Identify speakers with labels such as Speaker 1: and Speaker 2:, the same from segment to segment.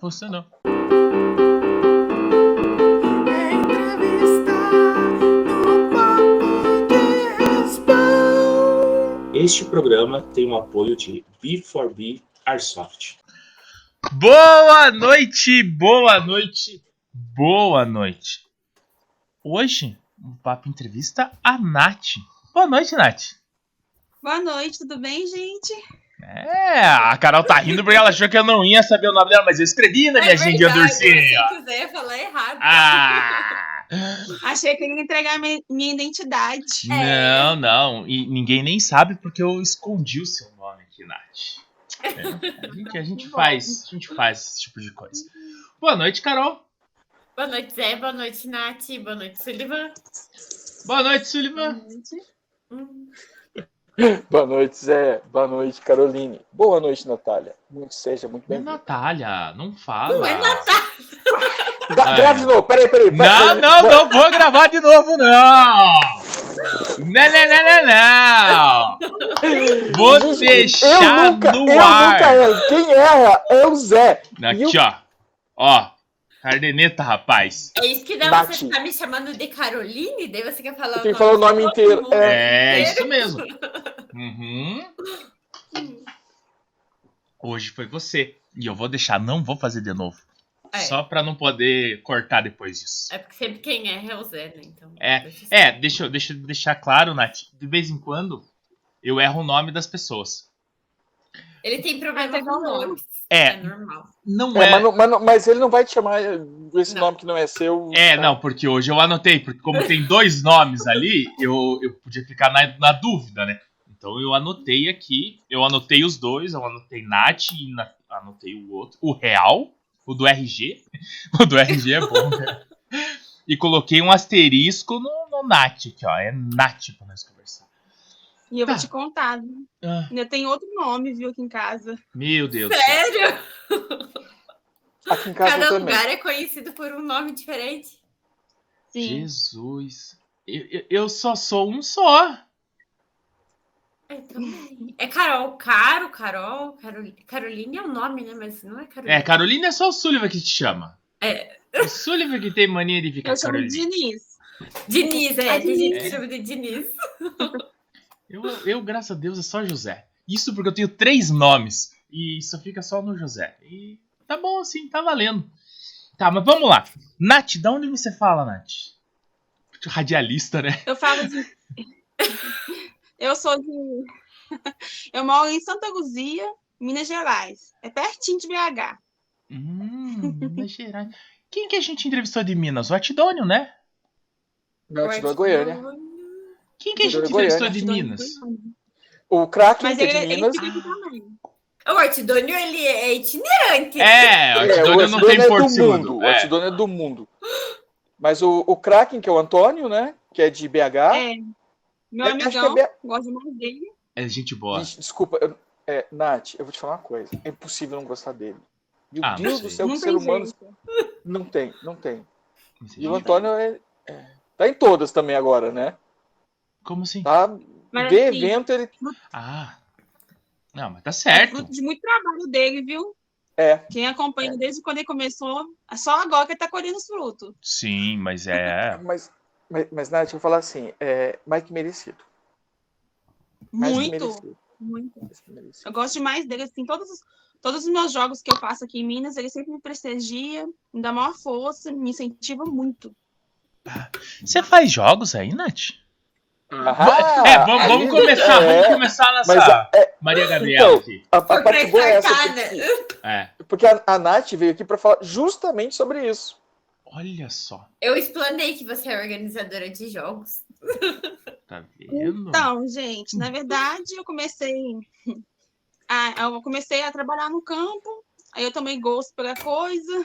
Speaker 1: Você não.
Speaker 2: Este programa tem o apoio de B4B Airsoft.
Speaker 1: Boa noite, boa noite, boa noite. Hoje, um papo entrevista a Nath. Boa noite, Nath.
Speaker 3: Boa noite, tudo bem, gente?
Speaker 1: É, a Carol tá rindo porque ela achou que eu não ia saber o nome dela, mas eu escrevi na minha
Speaker 3: É
Speaker 1: agenda
Speaker 3: verdade,
Speaker 1: Dursinho.
Speaker 3: Se quiser falar errado.
Speaker 1: Ah!
Speaker 3: Achei que eu ia entregar minha, minha
Speaker 4: É.
Speaker 3: identidade.
Speaker 1: Não, não. E ninguém nem sabe porque eu escondi o seu nome aqui, Nath. É, a gente, a gente faz, a gente faz esse tipo de coisa. Boa noite, Carol.
Speaker 4: Boa noite, Zé. Boa noite, Nath. Boa noite, Sullivan.
Speaker 1: Boa noite, Sullivan.
Speaker 4: Hum.
Speaker 5: Boa noite, Zé. Boa noite, Caroline. Boa noite, Natália. Muito seja, muito
Speaker 1: Não é
Speaker 5: bem. vinda
Speaker 1: Natália, não fala.
Speaker 4: Não é Natália.
Speaker 1: Ah,
Speaker 5: Grave de novo, peraí, peraí.
Speaker 1: Não, não, não vou gravar de novo, não! Né, Não, não, não, não, não! né. Vou deixar
Speaker 5: eu nunca,
Speaker 1: no
Speaker 5: eu
Speaker 1: ar!
Speaker 5: nunca erro. Quem erra é o Zé.
Speaker 1: Aqui, ó. Ó. Cardeneta, rapaz.
Speaker 4: É isso que dá
Speaker 5: Nath.
Speaker 4: você tá me chamando de Caroline? Daí você quer falar
Speaker 5: Eu tenho que falar o nome
Speaker 4: de todo
Speaker 5: inteiro.
Speaker 4: mundo.
Speaker 5: É.
Speaker 1: É, isso mesmo. Uhum. Hoje foi você. E eu vou deixar, não vou fazer de novo.
Speaker 4: É.
Speaker 1: Só pra não poder cortar depois disso.
Speaker 4: É porque sempre quem erra é o Zé, né? Então,
Speaker 1: É,
Speaker 4: deixa eu-
Speaker 1: É, deixa eu, deixa eu deixar claro, Nath. De vez em quando, eu erro o nome das pessoas.
Speaker 4: Ele tem
Speaker 3: Até
Speaker 4: problema
Speaker 3: não.
Speaker 4: com nomes. É
Speaker 1: É,
Speaker 4: normal.
Speaker 1: não
Speaker 5: É,
Speaker 1: é.
Speaker 5: mas, não- mas não- mas ele não vai te chamar eh, esse
Speaker 4: Não.
Speaker 5: nome que não é seu.
Speaker 1: É, não, porque hoje eu anotei, porque como tem dois nomes ali, eu, eu podia ficar na, na dúvida, né? Então eu anotei aqui, eu anotei os dois, eu anotei Nath e na- anotei o outro, o real, o do RG, o do RG é bom, né? E coloquei um asterisco no, no Nath aqui, ó, é Nath pra nós conversar.
Speaker 3: E eu vou
Speaker 1: Tá.
Speaker 3: te contar. viu?
Speaker 1: Ah,
Speaker 3: Ainda tem outro nome, viu, aqui em casa.
Speaker 1: meu Deus. do céu.
Speaker 4: Sério?
Speaker 5: Aqui em casa
Speaker 4: Cada
Speaker 5: também.
Speaker 4: lugar é conhecido por um nome diferente.
Speaker 3: Sim.
Speaker 1: Jesus. Eu, eu- eu só sou um só.
Speaker 4: É, então, é Carol. Caro, Carol. Carol. Caroline é o nome, né? Mas não é
Speaker 1: É,
Speaker 4: Caroline.
Speaker 1: Carolina é só o Sullivan que te chama.
Speaker 4: É.
Speaker 1: O Sullivan que tem mania de ficar
Speaker 3: Eu chamo de
Speaker 1: é Carolina.
Speaker 3: Diniz.
Speaker 4: Diniz, é.
Speaker 3: Ah,
Speaker 4: Tem gente que
Speaker 1: Diniz.
Speaker 4: chama de Diniz.
Speaker 1: Eu, eu, graças a Deus, é só José. Isso porque eu tenho três nomes. E só fica só no José. E tá bom assim, tá valendo. Tá, mas vamos lá. Nath, da onde você fala, Nath? Radialista, né?
Speaker 3: Eu falo de. eu sou de. eu moro em Santa Luzia, Minas Gerais. É pertinho de BH.
Speaker 1: Hum, Minas Gerais. Quem que a gente entrevistou de Minas? O Atidônio, né?
Speaker 5: Não, te dou a Goiânia.
Speaker 1: Quem que a gente
Speaker 5: De Goiânia.
Speaker 1: entrevistou É de
Speaker 3: é
Speaker 1: Minas?
Speaker 5: O craque
Speaker 3: um Mas
Speaker 5: que é
Speaker 3: ele, tipo-
Speaker 5: de
Speaker 3: ele
Speaker 5: Minas.
Speaker 3: fica aqui também.
Speaker 4: O Artidônio, ele é itinerante.
Speaker 1: É, o
Speaker 5: É,
Speaker 1: Atidônio não
Speaker 5: Artidônio
Speaker 1: tem
Speaker 5: é
Speaker 1: Porto
Speaker 5: do mundo.
Speaker 1: Seguro.
Speaker 5: O
Speaker 1: É.
Speaker 5: Artidônio é do mundo. Mas o, o Kraken, que é o Antônio, né? Que é de BH.
Speaker 3: É. Meu
Speaker 5: É, acho que é
Speaker 3: amigão,
Speaker 5: BH.
Speaker 3: gosto mais dele.
Speaker 1: É gente boa.
Speaker 5: Gente, desculpa, eu- é, Nath, eu vou te falar uma coisa. É impossível não gostar dele. Meu
Speaker 1: Ah, mas
Speaker 5: Deus do
Speaker 1: sim.
Speaker 5: céu, que
Speaker 3: não
Speaker 5: um ser
Speaker 3: tem
Speaker 5: humano.
Speaker 3: jeito.
Speaker 5: Não tem, não tem.
Speaker 1: Gente
Speaker 5: E o
Speaker 1: boa.
Speaker 5: Antônio é, é, tá em todas também agora, né?
Speaker 1: Como assim?
Speaker 5: Tá,
Speaker 3: Mas,
Speaker 5: de
Speaker 3: assim,
Speaker 5: evento ele.
Speaker 1: Ah. Não, mas tá
Speaker 3: É
Speaker 1: certo.
Speaker 3: fruto de muito trabalho dele, viu?
Speaker 5: É.
Speaker 3: Quem acompanha desde quando ele começou, só agora que ele tá colhendo os frutos.
Speaker 1: Sim, mas é.
Speaker 5: Mas, mas, mas, Nath, eu vou falar assim: é, mais que merecido. Mais que
Speaker 3: Muito,
Speaker 5: merecido,
Speaker 3: muito.
Speaker 5: mais que merecido.
Speaker 3: Eu gosto demais dele, assim, todos os, todos os meus jogos que eu faço aqui em Minas, ele sempre me prestigia, me dá maior força, me incentiva muito.
Speaker 1: Você faz jogos aí, Nath?
Speaker 5: Ah,
Speaker 1: é, vamos, vamos
Speaker 5: aí-
Speaker 1: começar,
Speaker 5: é,
Speaker 1: vamos começar nessa
Speaker 5: Mas a, é,
Speaker 1: Maria Gabriela
Speaker 5: Então.
Speaker 1: aqui.
Speaker 5: a, a
Speaker 4: Foi
Speaker 5: parte
Speaker 4: pra
Speaker 5: boa é essa.
Speaker 4: infartar,
Speaker 5: Porque,
Speaker 4: né?
Speaker 5: assim,
Speaker 1: É.
Speaker 5: porque a, a Nath veio aqui pra falar justamente sobre isso.
Speaker 1: Olha só,
Speaker 4: Eu explanei que você é organizadora de jogos.
Speaker 1: tá vendo?
Speaker 3: Então, gente, na verdade, eu comecei a, eu comecei a trabalhar no campo, aí eu tomei gosto pela coisa,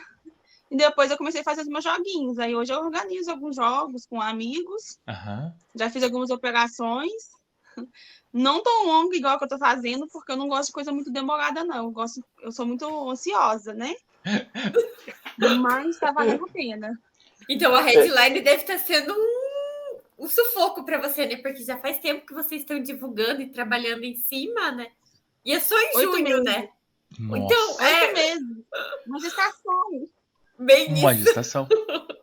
Speaker 3: e depois eu comecei a fazer os meus joguinhos. Aí hoje eu organizo alguns jogos com amigos,
Speaker 1: Aham.
Speaker 3: já fiz algumas operações. Não tão longo igual que eu tô fazendo, porque eu não gosto de coisa muito demorada, não. Eu, gosto, eu sou muito ansiosa, né? Mas tá valendo a pena.
Speaker 4: Então a
Speaker 5: É.
Speaker 4: headline deve estar sendo um, um sufoco para você, né? Porque já faz tempo que vocês estão divulgando e trabalhando em cima, né? E é só em
Speaker 3: Oito
Speaker 4: junho,
Speaker 3: meses.
Speaker 4: né?
Speaker 1: Nossa.
Speaker 4: Então, é,
Speaker 3: Oito meses. Uma gestação.
Speaker 4: Bem
Speaker 1: Uma
Speaker 4: é isso.
Speaker 1: gestação.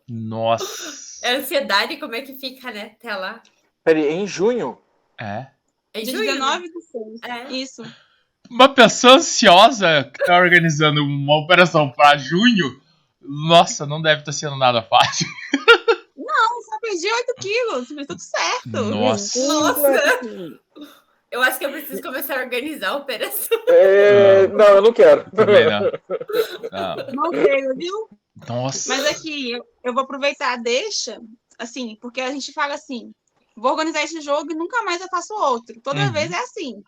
Speaker 1: Nossa.
Speaker 4: É Ansiedade, como é que fica, né? Até lá.
Speaker 5: Peraí, em junho?
Speaker 1: É.
Speaker 4: É
Speaker 3: Dia
Speaker 4: junho, né?
Speaker 3: 19 do 6.
Speaker 4: É.
Speaker 3: Isso.
Speaker 1: Uma pessoa ansiosa que tá organizando uma operação pra junho, nossa, não deve estar sendo nada fácil.
Speaker 3: Eu só perdi 8 quilos, mas tá tudo certo.
Speaker 1: Nossa.
Speaker 4: Nossa! Eu acho que eu preciso começar a organizar a operação.
Speaker 5: É,
Speaker 1: Não.
Speaker 5: não. eu não quero.
Speaker 1: Também não. Tá é. Não.
Speaker 3: Não veio, viu?
Speaker 1: Nossa.
Speaker 3: Mas aqui, eu, eu vou aproveitar a deixa, assim, porque a gente fala assim, vou organizar esse jogo e nunca mais eu faço outro. Toda
Speaker 1: Uhum.
Speaker 3: vez é assim.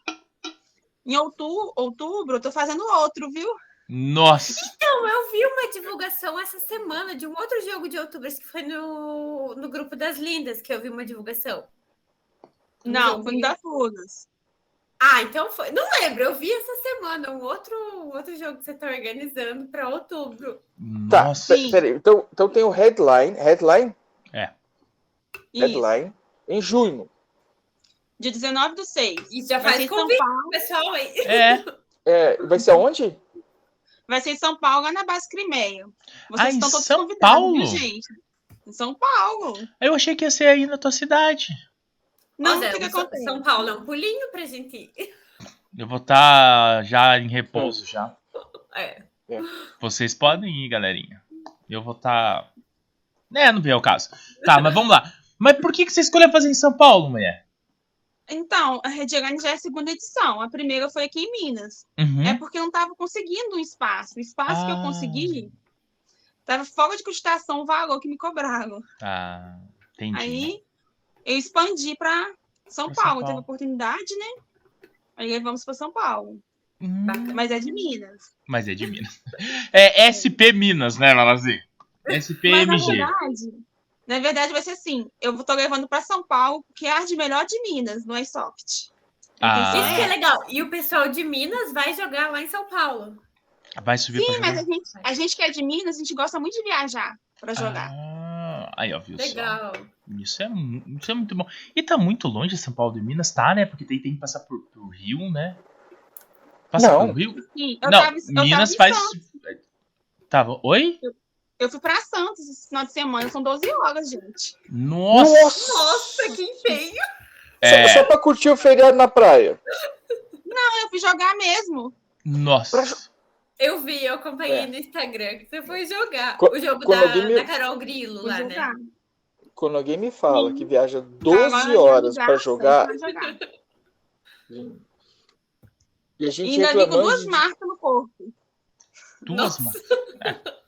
Speaker 3: Em outubro, outubro, eu tô fazendo outro, viu?
Speaker 1: Nossa.
Speaker 4: Não, eu vi uma divulgação essa semana de um outro jogo de youtubers que foi no, no grupo das lindas que eu vi uma divulgação. Um
Speaker 3: Não,
Speaker 4: joguinho.
Speaker 3: foi no da Funas.
Speaker 4: Ah, então foi. Não lembro, eu vi essa semana um outro, um outro jogo que você tá organizando para outubro.
Speaker 5: Tá,
Speaker 1: Nossa.
Speaker 5: pe- peraí. Então, então tem o headline. Headline?
Speaker 1: É
Speaker 3: Isso.
Speaker 5: Headline. Em junho.
Speaker 3: Dia 19 do 6.
Speaker 4: E
Speaker 3: Vai
Speaker 4: já
Speaker 3: ser
Speaker 4: faz
Speaker 3: em São
Speaker 4: convite,
Speaker 3: Paulo.
Speaker 4: pessoal, hein?
Speaker 1: É.
Speaker 5: É, vai ser aonde?
Speaker 3: Vai ser em São Paulo, lá na base Crimeia. Vocês
Speaker 1: Ah, em
Speaker 3: estão todos
Speaker 1: São
Speaker 3: convidados,
Speaker 1: Paulo?
Speaker 3: viu, gente? Em São Paulo.
Speaker 1: Eu achei que ia ser aí na tua cidade.
Speaker 3: Não
Speaker 4: Nossa,
Speaker 3: fica
Speaker 4: São,
Speaker 3: contente.
Speaker 4: São Paulo é um pulinho pra gente ir.
Speaker 1: Eu vou estar já em repouso já.
Speaker 4: É.
Speaker 1: Vocês podem ir, galerinha. Eu vou estar. É, não veio o caso. Tá, mas vamos lá. Mas por que, que você escolheu fazer em São Paulo, mulher?
Speaker 3: Então, a Rede Orgânica já é a segunda edição. A primeira foi aqui em Minas.
Speaker 1: Uhum.
Speaker 3: É porque eu não estava conseguindo um espaço. O espaço que eu
Speaker 1: Ah.
Speaker 3: consegui estava fora de custação o valor que me cobraram.
Speaker 1: Tá. Entendi.
Speaker 3: Aí eu expandi para São
Speaker 1: Pra São
Speaker 3: Paulo. Teve
Speaker 1: Paulo.
Speaker 3: oportunidade, né? Aí vamos para São Paulo.
Speaker 1: Hum,
Speaker 4: Bacana.
Speaker 3: Mas é de Minas.
Speaker 1: mas é de Minas. É SP Minas, né, Lalazi?
Speaker 3: Mas na
Speaker 1: SPMG.
Speaker 3: verdade, na verdade vai ser assim. Eu estou levando para São Paulo, que é a de melhor de Minas, não é soft.
Speaker 4: Isso
Speaker 1: Ah,
Speaker 4: que é legal. E o pessoal de Minas vai jogar lá em São Paulo.
Speaker 1: vai subir
Speaker 3: Sim,
Speaker 1: pra
Speaker 3: mas a
Speaker 1: jogar.
Speaker 3: gente, a gente que é de Minas, a gente gosta muito de viajar para jogar.
Speaker 1: Ah, aí, ó, viu só?
Speaker 4: Legal.
Speaker 1: Isso é, mu- isso é muito bom. E tá muito longe São Paulo de Minas, tá, né? Porque tem, tem que passar por, por Rio, né? Passa
Speaker 5: Não.
Speaker 1: por Rio?
Speaker 3: Sim,
Speaker 1: não,
Speaker 3: tava- tava
Speaker 1: Minas
Speaker 3: em
Speaker 1: faz.
Speaker 3: Santos.
Speaker 1: Tava. Oi?
Speaker 3: Eu fui para Santos esse final de semana, são 12 horas, gente.
Speaker 1: Nossa!
Speaker 4: Nossa, que empenho!
Speaker 1: É,
Speaker 5: Só, só pra curtir o feriado na praia.
Speaker 3: Eu fui jogar mesmo.
Speaker 1: nossa.
Speaker 4: Eu vi, eu acompanhei
Speaker 5: É.
Speaker 4: no Instagram que você foi jogar.
Speaker 5: Co-
Speaker 4: o jogo
Speaker 5: quando
Speaker 4: da,
Speaker 5: alguém me-
Speaker 4: da Carol Grilo
Speaker 3: Fui
Speaker 4: lá, né?
Speaker 3: jogar. Tá,
Speaker 5: Quando alguém me fala que viaja
Speaker 3: Tava
Speaker 5: 12
Speaker 3: lá
Speaker 5: horas
Speaker 3: jogar,
Speaker 5: pra jogar,
Speaker 3: pra jogar.
Speaker 4: Tá
Speaker 5: e a
Speaker 3: E
Speaker 5: gente
Speaker 3: ainda vim com
Speaker 5: reclamando
Speaker 3: duas
Speaker 5: de-
Speaker 3: marcas no corpo.
Speaker 1: Duas,
Speaker 4: Nossa.
Speaker 1: mano. É,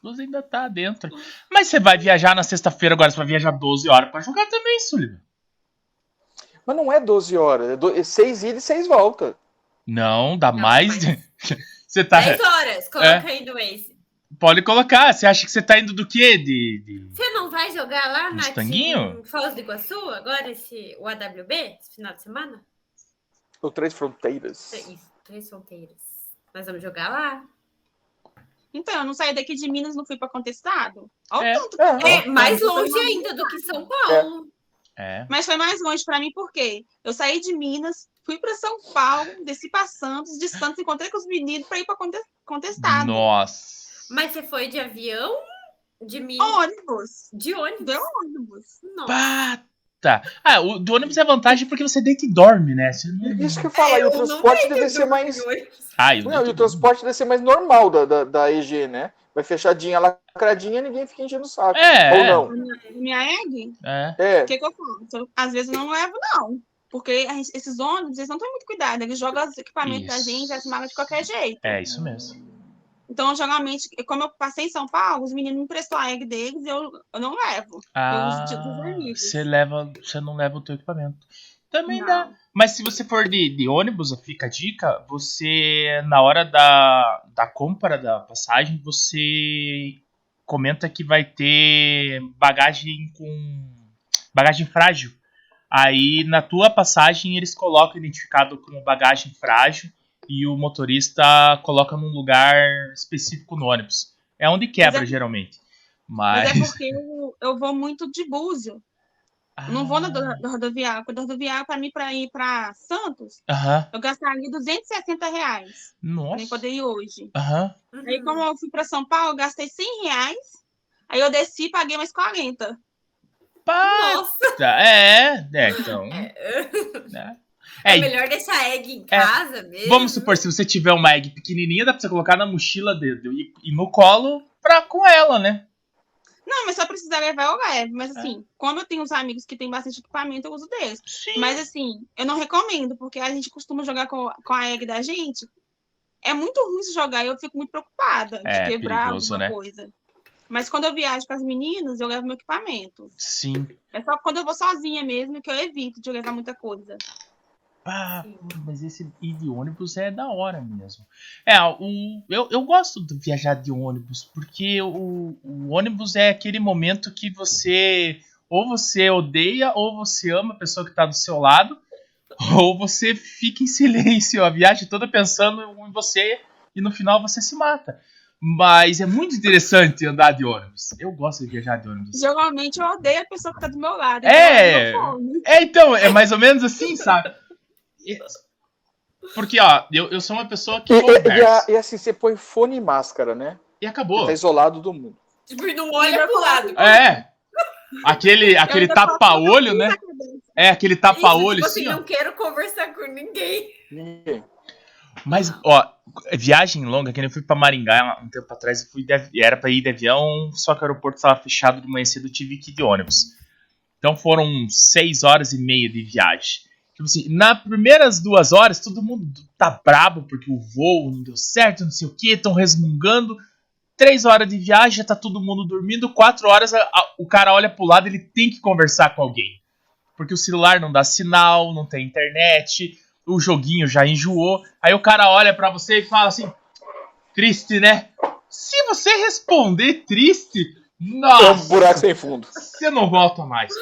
Speaker 1: Duas ainda tá dentro. Mas você vai viajar na sexta-feira agora, você vai viajar 12 horas pra jogar também, Sullivan.
Speaker 5: Mas não é 12 horas, é, do... é 6 ida e 6 voltas.
Speaker 1: Não, dá
Speaker 4: Não,
Speaker 1: mais. Você tá.
Speaker 4: 10 horas, coloca
Speaker 5: É.
Speaker 4: aí no Waze.
Speaker 1: Pode colocar. Você acha que você tá indo do quê? De. de-
Speaker 4: Você não vai jogar
Speaker 1: Um
Speaker 4: lá na
Speaker 1: Mustanguinho?
Speaker 4: Team Foz do Iguaçu agora, esse, o AWB, esse final de semana?
Speaker 5: Ou Três Fronteiras.
Speaker 4: Isso, três fronteiras. Nós vamos jogar lá.
Speaker 3: Então, eu não saí daqui de Minas, não fui para contestado. Olha o
Speaker 1: É.
Speaker 3: tanto.
Speaker 5: É,
Speaker 4: É mais
Speaker 3: Então,
Speaker 4: longe
Speaker 3: vamos
Speaker 4: ainda do que São Paulo.
Speaker 1: É.
Speaker 3: Mas foi mais longe para mim, por quê? Eu saí de Minas, fui para São Paulo, desci para Santos, de Santos, encontrei com os meninos para ir para contestado.
Speaker 1: Nossa.
Speaker 4: Mas você foi de avião, de mim,
Speaker 3: Ônibus.
Speaker 4: de ônibus?
Speaker 3: Deu ônibus.
Speaker 4: Nossa.
Speaker 1: Pata. Ah, o do ônibus é vantagem porque você deita e dorme, né? Você não-
Speaker 5: Isso que eu falo, e o
Speaker 4: eu não é
Speaker 5: transporte
Speaker 4: sei
Speaker 5: deve
Speaker 4: que
Speaker 5: ser
Speaker 4: eu
Speaker 5: mais.
Speaker 4: dormi hoje.
Speaker 1: Ah, eu
Speaker 5: Não, e
Speaker 1: deito
Speaker 5: o transporte deve ser mais normal da, da, da EG, né? Vai fechadinha, lacradinha, ninguém fica enchendo o saco. Ou
Speaker 1: É,
Speaker 5: não.
Speaker 3: Minha egg,
Speaker 1: é, é.
Speaker 5: É,
Speaker 3: o que, que eu faço? Às vezes eu não levo, não. Porque a gente- esses ônibus, eles não têm muito cuidado. Eles jogam os equipamentos da
Speaker 1: Isso.
Speaker 3: gente, as malas de qualquer jeito.
Speaker 1: É isso mesmo.
Speaker 3: Então, geralmente, como eu passei em São Paulo, os meninos me emprestou a egg deles, eu, eu não levo.
Speaker 1: Ah,
Speaker 3: de- dos amigos.
Speaker 1: você leva, você não leva o teu equipamento. Também
Speaker 3: Não.
Speaker 1: dá. Mas se você for de, de ônibus, fica a dica, você, na hora da, da compra da passagem, você comenta que vai ter bagagem com. bagagem frágil. Aí na tua passagem eles colocam identificado como bagagem frágil e o motorista coloca num lugar específico no ônibus. É onde quebra,
Speaker 3: Mas
Speaker 1: geralmente.
Speaker 3: Mas
Speaker 1: Mas.
Speaker 3: é porque eu, eu vou muito de búzio. Eu não vou na do, do rodoviário, porque do rodoviário, para mim, para ir para Santos,
Speaker 1: Aham.
Speaker 3: eu gastaria 260 reais para
Speaker 1: Nossa.
Speaker 3: poder ir hoje.
Speaker 1: Aham.
Speaker 5: É
Speaker 3: Aí, como eu fui para São Paulo, eu gastei 100 reais. Aí eu desci e paguei mais 40.
Speaker 1: Pá,
Speaker 4: Nossa,
Speaker 1: tá. É, é, então. né?
Speaker 4: é,
Speaker 1: É, e
Speaker 4: melhor deixar egg em casa mesmo.
Speaker 1: vamos supor, se você tiver uma egg pequenininha, dá pra você colocar na mochila dele e, e no colo pra, com ela, né?
Speaker 3: Não, mas só precisar levar, eu levo. Mas assim, como eu tenho os amigos que têm bastante equipamento, eu uso desse.
Speaker 1: Sim.
Speaker 3: Mas assim, eu não recomendo, porque a gente costuma jogar com, com a egg da gente. É muito ruim se jogar e eu fico muito preocupada de
Speaker 1: É,
Speaker 3: quebrar
Speaker 1: perigoso,
Speaker 3: alguma
Speaker 1: né?
Speaker 3: coisa. Mas quando eu viajo com as meninas, eu levo meu equipamento.
Speaker 1: Sim.
Speaker 3: É só quando eu vou sozinha mesmo que eu evito de levar muita coisa.
Speaker 1: Pá,
Speaker 4: Sim.
Speaker 1: mas esse ir de ônibus é da hora mesmo. É, o, eu, eu gosto de viajar de ônibus, porque o, o ônibus é aquele momento que você ou você odeia ou você ama a pessoa que tá do seu lado, ou você fica em silêncio a viagem toda pensando em você e no final você se mata. Mas é muito interessante andar de ônibus. Eu gosto de viajar de ônibus.
Speaker 3: Geralmente eu odeio a pessoa que tá do meu lado.
Speaker 1: É.
Speaker 3: então eu não vou.
Speaker 1: É, então, é mais ou menos assim, sabe? E- Porque, ó, eu, eu sou uma pessoa
Speaker 5: E,
Speaker 1: que
Speaker 5: e- e a-
Speaker 1: conversa.
Speaker 5: e assim, você põe fone e máscara, né?
Speaker 1: E
Speaker 5: Você
Speaker 1: acabou.
Speaker 5: tá isolado do mundo.
Speaker 4: Tipo, não olha pro lado.
Speaker 5: Tá
Speaker 1: É. Aquele, aquele
Speaker 3: ainda faço
Speaker 1: tapa-olho,
Speaker 3: Isso
Speaker 1: né?
Speaker 3: acontece.
Speaker 1: É, aquele
Speaker 4: tá Isso,
Speaker 1: tapa-olho,
Speaker 4: tipo assim,
Speaker 1: assim, ó.
Speaker 4: não quero conversar com ninguém.
Speaker 5: Ninguém.
Speaker 1: Mas, ó, viagem longa, que nem eu fui pra Maringá um tempo atrás, eu fui de avi- era pra ir de avião, só que o aeroporto estava fechado de manhã cedo, eu tive que ir de ônibus. Então foram seis horas e meia de viagem. Tipo assim, nas primeiras duas horas, todo mundo tá brabo porque o voo não deu certo, não sei o que, estão resmungando. Três horas de viagem, já tá todo mundo dormindo. Quatro horas, a- a- o cara olha pro lado, ele tem que conversar com alguém. Porque o celular não dá sinal, não tem internet, o joguinho já enjoou. Aí o cara olha pra você e fala assim: triste, né? Se você responder triste,
Speaker 5: É
Speaker 1: nossa,
Speaker 5: um buraco sem fundo.
Speaker 1: você não volta mais.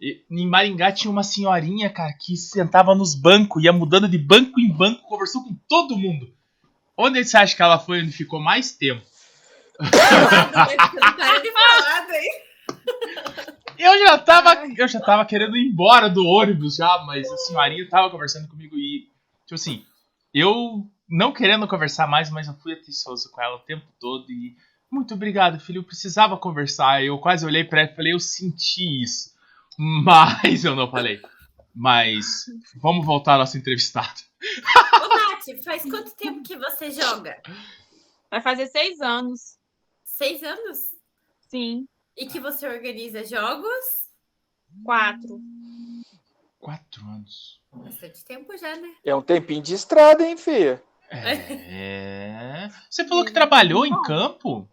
Speaker 1: E, em Maringá tinha uma senhorinha, cara, que sentava nos bancos, ia mudando de banco em banco, conversou com todo mundo. Onde você acha que ela foi onde ficou mais tempo?
Speaker 4: Não para de falar, né? daí.
Speaker 1: Eu já tava, eu já tava querendo ir embora do ônibus já, mas a senhorinha tava conversando comigo e tipo assim, eu não querendo conversar mais, mas eu fui atencioso com ela o tempo todo e muito obrigado, filho, eu precisava conversar. Eu quase olhei pra ela e falei, eu senti isso. Mas eu não falei. Mas vamos voltar ao nosso entrevistado.
Speaker 4: Ô, Nath, faz quanto tempo que você joga?
Speaker 3: Vai fazer seis anos.
Speaker 4: Seis anos?
Speaker 3: Sim,
Speaker 4: E que você organiza jogos?
Speaker 3: quatro.
Speaker 1: Quatro anos.
Speaker 4: Bastante tempo já, né?
Speaker 5: É um tempinho de estrada, hein, filha?
Speaker 1: É. Você falou que trabalhou em campo?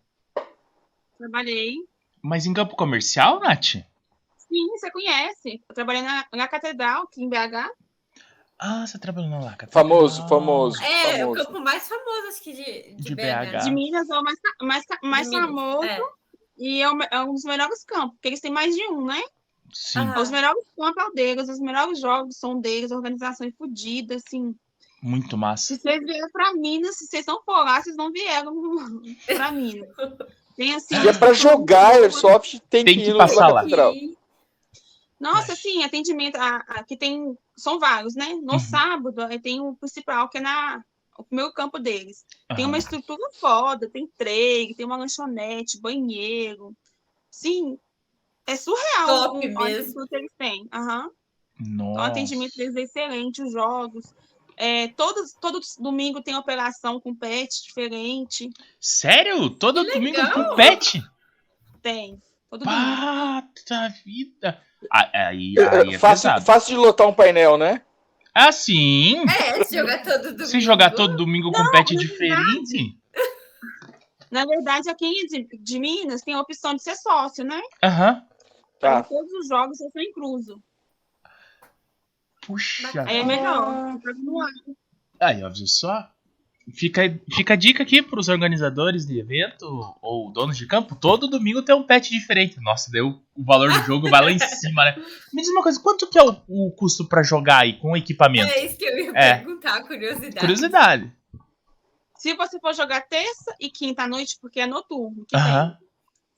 Speaker 3: Trabalhei.
Speaker 1: Mas em campo comercial, Nath?
Speaker 3: Sim, você conhece. Eu trabalhei na, na catedral, aqui em BH.
Speaker 1: Ah, você trabalhou na Laca.
Speaker 5: Famoso,
Speaker 1: Ah.
Speaker 5: famoso,
Speaker 4: É, o
Speaker 5: famoso.
Speaker 4: campo mais famoso, acho que de, de,
Speaker 1: De
Speaker 4: BH.
Speaker 5: Tá.
Speaker 1: BH.
Speaker 3: De Minas é o mais, ca- mais, ca- mais
Speaker 4: De Minas,
Speaker 3: famoso
Speaker 4: é.
Speaker 3: e é, o me- é um dos melhores campos, porque eles têm mais de um, né?
Speaker 1: Sim.
Speaker 4: Ah.
Speaker 3: Os melhores campos é o deles, os melhores jogos são deles, a organização é fodida, assim.
Speaker 1: Muito
Speaker 3: Se
Speaker 1: massa.
Speaker 3: vocês vieram pra Minas, se vocês não for lá, vocês não vieram pra Minas. Tem assim.
Speaker 5: E é pra jogar Airsoft, tem,
Speaker 1: Tem que
Speaker 5: que ir
Speaker 1: passar
Speaker 5: lá
Speaker 1: lá.
Speaker 5: na catedral.
Speaker 4: E-
Speaker 3: Nossa, sim, atendimento a, a- que tem são vários, né? No
Speaker 1: Uhum.
Speaker 3: sábado aí tem o principal que é na o meu campo deles. Tem uma
Speaker 1: Aham.
Speaker 3: estrutura foda, tem trem, tem uma lanchonete, banheiro. Sim, é surreal
Speaker 4: Top
Speaker 3: o, a
Speaker 4: mesmo.
Speaker 3: estrutura que eles têm. Aham.
Speaker 4: um
Speaker 3: Então, o
Speaker 1: Nossa.
Speaker 3: atendimento deles é excelente, os jogos. É, todos, todo domingo tem operação com pet diferente.
Speaker 1: Sério? Todo
Speaker 4: Que
Speaker 1: domingo
Speaker 4: legal.
Speaker 1: com pet?
Speaker 3: Tem. Todo domingo.
Speaker 1: Pata vida. Ah, Aí,
Speaker 5: É,
Speaker 1: aí
Speaker 5: é
Speaker 1: é
Speaker 5: Fácil,
Speaker 1: pesado.
Speaker 5: fácil de lotar um painel, né?
Speaker 1: Ah, sim.
Speaker 4: É, se jogar todo domingo. é
Speaker 1: Se jogar todo domingo com pet diferente.
Speaker 3: Na verdade, aqui de, de Minas tem a opção de ser sócio, né?
Speaker 1: Aham.
Speaker 3: Aí
Speaker 5: Tá.
Speaker 3: todos os jogos são incluso.
Speaker 1: Puxa.
Speaker 3: Aí é
Speaker 4: Ah.
Speaker 3: melhor. Você paga no ar.
Speaker 1: Aí, ó, viu só? Fica, fica a dica aqui pros organizadores de evento ou donos de campo. Todo domingo tem um pet diferente. Nossa, daí o o valor do jogo vai lá em cima, né? Me diz uma coisa, quanto que é o, o custo pra jogar aí com equipamento?
Speaker 4: É isso que eu ia
Speaker 1: É.
Speaker 4: perguntar, curiosidade.
Speaker 1: Curiosidade.
Speaker 3: Se você for jogar terça e quinta à noite, porque é noturno. que tem.
Speaker 1: Aham.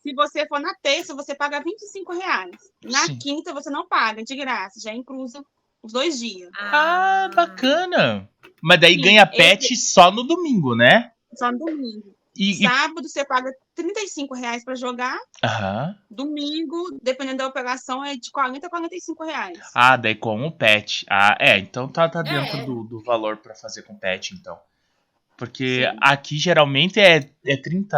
Speaker 3: Se Se você for na terça, você paga R$ 25 reais. Na
Speaker 1: Sim.
Speaker 3: quinta, você não paga, de graça. Já é incluso os dois dias.
Speaker 1: Ah, bacana. Mas daí
Speaker 3: Sim,
Speaker 1: ganha
Speaker 3: esse-
Speaker 1: pet só no domingo, né?
Speaker 3: Só no domingo.
Speaker 1: E. e-
Speaker 3: Sábado, você paga R$ 35 reais para jogar.
Speaker 1: Aham.
Speaker 3: Domingo, dependendo da operação, é de 40 a 45 reais.
Speaker 1: Ah, daí com o pet. Ah, é, então tá, tá dentro
Speaker 4: É.
Speaker 1: do, do valor pra fazer com pet, então. Porque
Speaker 3: Sim.
Speaker 1: aqui geralmente é, é 30.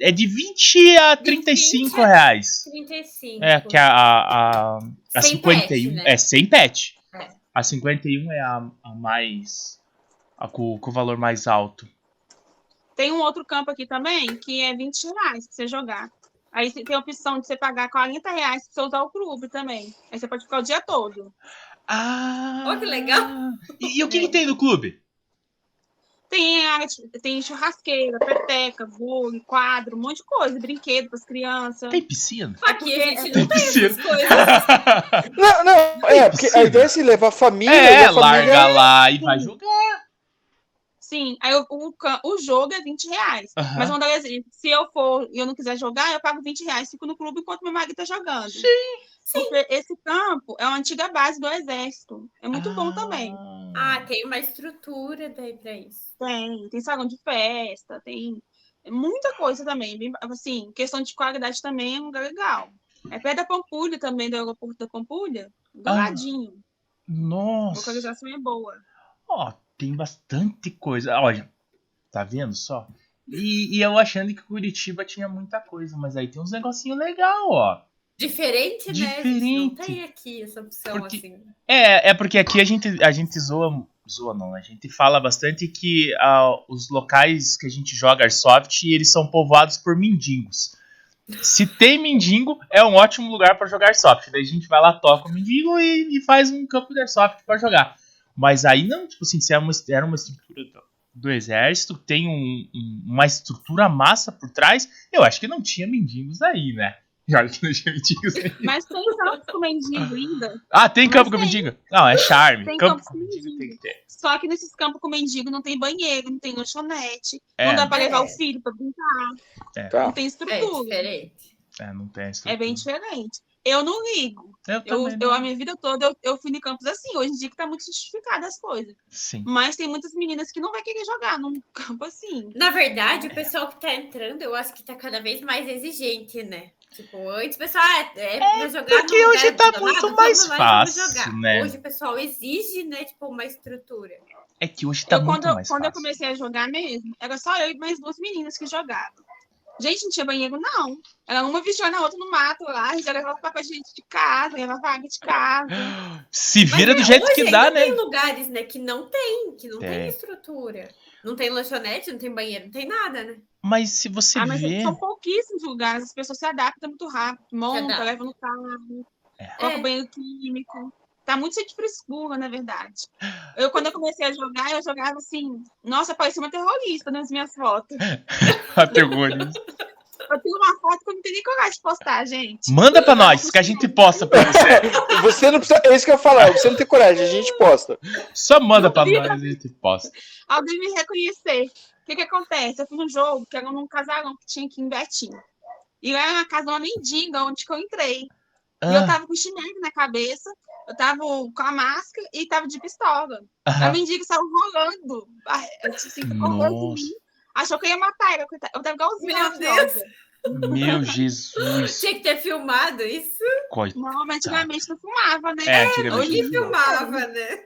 Speaker 1: É de 20 a 35 reais.
Speaker 4: 35.
Speaker 1: É, que a, a, a, a
Speaker 4: Sem
Speaker 1: 51.
Speaker 4: pet, né?
Speaker 1: É, sem pet.
Speaker 4: É.
Speaker 1: A 51 é a, a mais. A com, com o valor mais alto.
Speaker 3: Tem um outro campo aqui também, que é 20 reais pra você jogar. Aí você tem a opção de você pagar 40 reais pra você usar o clube também. Aí você pode ficar o dia todo.
Speaker 1: Ah!
Speaker 4: Ó, que legal.
Speaker 1: E, e o que, que tem no clube?
Speaker 3: Tem, área de- tem churrasqueira, peteca, bolo, quadro, um monte de coisa. Brinquedo pras crianças.
Speaker 1: Tem piscina?
Speaker 4: Aqui a gente não tem essas coisas.
Speaker 5: Não, não, é, porque a ideia é se levar a família. e
Speaker 1: é,
Speaker 5: a família...
Speaker 1: larga lá e vai jogar.
Speaker 3: Sim, aí o, o, ca- o jogo é 20 reais.
Speaker 1: Aham.
Speaker 3: Mas vamos dar um exemplo. Se eu for e eu não quiser jogar, eu pago 20 reais, fico no clube enquanto meu marido tá jogando. Sim, Porque esse campo é uma antiga base do exército. É muito bom também.
Speaker 4: Ah, tem uma estrutura daí pra isso.
Speaker 3: Tem, tem salão de festa, tem muita coisa também. bem- assim, questão de qualidade também é um lugar legal. É perto da Pampulha também, do aeroporto da Pampulha, do
Speaker 1: Ah.
Speaker 3: ladinho. A
Speaker 1: Nossa.
Speaker 3: localização é boa.
Speaker 1: Ó, tem bastante coisa. Olha, tá vendo só? E, e eu achando que Curitiba tinha muita coisa, mas aí tem uns negocinhos legal, ó.
Speaker 4: Diferente, né? A gente
Speaker 1: Diferente.
Speaker 4: não tem aqui essa opção
Speaker 1: Porque-
Speaker 4: assim.
Speaker 1: É, é porque aqui a gente, a gente zoa, zoa não, a gente fala bastante que ah, os locais que a gente joga Airsoft, eles são povoados por mendigos. Se tem mendigo, é um ótimo lugar pra jogar Airsoft. Daí a gente vai lá, toca o mendigo e, e faz um campo de Airsoft pra jogar. Mas aí não, tipo assim, se era uma, era uma estrutura do, do exército, tem um- um- uma estrutura massa por trás, eu acho que não tinha mendigos aí, né? E olha que não tinha mendigos aí.
Speaker 3: Mas tem campo com mendigo ainda.
Speaker 1: Ah, tem
Speaker 3: Mas
Speaker 1: campo com
Speaker 3: tem.
Speaker 1: mendigo? Não, é charme.
Speaker 3: Tem
Speaker 1: campo
Speaker 3: campo
Speaker 1: com mendigo
Speaker 3: com
Speaker 1: tem que ter.
Speaker 3: Só que nesses campos com mendigo não tem banheiro, não tem lanchonete,
Speaker 1: É,
Speaker 3: não dá pra
Speaker 4: É.
Speaker 3: levar o filho pra brincar, não
Speaker 5: Tá.
Speaker 3: tem
Speaker 4: É
Speaker 3: estrutura. É,
Speaker 4: diferente.
Speaker 1: é, não tem isso.
Speaker 3: bem diferente. Eu não ligo.
Speaker 1: Eu
Speaker 3: Eu,
Speaker 1: também.
Speaker 3: eu,
Speaker 1: não.
Speaker 3: a minha vida toda eu, eu fui em campos assim. Hoje em dia que tá muito justificada as coisas.
Speaker 1: Sim.
Speaker 3: Mas tem muitas meninas que não vai querer jogar num campo assim.
Speaker 4: Na verdade,
Speaker 1: É.
Speaker 4: o pessoal que tá entrando, eu acho que tá cada vez mais exigente, né? Tipo, antes o pessoal ah, é, pra jogar.
Speaker 1: porque
Speaker 4: num
Speaker 1: hoje
Speaker 4: lugar
Speaker 1: tá
Speaker 4: abandonado,
Speaker 1: muito
Speaker 4: vamos
Speaker 1: mais
Speaker 4: lá e
Speaker 1: fácil,
Speaker 4: vamos jogar.
Speaker 1: né?
Speaker 4: Hoje o pessoal exige, né? Tipo, uma estrutura.
Speaker 1: É que hoje tá
Speaker 3: eu,
Speaker 1: muito
Speaker 3: quando, eu-
Speaker 1: mais
Speaker 3: quando eu
Speaker 1: fácil.
Speaker 3: comecei a jogar mesmo, era só eu e mais duas meninas que jogavam. Gente, não tinha banheiro, não. Era uma vigiando a outra no mato lá, a gente já levava papel de gente de casa, levava água de casa.
Speaker 1: Se
Speaker 4: Mas,
Speaker 1: vira
Speaker 4: né,
Speaker 1: do jeito
Speaker 4: hoje
Speaker 1: que dá,
Speaker 4: ainda
Speaker 1: né?
Speaker 4: Tem lugares, né, que não tem, que não tem,
Speaker 1: Tem.
Speaker 4: estrutura. Não tem lanchonete, não tem banheiro, não tem nada, né?
Speaker 1: Mas se você
Speaker 3: Ah, mas
Speaker 1: vê.
Speaker 3: são pouquíssimos lugares, as pessoas se adaptam muito rápido. Monta,
Speaker 4: adaptam.
Speaker 3: leva no carro,
Speaker 1: É.
Speaker 3: coloca o banheiro químico. Tá muito cheio de frescura, na verdade. Eu, quando eu comecei a jogar, eu jogava assim, nossa, parecia uma terrorista nas minhas fotos.
Speaker 1: terrorista.
Speaker 3: Eu tenho uma foto que eu não tenho nem coragem de postar, gente.
Speaker 1: Manda pra nós, que a gente posta pra você.
Speaker 5: Você não precisa. É isso que eu ia falar. Você não tem coragem, a gente posta.
Speaker 1: Só manda
Speaker 3: Não
Speaker 1: pra
Speaker 3: vira.
Speaker 1: nós e a gente posta.
Speaker 3: Alguém me reconhecer. O que que acontece? Eu fui num jogo que era num casarão que tinha aqui em Betim. E lá era uma casa de uma mendiga, onde que eu entrei. E eu
Speaker 1: Ah,
Speaker 3: tava com chinelo na cabeça, eu tava com a máscara e tava de pistola. A
Speaker 1: aham.
Speaker 3: mendiga saiu rolando. Ah, eu, Assim, ficou rolando em mim. Achou que eu ia matar ela. coitada. Eu tava igualzinha.
Speaker 4: Meu
Speaker 3: a Cláudia.
Speaker 1: Meu Jesus.
Speaker 4: Tinha que ter filmado isso.
Speaker 1: Coitado.
Speaker 3: Não, mas antigamente não fumava, né?
Speaker 1: É,
Speaker 4: Hoje
Speaker 1: antigamente.
Speaker 4: filmava, né?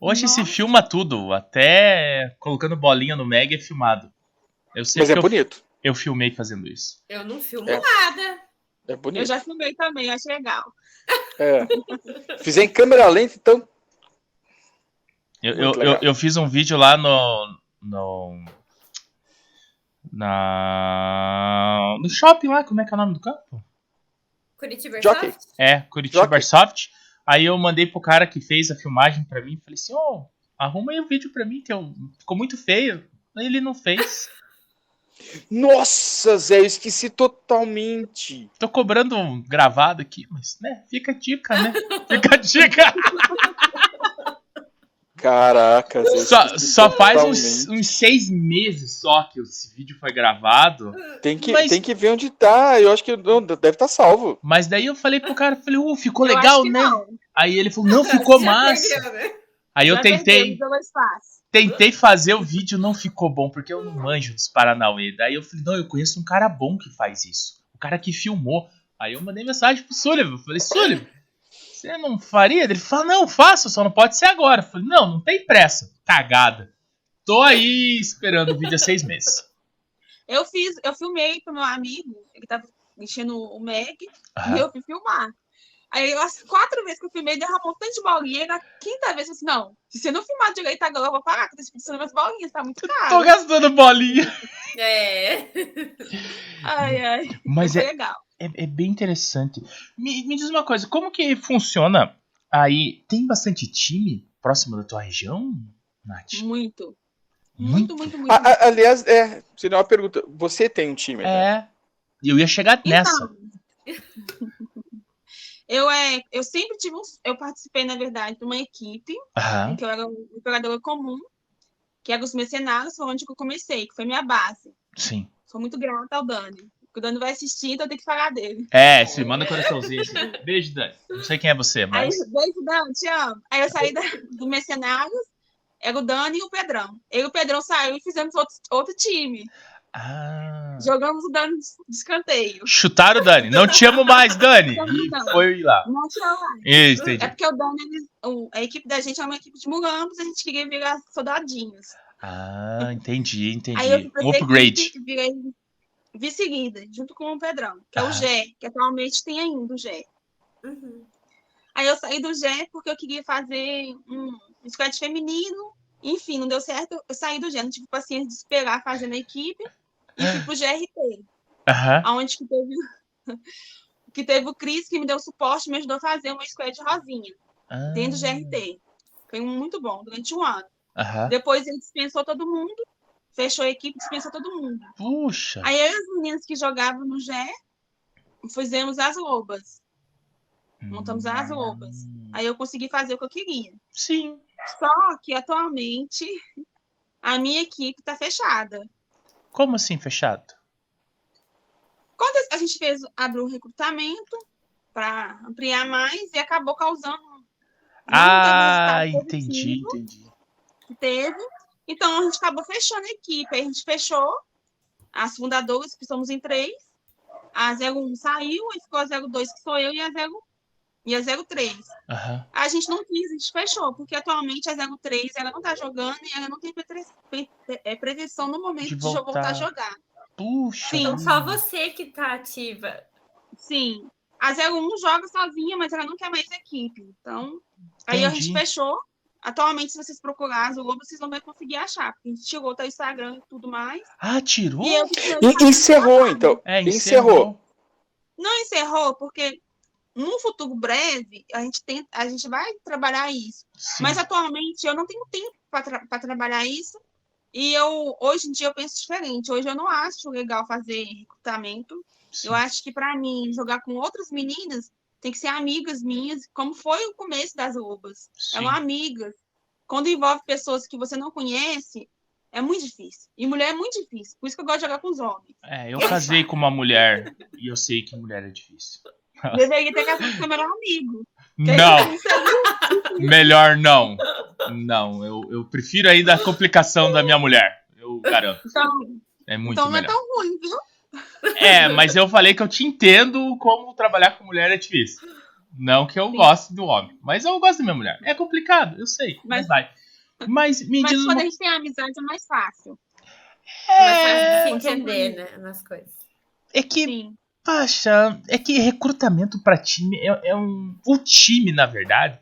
Speaker 1: Hoje se
Speaker 3: Nossa.
Speaker 1: filma tudo, até colocando bolinha no Mega é filmado. Eu sei
Speaker 5: Mas
Speaker 1: que
Speaker 5: é
Speaker 1: eu,
Speaker 5: bonito.
Speaker 1: eu filmei fazendo isso.
Speaker 4: Eu não filmo
Speaker 5: É.
Speaker 4: nada.
Speaker 5: É
Speaker 3: Eu
Speaker 5: bonito.
Speaker 3: já fumei também, eu acho legal.
Speaker 5: É. Fizer em câmera lenta, então.
Speaker 1: Eu, eu,
Speaker 5: Muito
Speaker 1: eu,
Speaker 5: legal.
Speaker 1: eu fiz um vídeo lá no. no. Na. No shopping lá, como é que é o nome do campo?
Speaker 4: Curitiba
Speaker 5: Jockey.
Speaker 4: Soft?
Speaker 1: É, Curitiba
Speaker 5: Jockey.
Speaker 1: Airsoft. Aí eu mandei pro cara que fez a filmagem pra mim. Falei assim: ô, arruma aí o vídeo pra mim, que eu, ficou muito feio. Aí Ele não fez.
Speaker 5: Nossa, Zé, eu esqueci totalmente.
Speaker 1: Tô cobrando um gravado aqui, mas, né? Fica a dica, né? Fica a dica.
Speaker 5: Caraca, Zé,
Speaker 1: Só, só faz uns,
Speaker 5: totalmente.
Speaker 1: uns seis meses só que esse vídeo foi gravado.
Speaker 5: Tem que,
Speaker 1: Mas-
Speaker 5: tem que ver onde tá. Eu acho que não, deve estar salvo.
Speaker 1: Mas daí eu falei pro cara, falei, ô, ficou
Speaker 3: Eu
Speaker 1: legal,
Speaker 3: acho que
Speaker 1: né?
Speaker 3: não.
Speaker 1: Aí ele falou, não, ficou massa.
Speaker 4: perdeu, né?
Speaker 1: Aí eu
Speaker 3: Já
Speaker 1: tentei,
Speaker 3: perdemos dois passos.
Speaker 1: tentei fazer o vídeo, não ficou bom, porque eu não manjo dos Paranauê. Daí eu falei, não, eu conheço um cara bom que faz isso. O cara que filmou. Aí eu mandei mensagem pro Sullivan. eu Falei, Sullivan, você não faria? Ele falou, não, faço, só não pode ser agora. Eu falei, não, não tem pressa. Cagada. Tô aí esperando o vídeo há seis meses.
Speaker 3: Eu fiz, eu filmei pro meu amigo, ele tava enchendo o Meg,
Speaker 1: Aham.
Speaker 3: e eu fui filmar. Aí, as quatro vezes que eu filmei, derramou tanto de bolinha. E na quinta vez, eu falei assim: não, se você não filmar direito agora, eu vou parar, que eu tô desperdiçando minhas bolinhas, tá muito
Speaker 1: Tô
Speaker 3: caro.
Speaker 1: gastando bolinha.
Speaker 4: É.
Speaker 3: Ai, ai.
Speaker 1: Mas
Speaker 3: foi
Speaker 1: é,
Speaker 3: legal.
Speaker 1: é, é bem interessante. Me, me diz uma coisa, como que funciona aí? Tem bastante time próximo da tua região, Nath? Hum?
Speaker 3: Muito. Muito, muito, muito.
Speaker 1: Ah,
Speaker 5: A- a- Ah, aliás, é, seria uma pergunta. Você tem um time, né?
Speaker 1: É. E eu ia chegar
Speaker 3: Então,
Speaker 1: nessa.
Speaker 3: é. Eu, é, eu sempre tive um. Eu participei, na verdade, de uma equipe,
Speaker 1: Aham.
Speaker 3: em que eu era um operadora comum, que era os mercenários, foi onde que eu comecei, que foi minha base.
Speaker 1: Sim.
Speaker 3: Sou muito grata ao Dani. porque O Dani vai assistir, então eu tenho que falar dele.
Speaker 1: É, se manda coraçãozinho assim. Beijo, Dani. Não sei quem é você,
Speaker 3: Aí,
Speaker 1: mas.
Speaker 3: beijo, Dani, te amo. assim, Aí eu saí da, do mercenários, era o Dani e o Pedrão. Eu e o Pedrão saiu e fizemos outro, outro time.
Speaker 1: Ah.
Speaker 3: Jogamos o Dani de escanteio.
Speaker 1: Chutaram, Dani. Não te amo mais, Dani. E foi lá.
Speaker 3: Não tinha lá.
Speaker 1: Isso,
Speaker 3: É
Speaker 1: entendi.
Speaker 3: porque o Dani, ele- o- a equipe da gente é uma equipe de murambos, a gente queria virar soldadinhos.
Speaker 1: Ah, entendi,
Speaker 3: Aí eu
Speaker 1: entendi.
Speaker 3: fui pra
Speaker 1: Um
Speaker 3: essa
Speaker 1: upgrade.
Speaker 3: equipe e virei vice-líder, junto com o Pedrão, que é
Speaker 1: Ah.
Speaker 3: o Gé, que atualmente tem ainda o Gé.
Speaker 4: Uhum.
Speaker 3: Aí eu saí do Gé porque eu queria fazer um um squad feminino. Enfim, não deu certo. Eu saí do Gé, não tive paciência de esperar fazer na equipe. E fui pro GRT,
Speaker 1: Aham.
Speaker 3: onde que teve, que teve o Cris, que me deu suporte, me ajudou a fazer uma squad rosinha,
Speaker 1: Ah,
Speaker 3: dentro do GRT. Foi um muito bom, durante um ano.
Speaker 1: Aham.
Speaker 3: Depois ele dispensou todo mundo, fechou a equipe, dispensou todo mundo.
Speaker 1: Puxa.
Speaker 3: Aí eu e as meninas que jogavam no Gé, fizemos as lobas. montamos as roupas.
Speaker 1: Hum,
Speaker 3: Aí eu consegui fazer o que eu queria.
Speaker 1: Sim.
Speaker 3: Só que atualmente a minha equipe está fechada.
Speaker 1: Como assim, fechado?
Speaker 3: Quando a gente fez, abriu o recrutamento para ampliar mais e acabou causando. não deu
Speaker 1: Ah,
Speaker 3: resultado
Speaker 1: entendi,
Speaker 3: positivo,
Speaker 1: entendi.
Speaker 3: Teve. Então a gente acabou fechando a equipe. Aí a gente fechou as fundadoras, que somos em três. A 01 saiu, aí ficou a 02, que sou eu, e a 0 e a um 03.
Speaker 1: Aham.
Speaker 3: A gente não quis, a gente fechou, porque atualmente a 03 ela não tá jogando e ela não tem pretre- pre- é, prevenção no momento
Speaker 1: De
Speaker 3: de, jo- voltar
Speaker 1: voltar.
Speaker 3: a jogar.
Speaker 1: Puxa.
Speaker 3: Sim,
Speaker 4: Então
Speaker 1: vida.
Speaker 4: só você que tá ativa.
Speaker 3: Sim. A 01 joga sozinha, mas ela não quer mais equipe. Então, aí a gente
Speaker 1: Entendi.
Speaker 3: fechou. Atualmente, se vocês procurarem o Globo, vocês não vão conseguir achar, porque a gente tirou até o Instagram e tudo mais.
Speaker 1: Ah, tirou?
Speaker 3: E eu um, continuei
Speaker 5: E,
Speaker 3: fazendo
Speaker 5: encerrou,
Speaker 3: trabalho.
Speaker 5: então.
Speaker 1: É,
Speaker 5: Encerrou.
Speaker 3: Não encerrou, porque num futuro breve, a gente, tem, a gente vai trabalhar isso.
Speaker 1: Sim.
Speaker 3: Mas atualmente eu não tenho tempo para trabalhar isso. E eu hoje em dia eu penso diferente. Hoje eu não acho legal fazer recrutamento.
Speaker 1: sim.
Speaker 3: Eu acho que para mim jogar com outras meninas tem que ser amigas minhas, como foi o começo das lobas.
Speaker 1: Sim.
Speaker 3: Eram amigas. Quando envolve pessoas que você não conhece, é muito difícil. E mulher é muito difícil. Por isso que eu gosto de jogar com os homens.
Speaker 1: É, eu casei com uma mulher e eu sei que mulher é difícil.
Speaker 3: Deveria ter casado com o melhor amigo. Que aí
Speaker 1: Não,
Speaker 3: não seria-
Speaker 1: melhor não. Não, eu, eu prefiro ainda a complicação da minha mulher. Eu garanto.
Speaker 3: Então,
Speaker 1: É muito
Speaker 3: então não é
Speaker 1: melhor.
Speaker 3: tão ruim, viu?
Speaker 1: É, mas eu falei que eu te entendo como trabalhar com mulher é difícil. Não que eu
Speaker 3: Sim.
Speaker 1: goste do homem, mas eu gosto da minha mulher. É complicado, eu sei. Mas
Speaker 3: Mas-
Speaker 1: vai. Mas me
Speaker 3: Mas
Speaker 1: diz
Speaker 3: quando
Speaker 1: uma
Speaker 3: a gente tem amizade é mais fácil.
Speaker 4: Mas
Speaker 1: É,
Speaker 4: faz de se entender, né? Nas coisas.
Speaker 1: é que
Speaker 3: Sim.
Speaker 1: Poxa, é que recrutamento pra time é, é um. O time, na verdade,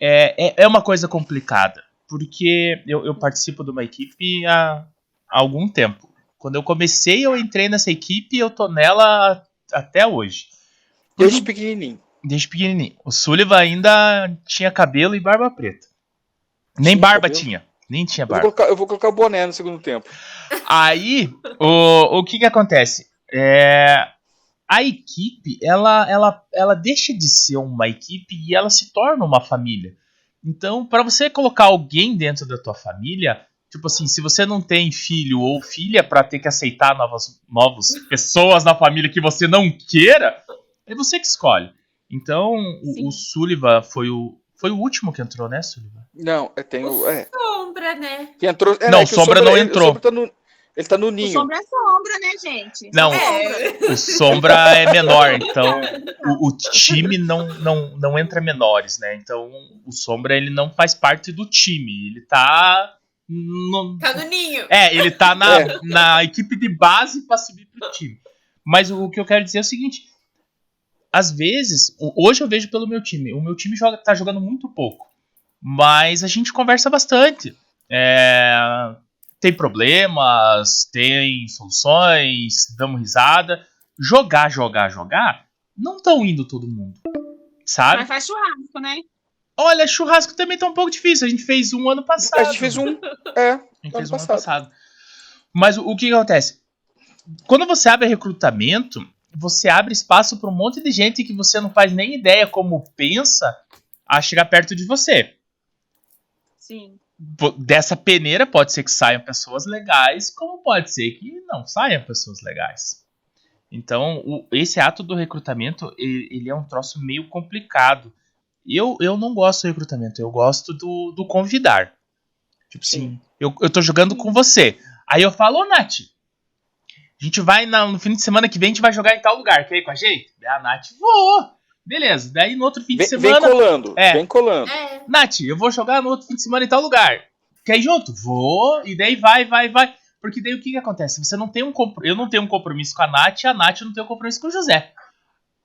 Speaker 1: é, é, é uma coisa complicada. Porque eu, eu participo de uma equipe há, há algum tempo. Quando eu comecei, eu entrei nessa equipe e eu tô nela até hoje.
Speaker 5: Desde pequenininho.
Speaker 1: Desde pequenininho. O Sullivan ainda tinha cabelo e barba preta. Nem
Speaker 5: Tinha
Speaker 1: barba
Speaker 5: cabelo?
Speaker 1: tinha. Nem tinha
Speaker 5: Eu vou,
Speaker 1: barba.
Speaker 5: colocar, eu vou colocar o boné no segundo tempo.
Speaker 1: Aí, o, o que que acontece? É, a equipe, ela, ela, ela deixa de ser uma equipe e ela se torna uma família. Então, pra você colocar alguém dentro da tua família, tipo assim, se você não tem filho ou filha pra ter que aceitar novas novos pessoas na família que você não queira, é você que escolhe. Então, o,
Speaker 3: Sim.
Speaker 1: o Sullivan foi o foi o último que entrou, né, Sullivan?
Speaker 5: Não, é, tem o. É,
Speaker 4: Sombra, né?
Speaker 5: que entrou. é,
Speaker 1: Não,
Speaker 5: é que
Speaker 1: Sombra não
Speaker 5: ele- o
Speaker 1: entrou.
Speaker 5: Sombra tá no- ele tá no
Speaker 3: O
Speaker 5: ninho.
Speaker 3: sombra é sombra, né, gente?
Speaker 1: Não,
Speaker 4: É,
Speaker 1: o Sombra é menor, então o, o time não, não, não entra menores, né? Então o Sombra ele não faz parte do time, ele tá no-
Speaker 4: tá no ninho.
Speaker 1: é, ele tá na,
Speaker 5: É.
Speaker 1: na equipe de base pra subir pro time. Mas o que eu quero dizer é o seguinte: às vezes, o- hoje eu vejo pelo meu time, o meu time joga, tá jogando muito pouco, mas a gente conversa bastante. É, tem problemas, tem soluções, damos risada. Jogar, jogar, jogar, não tão indo todo mundo, sabe?
Speaker 3: Mas faz churrasco, né?
Speaker 1: Olha, churrasco também tá um pouco difícil, a gente fez um ano passado.
Speaker 5: A gente fez um. É,
Speaker 1: A gente
Speaker 5: Ano
Speaker 1: fez um ano
Speaker 5: passado.
Speaker 1: passado. Mas o, o que que acontece? Quando você abre recrutamento, você abre espaço para um monte de gente que você não faz nem ideia como pensa a chegar perto de você.
Speaker 3: Sim.
Speaker 1: Po- Dessa peneira pode ser que saiam pessoas legais, como pode ser que não saiam pessoas legais. Então, o- esse ato do recrutamento, ele, ele é um troço meio complicado. Eu, eu não gosto do recrutamento, eu gosto do, do convidar. Tipo assim, eu, eu tô jogando com você. Aí eu falo, ô Nath, a gente vai na- no fim de semana que vem, a gente vai jogar em tal lugar, quer ir com a gente? Daí a Nath, vou! Beleza, daí no outro fim de
Speaker 5: vem, vem
Speaker 1: semana,
Speaker 5: colando.
Speaker 1: É.
Speaker 5: Vem colando.
Speaker 4: É.
Speaker 1: Nath, eu vou jogar no outro fim de semana em tal lugar. Quer ir junto? Vou, e daí vai, vai, vai. Porque daí o que, que acontece? Você não tem um compro- Eu não tenho um compromisso com a Nath, a Nath não tem um compromisso com o José.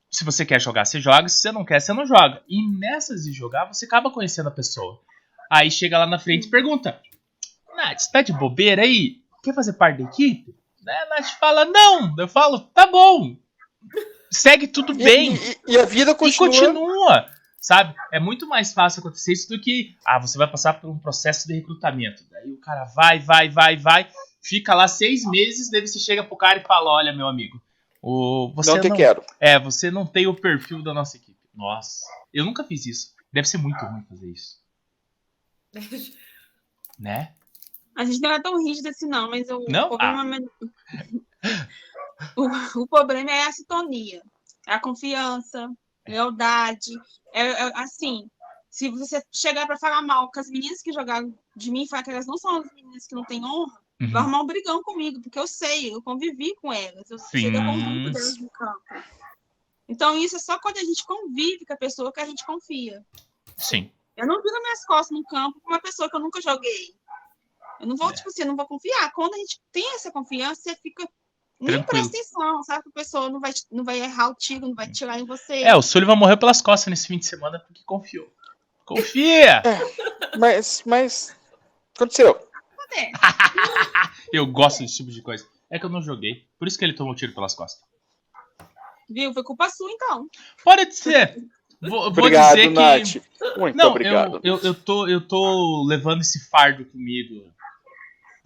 Speaker 1: Se você quer jogar, você joga. Se você não quer, você não joga. E nessas de jogar, você acaba conhecendo a pessoa. Aí chega lá na frente e pergunta: Nath, você tá de bobeira aí? Quer fazer parte da equipe? Daí a Nath fala, não. Eu falo, tá bom. Segue tudo
Speaker 5: E-
Speaker 1: bem
Speaker 5: E, e a vida continua.
Speaker 1: e continua, sabe? É muito mais fácil acontecer isso do que, ah, você vai passar por um processo de recrutamento. Daí o cara vai, vai, vai, vai, fica lá seis meses, daí você chega pro cara e fala, olha, meu amigo, o, você
Speaker 5: não
Speaker 1: não,
Speaker 5: te quero.
Speaker 1: é, você não tem o perfil da nossa equipe. Nossa, eu nunca fiz isso. Deve ser muito ruim fazer isso, né?
Speaker 3: A gente não é tão rígido assim, não, mas o,
Speaker 1: Não? Ah.
Speaker 3: o problema o, o problema é a sintonia, é a confiança, a lealdade. É, é assim, se você chegar para falar mal com as meninas que jogaram de mim, falar que elas não são as meninas que não têm honra,
Speaker 1: Hum.
Speaker 3: vai
Speaker 1: Uhum.
Speaker 3: arrumar um brigão comigo, porque eu sei, eu convivi com elas, eu
Speaker 1: Sim.
Speaker 3: cheguei com grupo delas no campo. Então, isso é só quando a gente convive com a pessoa que a gente confia.
Speaker 1: Sim.
Speaker 3: Eu não viro minhas costas no campo com uma pessoa que eu nunca joguei. Eu não
Speaker 1: É.
Speaker 3: vou, tipo assim, eu não vou confiar. Quando a gente tem essa confiança, você fica. Nem
Speaker 1: Tranquilo.
Speaker 3: presta atenção, sabe? Que a pessoa não vai, te- não vai errar o tiro, não vai tirar em você.
Speaker 1: É, o Sullivan morreu pelas costas nesse fim de semana porque confiou. Confia!
Speaker 5: Mas, mas. Aconteceu.
Speaker 3: Acontece.
Speaker 1: Eu gosto desse tipo de coisa. É que eu não joguei, por isso que ele tomou tiro pelas costas.
Speaker 3: Viu? Foi culpa sua, então.
Speaker 1: Pode ser. Vou, vou
Speaker 5: Obrigado,
Speaker 1: dizer que.
Speaker 5: Nath. Muito
Speaker 1: Não,
Speaker 5: obrigado.
Speaker 1: Eu, eu, eu, tô, eu tô levando esse fardo comigo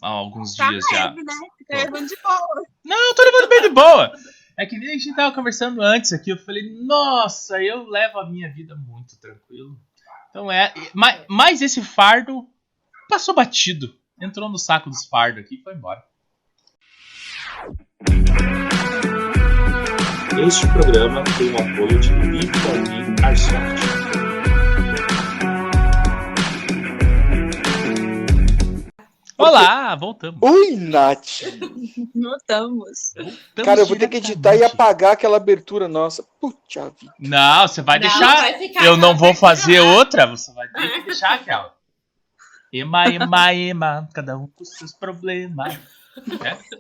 Speaker 1: há alguns
Speaker 3: Tá
Speaker 1: dias já.
Speaker 3: leve, né? Fica levando de boa.
Speaker 1: Não, eu tô levando bem de boa. É que nem a gente tava conversando antes aqui. Eu falei, nossa, eu levo a minha vida muito tranquilo. Então é. Mas, mas esse fardo passou batido. Entrou no saco dos fardos aqui e foi embora.
Speaker 2: Este programa tem o apoio de B4B Airsoft.
Speaker 1: Olá, voltamos.
Speaker 5: Ui, Nath.
Speaker 3: Notamos.
Speaker 5: Cara, eu vou ter que editar e
Speaker 1: Diretamente.
Speaker 5: apagar aquela abertura nossa. Puta vida.
Speaker 1: Não, você vai
Speaker 4: Não,
Speaker 1: deixar.
Speaker 4: vai ficar,
Speaker 1: eu não vou
Speaker 4: vai ficar.
Speaker 1: fazer outra, você vai ter que deixar aquela. Ema, ema, ema, cada um com seus problemas.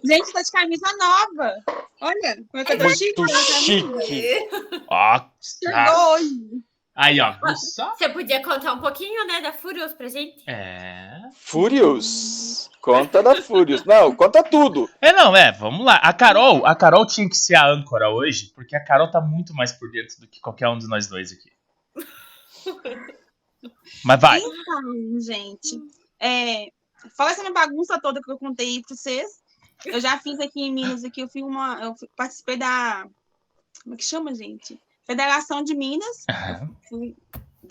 Speaker 3: Gente, tá de camisa nova. Olha, como é que eu tô chique?
Speaker 5: Muito
Speaker 3: né, camisa?
Speaker 5: chique.
Speaker 1: Ó, tá.
Speaker 3: Chegou hoje.
Speaker 1: aí ó, viu só.
Speaker 4: Você podia contar um pouquinho, né, da Furious pra gente?
Speaker 1: É.
Speaker 5: Furious. Conta da Furious. Não, conta tudo.
Speaker 1: É, não, é, vamos lá. A Carol, a Carol tinha que ser a âncora hoje, porque a Carol tá muito mais por dentro do que qualquer um de nós dois aqui. Mas vai.
Speaker 3: Então, gente, é, fala essa minha bagunça toda que eu contei aí pra vocês. Eu já fiz aqui em Minas, aqui eu fui uma. Eu fui- participei da. Como é que chama, gente? Federação de Minas.
Speaker 1: Aham.
Speaker 3: Fui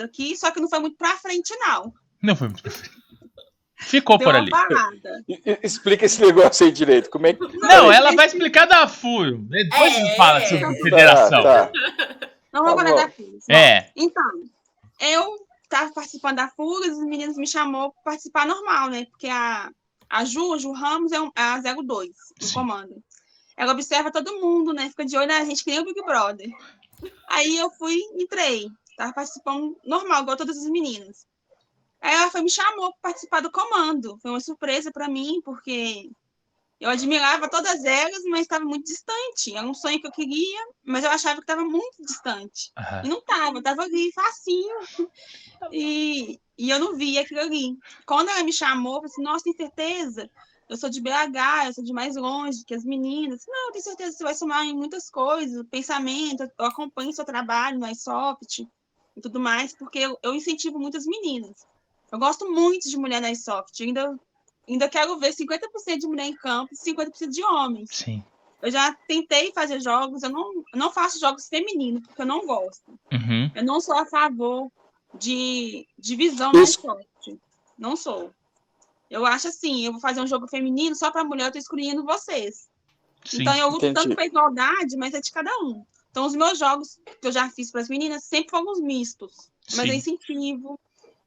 Speaker 3: aqui, só que não foi muito pra frente, não.
Speaker 1: Não foi muito perfeito. Ficou
Speaker 3: Deu
Speaker 1: por
Speaker 3: uma
Speaker 1: ali.
Speaker 3: parada.
Speaker 5: E- e- Explica esse negócio aí direito. Como é que.
Speaker 1: Não, ela vai explicar da FU. Depois a gente
Speaker 4: É.
Speaker 1: fala sobre federação.
Speaker 5: Tá, tá.
Speaker 3: Não vou
Speaker 5: Tá
Speaker 3: agora
Speaker 5: bom.
Speaker 3: da FURS.
Speaker 1: É.
Speaker 3: Então, eu estava participando da FURS, os meninos me chamou para participar normal, né? Porque a, a Ju, a Ju Ramos, é um- a 02,
Speaker 1: Sim.
Speaker 3: no comando. Ela observa todo mundo, né? Fica de olho na gente, que nem o Big Brother. Aí eu fui, entrei. Tava participando normal, igual todas as meninas. Aí ela foi, me chamou para participar do comando. Foi uma surpresa para mim, porque eu admirava todas elas, mas estava muito distante. Era um sonho que eu queria, mas eu achava que estava muito distante.
Speaker 1: Aham.
Speaker 3: E não tava, eu tava ali facinho. E, e eu não via aquilo ali. Quando ela me chamou, eu falei assim, nossa, tem certeza? Eu sou de BH, eu sou de mais longe que as meninas. Não, eu tenho certeza que você vai somar em muitas coisas, pensamento, eu acompanho seu trabalho no iSoft e tudo mais, porque eu, eu incentivo muitas meninas. Eu gosto muito de mulher na iSoft, eu ainda, ainda quero ver 50% de mulher em campo e 50% de homens.
Speaker 1: Sim.
Speaker 3: Eu já tentei fazer jogos, eu não, eu não faço jogos femininos, porque eu não gosto.
Speaker 1: Uhum.
Speaker 3: Eu não sou a favor de divisão
Speaker 5: Isso.
Speaker 3: mais forte. Não sou. Eu acho assim, eu vou fazer um jogo feminino só para mulher, eu tô excluindo vocês.
Speaker 1: Sim.
Speaker 3: então eu luto
Speaker 5: entendi.
Speaker 3: tanto pra igualdade, mas é de cada um. Então os meus jogos que eu já fiz para as meninas sempre foram uns mistos, mas
Speaker 1: Sim.
Speaker 3: eu incentivo.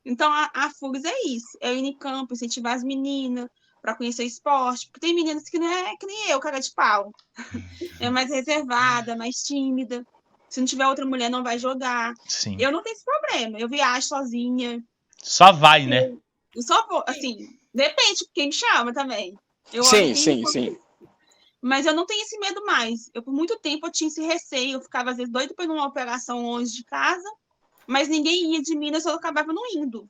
Speaker 3: Então a, a Fugs é isso, é eu ir em campo, incentivar as meninas para conhecer o esporte, porque tem meninas que não é que nem eu, cara de pau. é mais reservada, mais tímida. Se não tiver outra mulher, não vai jogar.
Speaker 1: Sim.
Speaker 3: Eu não tenho esse problema. Eu viajo sozinha.
Speaker 1: Só vai, né?
Speaker 3: Eu só vou, assim, depende de quem me chama também. Eu
Speaker 5: Sim,
Speaker 3: olho
Speaker 5: sim,
Speaker 3: quem-
Speaker 5: sim.
Speaker 3: Mas eu não tenho esse medo mais. Eu, por muito tempo, eu tinha esse receio. Eu ficava, às vezes, doido por uma operação longe de casa. Mas ninguém ia de Minas, eu acabava não indo.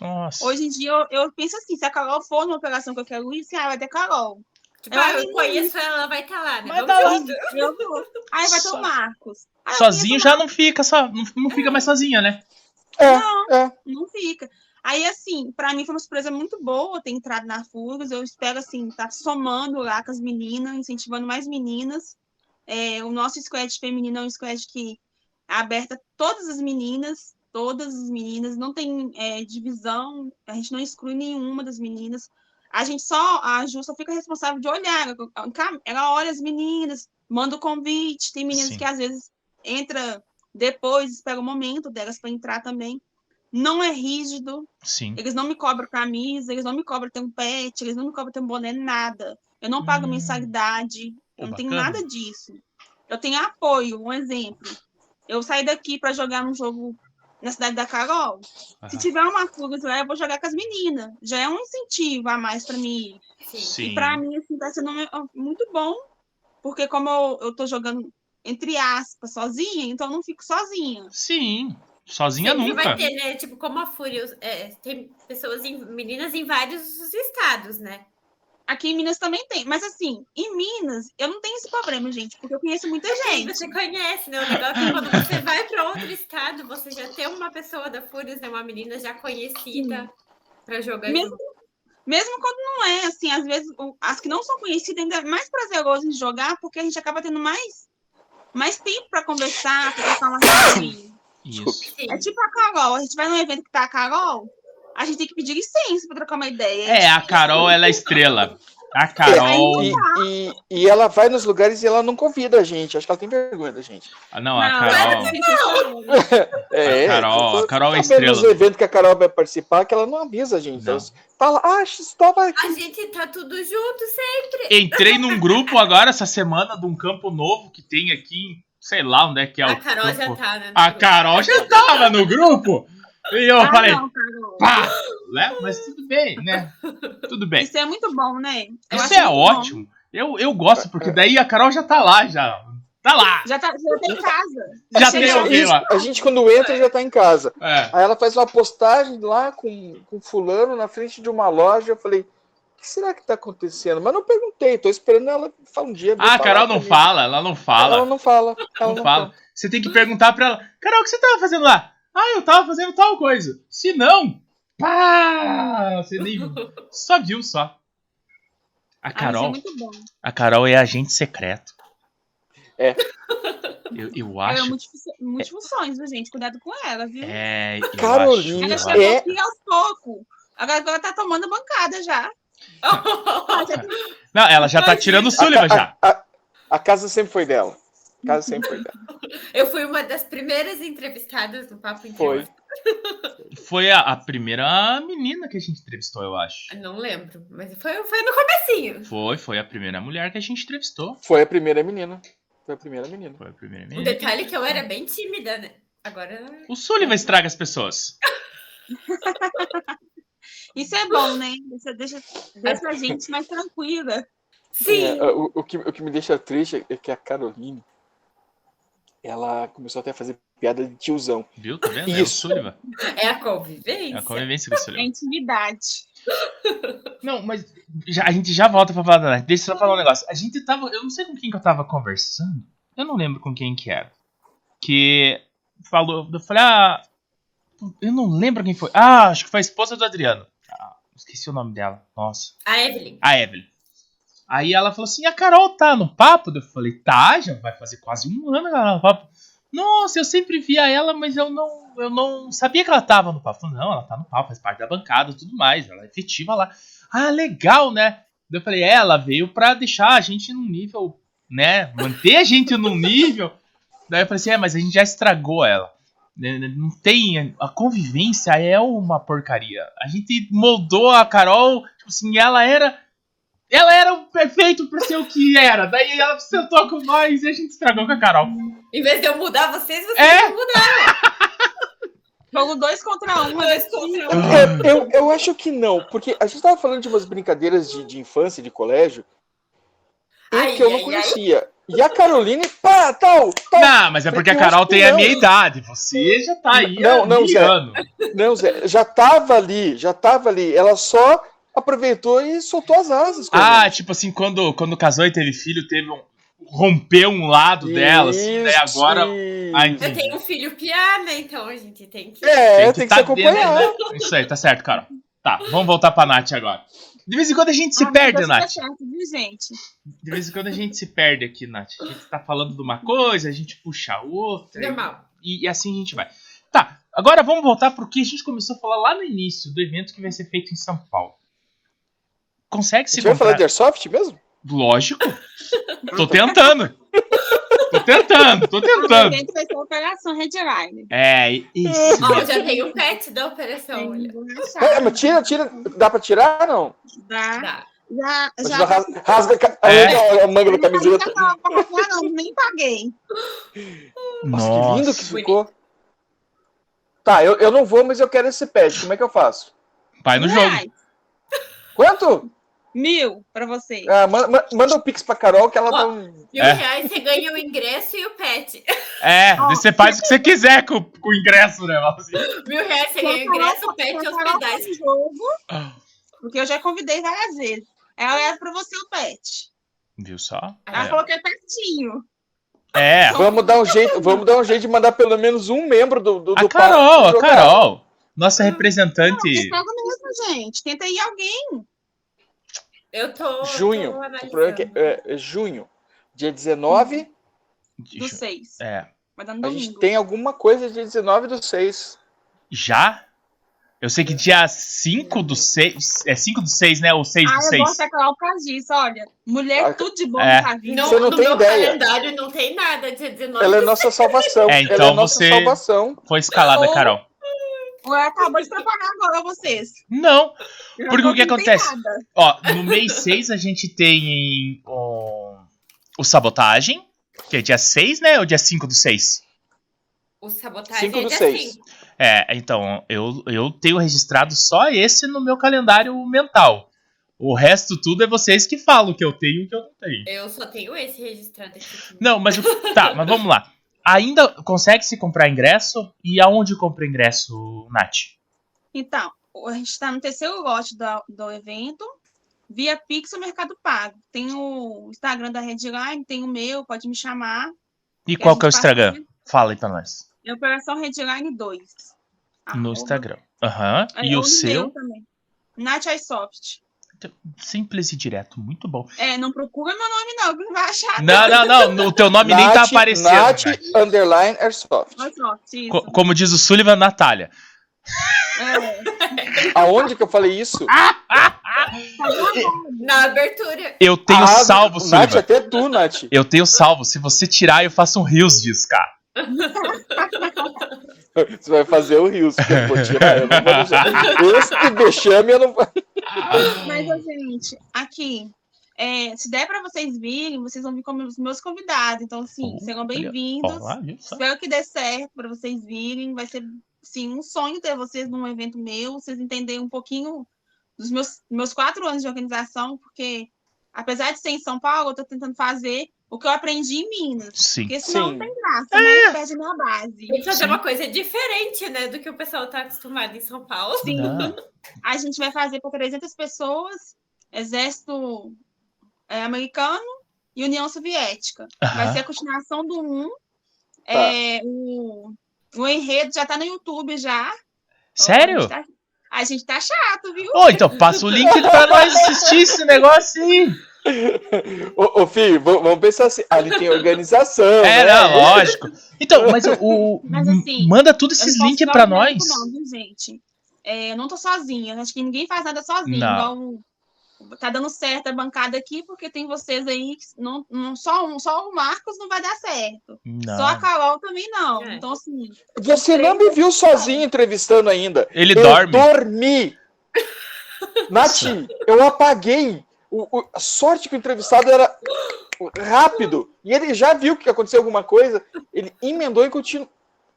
Speaker 1: Nossa.
Speaker 3: Hoje em dia, eu, eu penso assim, se a Carol for numa operação que eu quero ir, assim, ah, vai ter Carol.
Speaker 4: Tipo,
Speaker 3: Eu
Speaker 4: ah, eu
Speaker 3: ainda
Speaker 4: conheço ela, ela vai estar lá, né?
Speaker 1: Mas
Speaker 4: Vamos
Speaker 1: tá lá.
Speaker 4: junto.
Speaker 3: Eu vou. Aí vai ter
Speaker 1: Só-
Speaker 3: o Marcos. Ah, eu
Speaker 1: Sozinho
Speaker 3: conheço
Speaker 1: já não fica, só, não, não fica mais sozinha, né?
Speaker 5: É.
Speaker 3: não fica. Aí, assim, pra mim foi uma surpresa muito boa ter entrado na FURGS. Eu espero, assim, estar somando lá com as meninas, incentivando mais meninas. É, o nosso squad feminino é um squad que é aberto a todas as meninas, todas as meninas, não tem é, divisão, a gente não exclui nenhuma das meninas. A gente só, a Ju só fica responsável de olhar, ela- ela olha as meninas, manda o convite, tem meninas
Speaker 1: Sim.
Speaker 3: que às vezes entra depois, espera o momento delas para entrar também. Não é rígido,
Speaker 1: Sim.
Speaker 3: eles não me cobram camisa, eles não me cobram ter um pet, eles não me cobram ter um boné, nada. Eu não pago
Speaker 1: Hum.
Speaker 3: mensalidade,
Speaker 1: Pô,
Speaker 3: eu não tenho
Speaker 1: bacana.
Speaker 3: nada disso. Eu tenho apoio, um exemplo. Eu saí daqui para jogar num jogo na cidade da Carol. Se
Speaker 1: Aham.
Speaker 3: tiver uma fuga lá, eu vou jogar com as meninas. Já é um incentivo a mais para mim ir.
Speaker 4: Sim.
Speaker 1: Sim.
Speaker 3: E para mim, assim, tá sendo um- muito bom, porque como eu, eu tô jogando, entre aspas, sozinha, então eu não fico sozinha.
Speaker 1: Sim. Sozinha
Speaker 4: Sempre
Speaker 1: nunca.
Speaker 4: vai ter, né? Tipo, como a Fúria, os- é, tem pessoas, em, meninas em vários estados, né?
Speaker 3: Aqui em Minas também tem. Mas assim, em Minas, eu não tenho esse problema, gente, porque eu conheço muita
Speaker 4: Sim,
Speaker 3: gente.
Speaker 4: você conhece, né? O legal é que quando você vai para outro estado, você já tem uma pessoa da Fúria, né? Uma menina já conhecida para jogar
Speaker 3: Mesmo-
Speaker 4: junto.
Speaker 3: Mesmo quando não é, assim, às vezes o- as que não são conhecidas ainda é mais prazeroso de jogar, porque a gente acaba tendo mais, mais tempo para conversar, para passar uma rapidinho.
Speaker 1: Isso.
Speaker 4: Sim.
Speaker 3: É tipo a Carol, a gente vai num evento que tá a Carol, a gente tem que pedir licença para trocar uma ideia.
Speaker 1: É, a Carol, ela é estrela. A Carol.
Speaker 5: E, e, e ela vai nos lugares e ela não convida a gente. Acho que ela tem vergonha da gente.
Speaker 1: Ah, Não, a
Speaker 3: Não,
Speaker 1: Carol.
Speaker 5: É,
Speaker 1: A Carol-
Speaker 5: eu tô
Speaker 1: a Carol é
Speaker 5: sabendo
Speaker 1: estrela.
Speaker 5: Nos eventos que a Carol vai participar, que ela não avisa a gente.
Speaker 1: Não.
Speaker 5: Ela fala, ah, estava aqui.
Speaker 4: A gente tá tudo junto, sempre.
Speaker 1: Entrei num grupo agora essa semana de um campo novo que tem aqui, sei lá onde é que é
Speaker 4: A
Speaker 1: o
Speaker 4: Carol já
Speaker 1: campo.
Speaker 4: tá, né?
Speaker 1: A Carol já tava no grupo. E eu
Speaker 3: Ah,
Speaker 1: falei,
Speaker 3: não, Carol.
Speaker 1: pá, né? Mas tudo bem, né? Tudo bem.
Speaker 3: Isso é muito bom, né? Eu
Speaker 1: Isso
Speaker 3: acho
Speaker 1: é
Speaker 3: muito bom.
Speaker 1: ótimo. Eu, eu gosto, porque daí a Carol já tá lá, já. Tá lá.
Speaker 3: Já tá, já tá em casa.
Speaker 1: Já
Speaker 3: Chega
Speaker 1: tem
Speaker 3: lá.
Speaker 1: alguém lá.
Speaker 5: a gente quando entra já tá em casa.
Speaker 1: É.
Speaker 5: Aí ela faz uma postagem lá com, com fulano na frente de uma loja. Eu falei, o que será que tá acontecendo? Mas não perguntei, tô esperando ela falar um dia.
Speaker 1: Ah, a Carol não
Speaker 5: fala.
Speaker 1: fala, ela não
Speaker 5: Ela
Speaker 1: fala.
Speaker 5: não fala. Ela
Speaker 1: Não fala. Você tem que perguntar pra ela, Carol, o que você tava fazendo lá? Ah, eu tava fazendo tal coisa. Se não, pá! Você nem só viu só. A
Speaker 3: Ah, isso é
Speaker 1: Carol,
Speaker 3: muito bom.
Speaker 1: a Carol é agente secreto. Eu, eu
Speaker 3: Ela é
Speaker 1: acho.
Speaker 3: multifunço- multifunções, viu, gente? Cuidado com ela, viu?
Speaker 1: É, eu
Speaker 5: Carolina,
Speaker 3: Ela
Speaker 1: acho, eu
Speaker 3: chegou
Speaker 5: é-
Speaker 3: aqui aos poucos. Agora agora tá tomando bancada já.
Speaker 1: acho- Não, ela já tá tirando o Sullivan já.
Speaker 5: A, a- a casa sempre foi dela. A casa sempre foi dela.
Speaker 4: Eu fui uma das primeiras entrevistadas no Papo
Speaker 5: Foi.
Speaker 4: Inteiro.
Speaker 1: Foi a, a primeira menina que a gente entrevistou, eu acho.
Speaker 4: Não lembro, mas foi, foi no comecinho.
Speaker 1: Foi, foi a primeira mulher que a gente entrevistou.
Speaker 5: Foi a primeira menina. Foi a primeira menina.
Speaker 1: Foi a primeira
Speaker 4: O
Speaker 1: menina.
Speaker 4: detalhe é que eu era bem tímida, né? Agora
Speaker 1: O Sullivan estraga as pessoas.
Speaker 3: Isso é bom, né? Deixa, deixa, deixa a gente mais tranquila.
Speaker 4: Sim,
Speaker 5: É, o, o que, o que me deixa triste é que a Caroline ela começou até a fazer piada de tiozão.
Speaker 1: Viu? Tá vendo? É o
Speaker 5: Isso.
Speaker 1: Sullivan.
Speaker 4: é a
Speaker 1: É a
Speaker 4: convivência.
Speaker 1: convivência com o
Speaker 3: É
Speaker 1: Sullivan.
Speaker 3: intimidade.
Speaker 1: Não, mas já- a gente já volta pra falar da Nath. Deixa eu só falar um negócio. A gente tava. Eu não sei com quem que eu tava conversando. Eu não lembro com quem que era. Que falou. Eu falei, ah. Eu não lembro quem foi. Ah, acho que foi a esposa do Adriano. Ah, esqueci o nome dela. Nossa.
Speaker 4: A Evelyn.
Speaker 1: A Evelyn. Aí ela falou assim: a Carol tá no papo? Eu falei: tá, já vai fazer quase um ano que ela tá no papo. Nossa, eu sempre via ela, mas eu não, eu não sabia que ela tava no papo. Eu falei, Não, ela tá no papo, faz parte da bancada e tudo mais. Ela é efetiva lá. Ah, legal, né? Eu falei: é, ela veio pra deixar a gente num nível, né? Manter a gente num nível. Daí eu falei assim: é, mas a gente já estragou ela. Né, né, Não tem. A convivência é uma porcaria. A gente moldou a Carol, tipo assim, ela era. Ela era o perfeito por ser o que era. Daí ela sentou com nós e a gente estragou com a Carol.
Speaker 4: Em vez de eu mudar vocês, vocês
Speaker 1: É?
Speaker 4: me mudaram.
Speaker 3: Jogo dois contra um. às vezes
Speaker 4: contra
Speaker 1: um.
Speaker 5: É, eu, eu acho que não, porque a gente tava falando de umas brincadeiras de, de infância, de colégio, e
Speaker 4: Ai,
Speaker 5: que é eu não
Speaker 4: ai,
Speaker 5: conhecia. E a Caroline, pá, tal, tal.
Speaker 1: Não, mas é porque a
Speaker 5: Eu acho
Speaker 1: Carol
Speaker 5: que
Speaker 1: tem a
Speaker 5: não.
Speaker 1: minha idade. Você já tá aí
Speaker 5: Não,
Speaker 1: há
Speaker 5: não,
Speaker 1: mil
Speaker 5: Zé. É
Speaker 1: anos.
Speaker 5: Não, Zé, já tava ali, já tava ali. Ela só aproveitou e soltou as asas. com a
Speaker 1: Ah,
Speaker 5: gente.
Speaker 1: tipo assim, quando, quando casou e teve filho, teve um. rompeu um lado dela, assim, daí
Speaker 5: Isso.
Speaker 1: agora. Ah, entendi.
Speaker 4: Eu tenho um filho piá, né? Então a gente tem que.
Speaker 5: É, tem que, se
Speaker 1: tá dentro,
Speaker 5: acompanhar.
Speaker 1: né? Isso aí, tá certo, Carol. Tá, vamos voltar pra Nath agora. De vez em quando a gente se
Speaker 3: Ah, mas
Speaker 1: perde,
Speaker 3: Deus tá
Speaker 1: Nath.
Speaker 3: certo, viu, gente?
Speaker 1: De vez em quando a gente se perde aqui, Nath. A gente tá falando de uma coisa, a gente puxa a outra.
Speaker 4: Normal.
Speaker 1: E, e assim a gente vai. Tá, agora vamos voltar pro que a gente começou a falar lá no início do evento que vai ser feito em São Paulo. Consegue
Speaker 5: A
Speaker 1: se
Speaker 5: gente vai falar
Speaker 1: comprar?
Speaker 5: de Airsoft mesmo?
Speaker 1: Lógico. Tô tentando. Tô tentando, tô
Speaker 3: O
Speaker 1: tentando.
Speaker 3: evento vai ser a Operação Redline.
Speaker 1: É, isso.
Speaker 4: Ó,
Speaker 1: mesmo.
Speaker 4: já tem um pet da operação. Olha.
Speaker 5: É, mas tira, tira. Dá pra tirar, não?
Speaker 3: Dá.
Speaker 4: Tá.
Speaker 3: Já,
Speaker 5: Mas
Speaker 3: já
Speaker 5: ela ras- rasga a ca-
Speaker 1: É.
Speaker 5: arranca a manga da
Speaker 3: Não,
Speaker 5: camiseta.
Speaker 3: não, não, não, nem paguei.
Speaker 5: Nossa, que lindo que
Speaker 1: Nossa.
Speaker 5: ficou. Tá, eu, eu não vou, mas eu quero esse pet. Como é que eu faço?
Speaker 1: Vai no jogo.
Speaker 3: Reais,
Speaker 5: Quanto?
Speaker 3: mil pra você.
Speaker 5: Ah, ma- ma- manda o pix pra Carol que ela
Speaker 4: Ó.
Speaker 5: dá um.
Speaker 4: Mil
Speaker 1: É.
Speaker 4: reais você ganha o ingresso e o pet.
Speaker 1: É,
Speaker 3: Ó.
Speaker 1: você faz o que você quiser com, com o ingresso, né? Fala assim.
Speaker 4: Mil reais você
Speaker 3: Se a
Speaker 4: ganha o
Speaker 3: Carol-
Speaker 4: ingresso, o
Speaker 3: se
Speaker 4: pet
Speaker 3: a
Speaker 4: e
Speaker 3: Carol
Speaker 4: hospedagem.
Speaker 3: for no jogo,
Speaker 1: Ah.
Speaker 3: porque eu já convidei várias vezes. Ela leva pra você o pet.
Speaker 1: Viu só?
Speaker 4: Ah,
Speaker 3: Ela falou que é pertinho.
Speaker 1: É.
Speaker 5: Vamos dar um jeito, vamos dar um jeito de mandar pelo menos um membro do do,
Speaker 1: A
Speaker 5: do
Speaker 1: Carol, a
Speaker 5: jogar.
Speaker 1: Carol. Nossa
Speaker 3: Não, vocês
Speaker 1: representante.
Speaker 3: pagam mesmo, gente. Tenta ir alguém.
Speaker 4: Eu tô.
Speaker 5: Junho.
Speaker 4: Tô
Speaker 5: O problema é que
Speaker 4: analisando.
Speaker 5: é, é junho, dia 19,
Speaker 3: Do seis.
Speaker 1: É.
Speaker 3: Vai dar no
Speaker 5: a gente
Speaker 3: domingo.
Speaker 5: tem alguma coisa dia 19 do 6.
Speaker 1: Já? Eu sei que dia 5 do 6. É 5 do 6, né? Ou 6 do
Speaker 3: Ah, eu gosto
Speaker 1: 6.
Speaker 3: da Carol por causa disso, olha. Mulher,
Speaker 5: Ah,
Speaker 3: tudo de bom
Speaker 1: é.
Speaker 3: pra vida.
Speaker 4: Não,
Speaker 5: Você não
Speaker 4: no
Speaker 5: tem
Speaker 4: meu
Speaker 5: ideia.
Speaker 4: calendário não tem nada, dia 19.
Speaker 5: Ela é nossa salvação.
Speaker 1: É, então
Speaker 5: Ela é nossa
Speaker 1: você-
Speaker 5: salvação.
Speaker 1: Foi escalada,
Speaker 3: Não.
Speaker 1: Carol.
Speaker 3: Ela acabou de preparar agora vocês.
Speaker 1: Não.
Speaker 3: Eu
Speaker 1: Porque
Speaker 3: não
Speaker 1: o que
Speaker 3: tem
Speaker 1: acontece?
Speaker 3: nada.
Speaker 1: Ó, no mês 6 a gente tem o, o Sabotagem, que é dia 6, né? Ou dia 5 do 6?
Speaker 4: O
Speaker 1: Tá,
Speaker 4: sabotagem
Speaker 5: Cinco
Speaker 4: é
Speaker 5: do
Speaker 4: dia
Speaker 5: seis.
Speaker 4: 5.
Speaker 1: É, então, eu, eu tenho registrado só esse no meu calendário mental. O resto tudo é vocês que falam o que eu tenho e o que eu não tenho.
Speaker 4: Eu só tenho esse registrado aqui.
Speaker 1: Não, mas o- tá, mas vamos lá. Ainda consegue se comprar ingresso? E aonde compra ingresso, Nath?
Speaker 3: Então, a gente está no terceiro lote do, do evento, via Pix ou Mercado Pago. Tem o Instagram da Redline, tem o meu, pode me chamar.
Speaker 1: E qual que é o
Speaker 3: a gente
Speaker 1: Instagram?
Speaker 3: participa.
Speaker 1: Fala
Speaker 5: então
Speaker 1: aí pra nós.
Speaker 3: É Operação Redline 2.
Speaker 1: No Ah,
Speaker 3: Arroba.
Speaker 1: é Instagram. Aham.
Speaker 3: Ah, É,
Speaker 1: E
Speaker 3: ou
Speaker 1: o
Speaker 3: no meu
Speaker 1: seu?
Speaker 3: também. Nath iSoft.
Speaker 1: Simples e direto, muito bom.
Speaker 3: É, não procura meu nome, não, que não vai achar.
Speaker 1: Não, não, não, o teu nome nem tá aparecendo.
Speaker 5: Nath,
Speaker 1: cara.
Speaker 5: underline, airsoft.
Speaker 3: Olha só, isso.
Speaker 1: Co- como diz o Sullivan, Natália.
Speaker 3: É,
Speaker 5: Aonde que eu falei isso?
Speaker 4: Na abertura.
Speaker 1: Eu tenho
Speaker 5: Ah,
Speaker 1: salvo,
Speaker 5: Nath,
Speaker 1: Sullivan.
Speaker 5: até tu, Nath.
Speaker 1: Eu tenho salvo. Se você tirar, eu faço um rios disso, cara.
Speaker 5: Você vai fazer o rios, porque eu vou tirar, eu não vou deixar. Esse vexame eu não vou.
Speaker 3: mas, ó, gente, aqui. é, se der pra vocês virem, vocês vão vir como os meus convidados. Então, assim,
Speaker 1: Oh,
Speaker 3: serão
Speaker 1: olha-
Speaker 3: bem-vindos.
Speaker 1: Ó, viu só?
Speaker 3: Espero que dê certo pra vocês virem. Vai ser, sim, um sonho ter vocês num evento meu. Vocês entenderem um pouquinho dos meus, meus quatro anos de organização, porque apesar de ser em São Paulo, eu tô tentando fazer o que eu aprendi em Minas.
Speaker 1: Sim.
Speaker 3: Porque senão
Speaker 5: Sim.
Speaker 3: não tem graça, né? Perde a minha base.
Speaker 4: Tem que fazer
Speaker 1: Sim.
Speaker 4: uma coisa diferente, né? Do que o pessoal tá acostumado em São Paulo.
Speaker 3: assim,
Speaker 1: Não.
Speaker 3: A gente vai fazer para 300 pessoas, exército é, americano e União Soviética. Vai
Speaker 1: Aham.
Speaker 3: ser a continuação do 1. É, o, o enredo já tá no YouTube já. A
Speaker 1: Sério?
Speaker 3: gente tá, a gente tá chato, viu?
Speaker 1: Ô, então passa o link pra nós assistir esse negócio aí.
Speaker 5: Ô, ô, filho, v- vamos pensar assim. Ali tem organização.
Speaker 1: É,
Speaker 5: né?
Speaker 1: não, lógico. Então, mas o. o-
Speaker 3: Mas, assim,
Speaker 1: manda todos
Speaker 3: Eu
Speaker 1: esses
Speaker 3: não posso
Speaker 1: links
Speaker 3: dar
Speaker 1: pra
Speaker 3: o mérito,
Speaker 1: nós.
Speaker 3: Não, viu, gente? É, eu não tô sozinha. Acho que ninguém faz nada sozinho.
Speaker 1: Não.
Speaker 3: Igual, tá dando certo a bancada aqui, porque tem vocês aí que não, não, só, um, só o Marcos não vai dar certo.
Speaker 1: Não.
Speaker 3: Só a Carol também não.
Speaker 4: É.
Speaker 3: Então, assim,
Speaker 5: Você não me viu sozinho entrevistando ainda.
Speaker 1: Ele
Speaker 5: eu
Speaker 1: dorme.
Speaker 5: dormi. Nath, eu apaguei. O, o- a sorte que o entrevistado era rápido. E ele já viu que aconteceu alguma coisa. Ele emendou e continuou.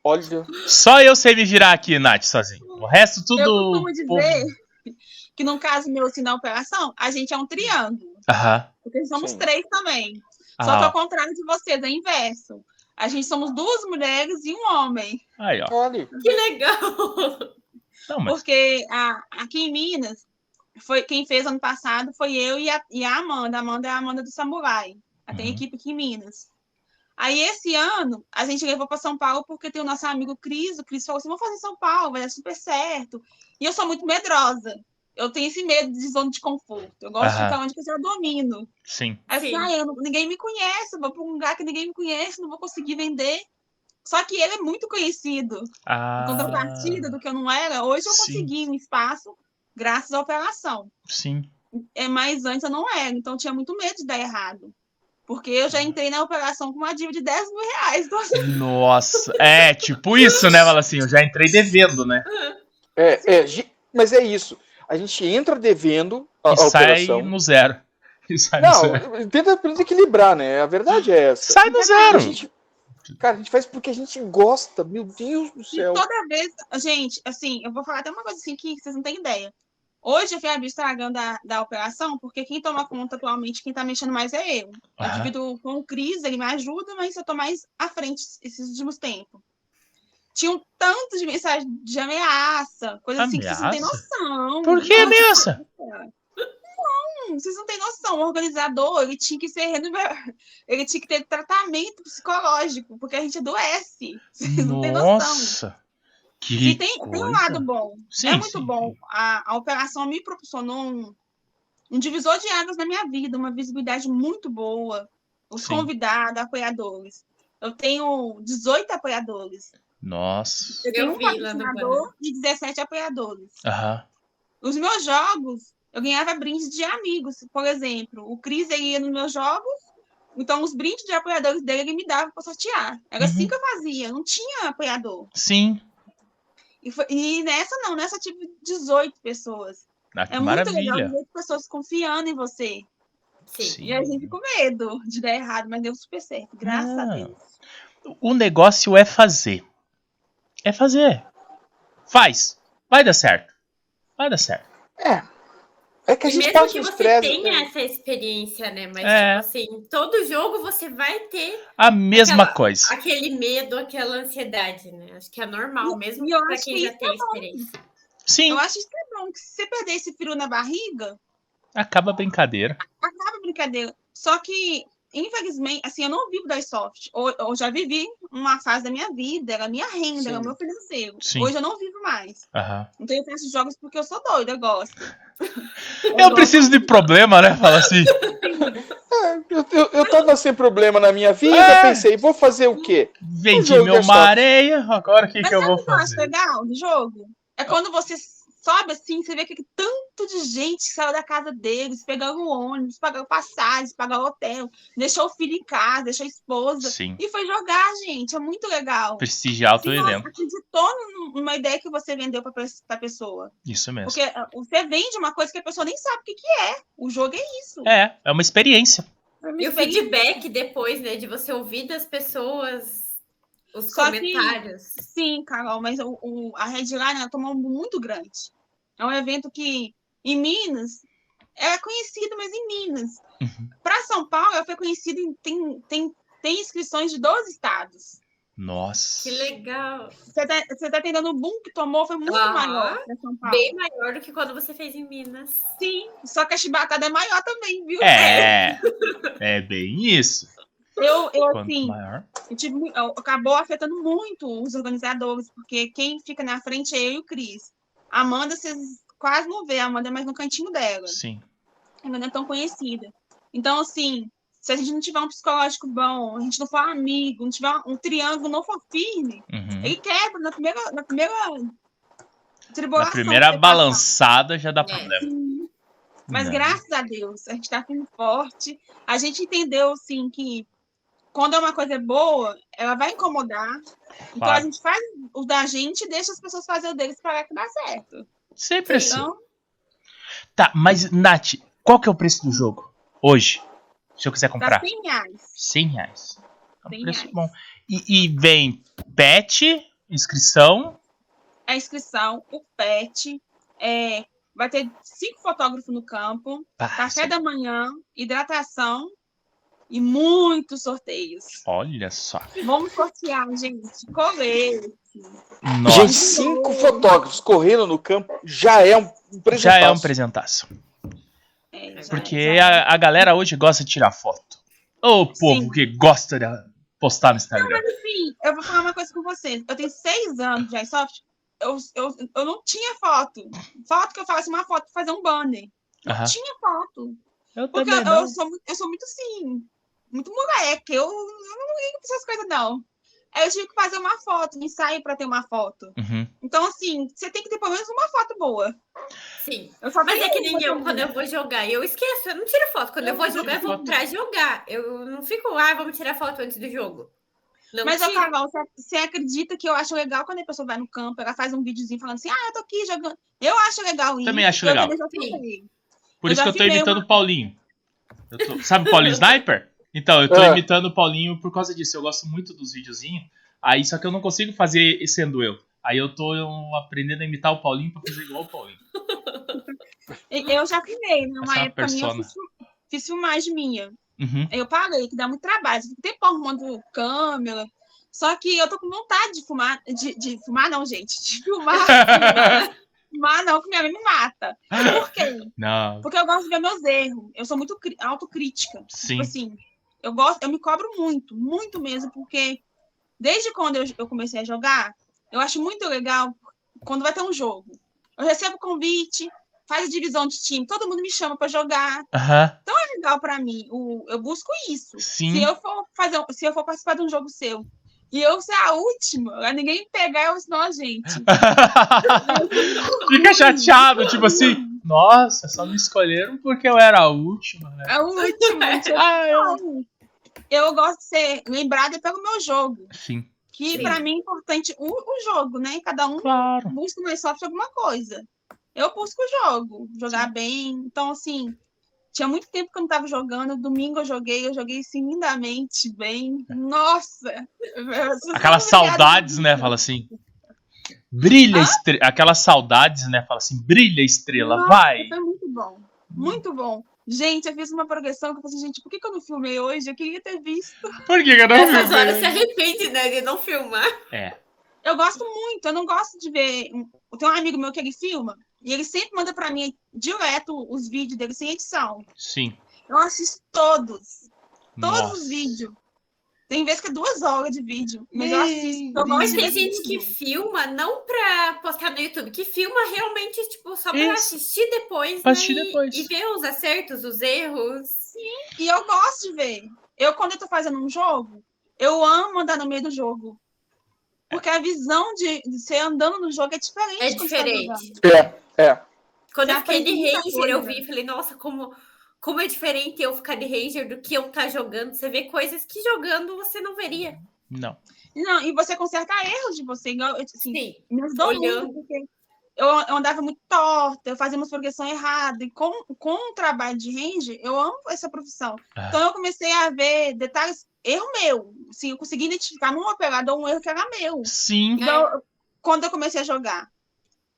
Speaker 5: Olha.
Speaker 1: Só eu sei me virar aqui, Nath, sozinho. O resto tudo.
Speaker 3: eu costumo dizer
Speaker 1: povo-
Speaker 3: que, num caso meu, assim, na operação, a gente é um triângulo.
Speaker 1: Aham.
Speaker 3: Porque somos
Speaker 5: Sim.
Speaker 3: três também. Só que
Speaker 1: Ah,
Speaker 3: ao contrário de vocês, é inverso. A gente somos duas mulheres e um homem.
Speaker 1: ó. Aí, ó.
Speaker 5: Olha.
Speaker 4: Que legal!
Speaker 1: Não, mas.
Speaker 3: Porque a- aqui em Minas, foi, quem fez ano passado foi eu e a, e a Amanda. A Amanda é a Amanda do Samurai. Ela tem
Speaker 1: Uhum.
Speaker 3: equipe aqui em Minas. Aí esse ano, a gente levou para São Paulo porque tem o nosso amigo Cris. O Cris falou assim: vamos fazer em São Paulo, vai dar super certo. E eu sou muito medrosa. Eu tenho esse medo de zona de conforto. Eu gosto de
Speaker 1: Aham.
Speaker 3: ficar onde que eu já domino.
Speaker 1: Sim.
Speaker 3: Aí eu falei,
Speaker 4: Sim.
Speaker 3: ah, eu não- ninguém me conhece, eu vou para um lugar que ninguém me conhece, não vou conseguir vender. Só que ele é muito conhecido em
Speaker 1: Ah,
Speaker 3: contrapartida do que eu não era, hoje eu
Speaker 1: Sim.
Speaker 3: consegui um espaço graças à operação.
Speaker 1: Sim.
Speaker 3: É, mas antes eu não era, então eu tinha muito medo de dar errado. Porque eu já entrei na operação com uma dívida de 10 mil reais. Então, assim,
Speaker 1: Nossa. É, tipo isso, né, Vala? Assim, eu já entrei devendo, né?
Speaker 5: É, é, gi- mas é isso. A gente entra devendo a,
Speaker 1: E
Speaker 5: a
Speaker 1: sai
Speaker 5: operação.
Speaker 1: no zero. E sai no zero.
Speaker 5: Não, tenta pelo menos equilibrar, né? A verdade é essa.
Speaker 1: Sai no
Speaker 5: A
Speaker 1: zero.
Speaker 5: gente- cara, a gente faz porque a gente gosta. Meu Deus do
Speaker 3: e
Speaker 1: é
Speaker 5: céu.
Speaker 4: Então,
Speaker 3: toda vez. Gente, assim, eu vou falar até uma coisa assim que vocês não têm ideia. Hoje eu fui abrir o Instagram da, da operação, porque quem toma conta atualmente, quem tá mexendo mais é eu. Eu
Speaker 1: Aham.
Speaker 3: divido com o Cris, ele me ajuda, mas eu tô mais à frente esses últimos tempos. Tinha um tanto de mensagem de ameaça, coisa assim que vocês não têm
Speaker 1: Ameaça?
Speaker 3: noção.
Speaker 1: Por que
Speaker 3: Nossa,
Speaker 1: ameaça?
Speaker 3: Hum, vocês não têm noção, o organizador ele tinha que ser remunerado, ele tinha que ter tratamento psicológico, porque a gente adoece. Vocês não têm noção.
Speaker 1: Nossa.
Speaker 3: E
Speaker 1: Que
Speaker 3: tem, tem um
Speaker 1: coisa.
Speaker 3: lado bom.
Speaker 1: Sim,
Speaker 3: é muito
Speaker 1: sim.
Speaker 3: bom. A, a operação me proporcionou um, um divisor de águas na minha vida, uma visibilidade muito boa. Os
Speaker 1: Sim.
Speaker 3: convidados, apoiadores. Eu tenho 18 apoiadores.
Speaker 1: Nossa.
Speaker 3: Eu tenho
Speaker 4: Eu
Speaker 3: um
Speaker 4: vi lá no
Speaker 3: patrocinador e 17 apoiadores.
Speaker 1: Aham.
Speaker 3: Os meus jogos, eu ganhava brindes de amigos. Por exemplo, o Cris ele ia nos meus jogos, então os brindes de apoiadores dele ele me dava para sortear. Era
Speaker 1: Uhum.
Speaker 3: assim que eu fazia, não tinha apoiador.
Speaker 1: Sim.
Speaker 3: E, foi- e nessa não, nessa eu tive 18 pessoas.
Speaker 1: Ah, que
Speaker 3: É muito legal
Speaker 1: maravilha.
Speaker 3: ver as pessoas confiando em você.
Speaker 4: Sim.
Speaker 3: E a gente com medo de dar errado, mas deu super certo, graças a
Speaker 1: Não.
Speaker 3: Deus.
Speaker 1: O negócio é fazer. É fazer. Faz. Vai dar certo. Vai dar certo.
Speaker 5: É que a
Speaker 4: E
Speaker 5: gente
Speaker 3: tá
Speaker 4: mesmo
Speaker 5: passa
Speaker 4: que
Speaker 5: o
Speaker 4: você
Speaker 5: estresse.
Speaker 3: né?
Speaker 4: tenha essa experiência, né? Mas,
Speaker 1: É.
Speaker 4: tipo assim, todo jogo você vai ter
Speaker 1: A mesma
Speaker 4: Aquela-
Speaker 1: coisa.
Speaker 4: aquele medo, aquela ansiedade, né? Acho que é normal, mesmo
Speaker 3: e eu
Speaker 4: pra
Speaker 3: acho
Speaker 4: quem
Speaker 3: que
Speaker 4: já
Speaker 3: isso é
Speaker 4: tem experiência.
Speaker 1: Sim.
Speaker 3: Eu acho que é bom, que se você perder esse frio na barriga,
Speaker 1: Acaba a brincadeira.
Speaker 3: acaba a brincadeira. Só que infelizmente, assim, eu não vivo da soft. Ou, eu já vivi uma fase da minha vida, era minha renda,
Speaker 5: Sim.
Speaker 3: era meu financeiro.
Speaker 1: Sim.
Speaker 3: Hoje eu não vivo mais.
Speaker 1: Aham.
Speaker 3: Então eu faço jogos porque eu sou doida, eu gosto.
Speaker 1: Eu
Speaker 3: gosto.
Speaker 1: preciso de problema, né? Fala assim.
Speaker 5: É, eu, eu, eu tava sem problema na minha vida,
Speaker 1: É.
Speaker 5: pensei, vou fazer o quê?
Speaker 1: Vendi
Speaker 5: jogo
Speaker 1: meu
Speaker 5: dessa-
Speaker 1: mareia, agora o que,
Speaker 3: Mas
Speaker 1: que eu
Speaker 3: sabe
Speaker 1: vou
Speaker 3: o que eu
Speaker 1: fazer?
Speaker 3: acho
Speaker 1: Ah.
Speaker 3: legal do jogo? É quando você sobe assim, você vê que tanto de gente que saiu da casa deles, pegaram ônibus, pagaram passagem, pagaram hotel, deixou o filho em casa, deixou a esposa.
Speaker 1: Sim.
Speaker 3: E foi jogar, gente. É muito legal.
Speaker 1: Prestigiar o
Speaker 3: Sim,
Speaker 1: teu
Speaker 3: nossa,
Speaker 1: evento.
Speaker 3: acreditou num- numa ideia que você vendeu para a pessoa.
Speaker 1: Isso mesmo.
Speaker 3: Porque ah, você vende uma coisa que a pessoa nem sabe o que, que é. O jogo é isso.
Speaker 1: É, é uma experiência.
Speaker 4: E o feedback depois, né? De você ouvir das pessoas os
Speaker 3: Só que-
Speaker 4: comentários.
Speaker 3: Sim, Carol, mas o, o- a Red Line ela tomou muito grande. É um evento que, em Minas, é conhecido, mas em Minas.
Speaker 1: Uhum.
Speaker 3: Para São Paulo, ela foi conhecida em. Tem, tem, tem inscrições de 12 estados.
Speaker 1: Nossa.
Speaker 4: Que legal.
Speaker 3: Você tá, você tá entendendo o boom que tomou, foi muito
Speaker 4: Ah,
Speaker 3: maior para São Paulo.
Speaker 4: Bem maior do que quando você fez em Minas.
Speaker 3: Sim, só que a chibatada é maior também, viu?
Speaker 1: É. É bem isso.
Speaker 3: Eu, eu
Speaker 1: Quanto
Speaker 3: assim,
Speaker 1: maior.
Speaker 3: eu tive mu- eu- acabou afetando muito os organizadores, porque quem fica na frente é eu e o Cris. A Amanda, vocês quase não vê, a Amanda é mais no cantinho dela.
Speaker 1: Sim.
Speaker 3: Ela não é tão conhecida. Então, assim, se a gente não tiver um psicológico bom, a gente não for amigo, não tiver um triângulo, não for firme,
Speaker 1: Uhum.
Speaker 3: ele quebra na primeira, na primeira
Speaker 1: Na
Speaker 3: tribulação. que
Speaker 1: primeira
Speaker 3: ele
Speaker 1: balançada já dá
Speaker 4: É.
Speaker 1: problema.
Speaker 3: passa. Mas
Speaker 1: Né?
Speaker 3: graças a Deus, a gente está firme e forte. A gente entendeu, assim, que quando é uma coisa boa, ela vai incomodar. Então
Speaker 1: Claro.
Speaker 3: a gente faz o da gente e deixa as pessoas fazerem o deles para que dá certo.
Speaker 1: Sempre assim.
Speaker 3: Então,
Speaker 1: Tá, mas, Nath, qual que é o preço do jogo? Hoje. Se eu quiser
Speaker 3: dá
Speaker 1: comprar.
Speaker 3: 100 reais.
Speaker 1: 100 reais. É um
Speaker 3: 100
Speaker 1: preço
Speaker 3: Tá reais.
Speaker 1: bom. E, e vem pet, inscrição.
Speaker 3: a inscrição, o PET, é, vai ter cinco fotógrafos no campo,
Speaker 1: Pá,
Speaker 3: café da manhã, hidratação e muitos sorteios.
Speaker 1: Olha só.
Speaker 3: Vamos sortear, gente, colete.
Speaker 1: Nossa.
Speaker 5: Gente, cinco fotógrafos correndo no campo já é um um presente.
Speaker 1: já é um presentaço.
Speaker 3: É, já-
Speaker 1: Porque
Speaker 3: já-
Speaker 1: a, a galera hoje gosta de tirar foto. Ô, povo
Speaker 3: Sim.
Speaker 1: que gosta de postar no Instagram.
Speaker 3: Enfim, eu vou falar uma coisa com vocês. Eu tenho seis anos de iSoft, eu, eu, eu não tinha foto. Foto que eu falasse uma foto, fazer um banner. Não
Speaker 1: Aham.
Speaker 3: tinha foto.
Speaker 1: Eu
Speaker 3: Porque
Speaker 1: também né?
Speaker 3: eu, eu
Speaker 1: não.
Speaker 3: sou, mu- eu sou muito assim, muito moleque. Eu, eu não ligo pra essas coisas, não. Aí eu tive que fazer uma foto, um ensaio pra ter uma foto.
Speaker 1: Uhum.
Speaker 3: Então, assim, você tem que ter pelo menos uma foto boa.
Speaker 4: Sim.
Speaker 3: Eu só
Speaker 4: Mas
Speaker 3: tenho
Speaker 4: é que nem
Speaker 3: uma
Speaker 4: eu,
Speaker 3: foto
Speaker 4: quando eu vou jogar, eu esqueço, eu não tiro foto. Quando eu, vou jogar, eu vou pra jogar. Eu não fico, ah, vamos tirar foto antes do jogo. Não
Speaker 3: Mas, ô,
Speaker 4: tiro.
Speaker 3: Carol, você, você acredita que eu acho legal quando a pessoa vai no campo, ela faz um videozinho falando assim, ah, eu tô aqui jogando. Eu acho legal isso.
Speaker 1: Também acho legal. Por
Speaker 3: Eu
Speaker 1: isso
Speaker 3: já
Speaker 1: que eu tô
Speaker 3: filmei
Speaker 1: imitando o Paulinho. Eu tô- Sabe o Paulinho Sniper? Então, eu tô
Speaker 3: É.
Speaker 5: Ah.
Speaker 1: imitando o Paulinho por causa disso. Eu gosto muito dos videozinhos. Aí, só que eu não consigo fazer sendo eu. Aí eu tô eu, aprendendo a imitar o Paulinho pra fazer igual o Paulinho.
Speaker 3: Eu já filmei, numa
Speaker 1: Essa é uma
Speaker 3: época minha, eu
Speaker 1: persona.
Speaker 3: fiz, fil- fiz filmagem minha.
Speaker 1: Uhum.
Speaker 3: Aí Eu parei, que dá muito trabalho. Fico tempo arrumando câmera. Só que eu tô com vontade de fumar. De, de fumar, não, gente. De filmar. fumar, não, que minha mãe me mata. Por quê?
Speaker 1: não,
Speaker 3: Porque eu gosto de ver meus erros. Eu sou muito cri- autocrítica.
Speaker 1: sim.
Speaker 3: Tipo assim, eu gosto, eu me cobro muito, muito mesmo, porque desde quando eu, eu comecei a jogar, eu acho muito legal quando vai ter um jogo. Eu recebo convite, faz a divisão de time, todo mundo me chama pra jogar.
Speaker 1: Aham,
Speaker 3: É legal pra mim. o- eu busco isso. Se
Speaker 1: sim.
Speaker 3: eu for fazer, se eu for participar de um jogo seu e eu ser a última, pra ninguém me pegar, é eu disse, não, gente.
Speaker 1: Fica chateado, tipo assim. Nossa, só me escolheram porque eu era a última, né?
Speaker 3: É a última. gente,
Speaker 1: Ah, eu.
Speaker 3: não. Eu gosto de ser lembrada pelo meu jogo,
Speaker 1: Sim,
Speaker 3: que
Speaker 4: Sim.
Speaker 3: pra mim é importante o, o jogo, né? Cada um
Speaker 1: claro.
Speaker 3: busca no software alguma coisa. Eu busco o jogo, jogar bem. Então, assim, tinha muito tempo que eu não estava jogando. Domingo eu joguei, eu joguei assim, lindamente, bem. Nossa!
Speaker 1: É. Aquelas saudades, né? Fala assim. Brilha estrela. Aquelas saudades, né? Fala assim, brilha estrela,
Speaker 3: Nossa,
Speaker 1: vai.
Speaker 3: Foi muito bom. Muito bom. Gente, eu fiz uma progressão que eu falei assim, gente, por que, que eu não filmei hoje? Eu queria ter visto.
Speaker 1: Por que, que eu não
Speaker 4: Nessas horas
Speaker 1: vi?
Speaker 4: se arrepende, né? De não filmar.
Speaker 1: É.
Speaker 3: Eu gosto muito, eu não gosto de ver. Eu tenho um amigo meu que ele filma e ele sempre manda pra mim direto os vídeos dele sem edição.
Speaker 1: Sim.
Speaker 3: Eu assisto todos. Todos
Speaker 1: Nossa.
Speaker 3: os vídeos. Tem vezes que é duas horas de vídeo. Mas eu assisto.
Speaker 1: Então,
Speaker 3: Eu
Speaker 4: Mas
Speaker 3: gosto
Speaker 4: tem
Speaker 3: de
Speaker 4: gente que
Speaker 1: assim,
Speaker 4: filma não pra postar no YouTube, que filma realmente, tipo, só pra
Speaker 1: Isso.
Speaker 4: assistir depois, né,
Speaker 1: Pra assistir
Speaker 4: e-
Speaker 1: depois.
Speaker 4: E, ver os acertos, os erros.
Speaker 3: E eu gosto de ver. Eu, quando eu tô fazendo um jogo, eu amo andar no meio do jogo. Porque a visão de, de você andando no jogo é diferente.
Speaker 4: É
Speaker 3: quando você tá
Speaker 4: diferente.
Speaker 3: jogando.
Speaker 5: É, é.
Speaker 4: Quando eu
Speaker 3: Já
Speaker 4: fiquei de
Speaker 3: aprendi muita
Speaker 4: Ranger, eu
Speaker 3: coisa.
Speaker 4: vi e falei, nossa, como, como é diferente eu ficar de Ranger do que eu estar jogando. Você vê coisas que jogando você não veria.
Speaker 1: Não.
Speaker 3: Não, e você consertar erros de você. Igual, eu, assim,
Speaker 4: Sim.
Speaker 3: me ajudou
Speaker 4: Olhando.
Speaker 3: muito, porque eu, eu andava muito torta, eu fazia uma progressão errada. E com, com o trabalho de range, eu amo essa profissão.
Speaker 1: Ah.
Speaker 3: Então eu comecei a ver detalhes, erro meu. Assim, eu consegui identificar num operador um erro que era meu.
Speaker 1: Sim.
Speaker 3: Então, eu- quando eu comecei a jogar,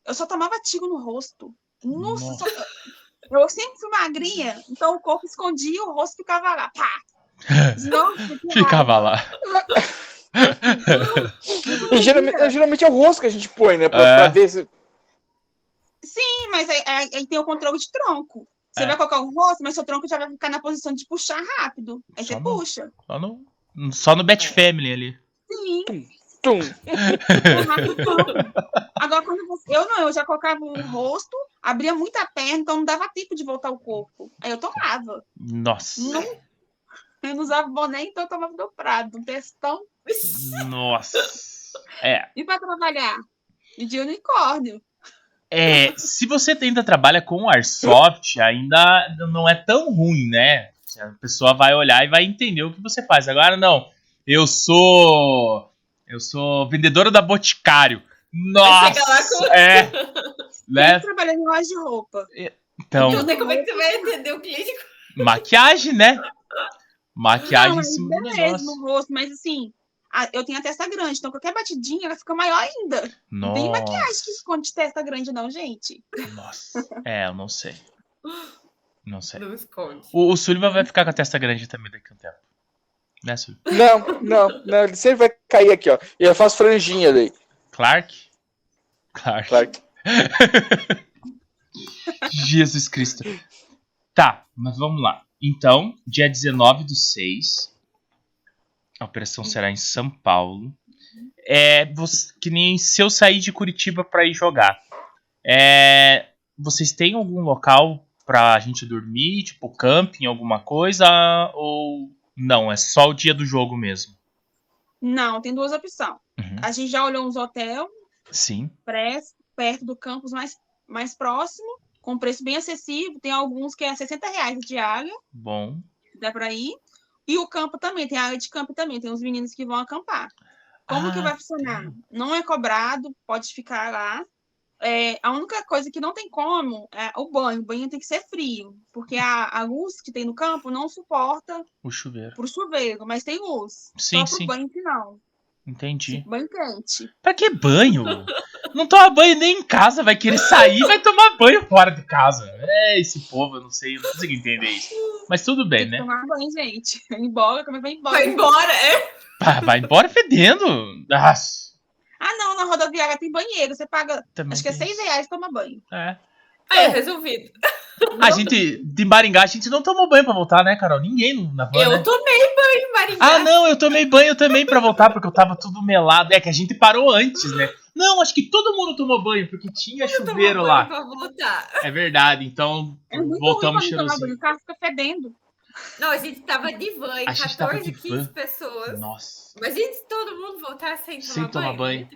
Speaker 3: eu só tomava tiro no rosto. Nossa,
Speaker 1: Nossa.
Speaker 3: só- eu sempre fui magrinha, então o corpo escondia, o rosto ficava lá, pá! Nossa, que raiva.
Speaker 1: Ficava lá.
Speaker 5: E geralmente, geralmente é o rosto que a gente põe, né? Pra,
Speaker 1: É.
Speaker 5: pra ver se.
Speaker 3: Sim, mas aí, aí- aí tem o controle de tronco. Você
Speaker 1: É.
Speaker 3: vai colocar o rosto, mas seu tronco já vai ficar na posição de puxar rápido. Aí
Speaker 1: Só
Speaker 3: você
Speaker 1: não.
Speaker 3: puxa.
Speaker 1: Só no, só no Bat Family ali.
Speaker 3: Sim,
Speaker 5: Tum.
Speaker 3: puxar com o tronco. Agora, quando você. Eu não, eu já colocava o rosto, abria muita perna, então não dava tempo de voltar o corpo. Aí eu tomava.
Speaker 1: Nossa.
Speaker 3: Não. Eu não usava boné, então eu tomava dobrado, um testão.
Speaker 1: Nossa. É.
Speaker 3: E para trabalhar? E de unicórnio.
Speaker 1: É, se você ainda trabalha com Airsoft, ainda não é tão ruim, né? A pessoa vai olhar e vai entender o que você faz. Agora não. Eu sou. Eu sou vendedora da Boticário.
Speaker 4: Vai chegar lá
Speaker 1: Nossa! É!
Speaker 3: Eu
Speaker 1: Né?
Speaker 3: trabalhei em loja de roupa.
Speaker 1: Então,
Speaker 4: Não sei como é que você vai entender o cliente.
Speaker 1: maquiagem, né? Maquiagem
Speaker 3: Não,
Speaker 1: em cima do
Speaker 3: ainda mesmo
Speaker 1: negócio.
Speaker 3: o rosto, mas assim, a- eu tenho a testa grande, então qualquer batidinha ela fica maior ainda. Não tem
Speaker 1: Nossa.
Speaker 3: maquiagem que esconde testa grande, não, gente.
Speaker 1: Nossa. É, eu não sei. Não sei.
Speaker 4: Não esconde.
Speaker 1: O, o Sullivan vai ficar com a testa grande também daqui a um tempo. Né, Sullivan?
Speaker 5: Não, não, não. Ele sempre vai cair aqui, ó. E eu faço franjinha daí.
Speaker 1: Clark? Clark.
Speaker 5: Claro. que-
Speaker 1: Jesus Cristo. Tá, mas vamos lá. Então, dia 19 do 6. A operação será em São Paulo. É, você- que nem se eu sair de Curitiba pra ir jogar. É, vocês têm algum local pra gente dormir? Tipo, camping, alguma coisa? Ou não? É só o dia do jogo mesmo?
Speaker 3: Não, tem duas opções.
Speaker 1: Uhum.
Speaker 3: A gente já olhou uns hotel
Speaker 1: Sim.
Speaker 3: pré- perto do campus mais, mais próximo, com preço bem acessível. Tem alguns que é R$ 60 reais de diária,
Speaker 1: Bom.
Speaker 3: dá para ir. E o campo também, tem a área de campo também, tem uns meninos que vão acampar. Como que
Speaker 1: Ah,
Speaker 3: vai funcionar? Não é cobrado, pode ficar lá. É, a única coisa que não tem como é o banho. O banho tem que ser frio, porque a, a luz que tem no campo não suporta
Speaker 1: O chuveiro.
Speaker 3: pro chuveiro, mas tem luz.
Speaker 1: Sim,
Speaker 3: Só
Speaker 1: sim.
Speaker 3: pro banho que não.
Speaker 1: Entendi.
Speaker 3: Banho quente.
Speaker 1: Pra que banho? Não toma banho nem em casa, vai querer sair, vai tomar banho fora de casa. É, esse povo, eu não sei, eu não consigo entender isso. Mas tudo bem,
Speaker 3: Tem que
Speaker 1: né?
Speaker 3: tomar banho, gente. Vai embora, como é que vai embora?
Speaker 4: Foi embora, é?
Speaker 1: Pá, Ah, vai embora fedendo. Ah,
Speaker 3: Ah, não, na rodoviária tem banheiro, você paga,
Speaker 1: também
Speaker 3: acho que é
Speaker 1: tem
Speaker 3: 6
Speaker 1: isso.
Speaker 3: reais toma banho.
Speaker 1: É. Ah,
Speaker 4: Aí, resolvido.
Speaker 1: A gente, de Maringá, a gente não tomou banho pra voltar, né, Carol? Ninguém na van,
Speaker 4: Eu
Speaker 1: né?
Speaker 4: tomei banho em Maringá.
Speaker 1: Ah, não, eu tomei banho também pra voltar, porque eu tava tudo melado. É que a gente parou antes, né? Não, acho que todo mundo tomou banho, porque tinha
Speaker 4: Tomar
Speaker 1: chuveiro
Speaker 4: banho
Speaker 1: lá.
Speaker 4: pra voltar.
Speaker 1: É verdade, então
Speaker 3: É muito
Speaker 1: voltamos
Speaker 3: ruim quando toma
Speaker 1: cheirosinho.
Speaker 3: banho, o carro fica fedendo.
Speaker 4: Não, a gente tava de van, em
Speaker 1: A gente tava
Speaker 4: 14,
Speaker 1: de
Speaker 4: 15
Speaker 1: van.
Speaker 4: pessoas.
Speaker 1: Nossa.
Speaker 4: Mas, gente, todo mundo voltar sem tomar né?
Speaker 1: Sem tomar banho.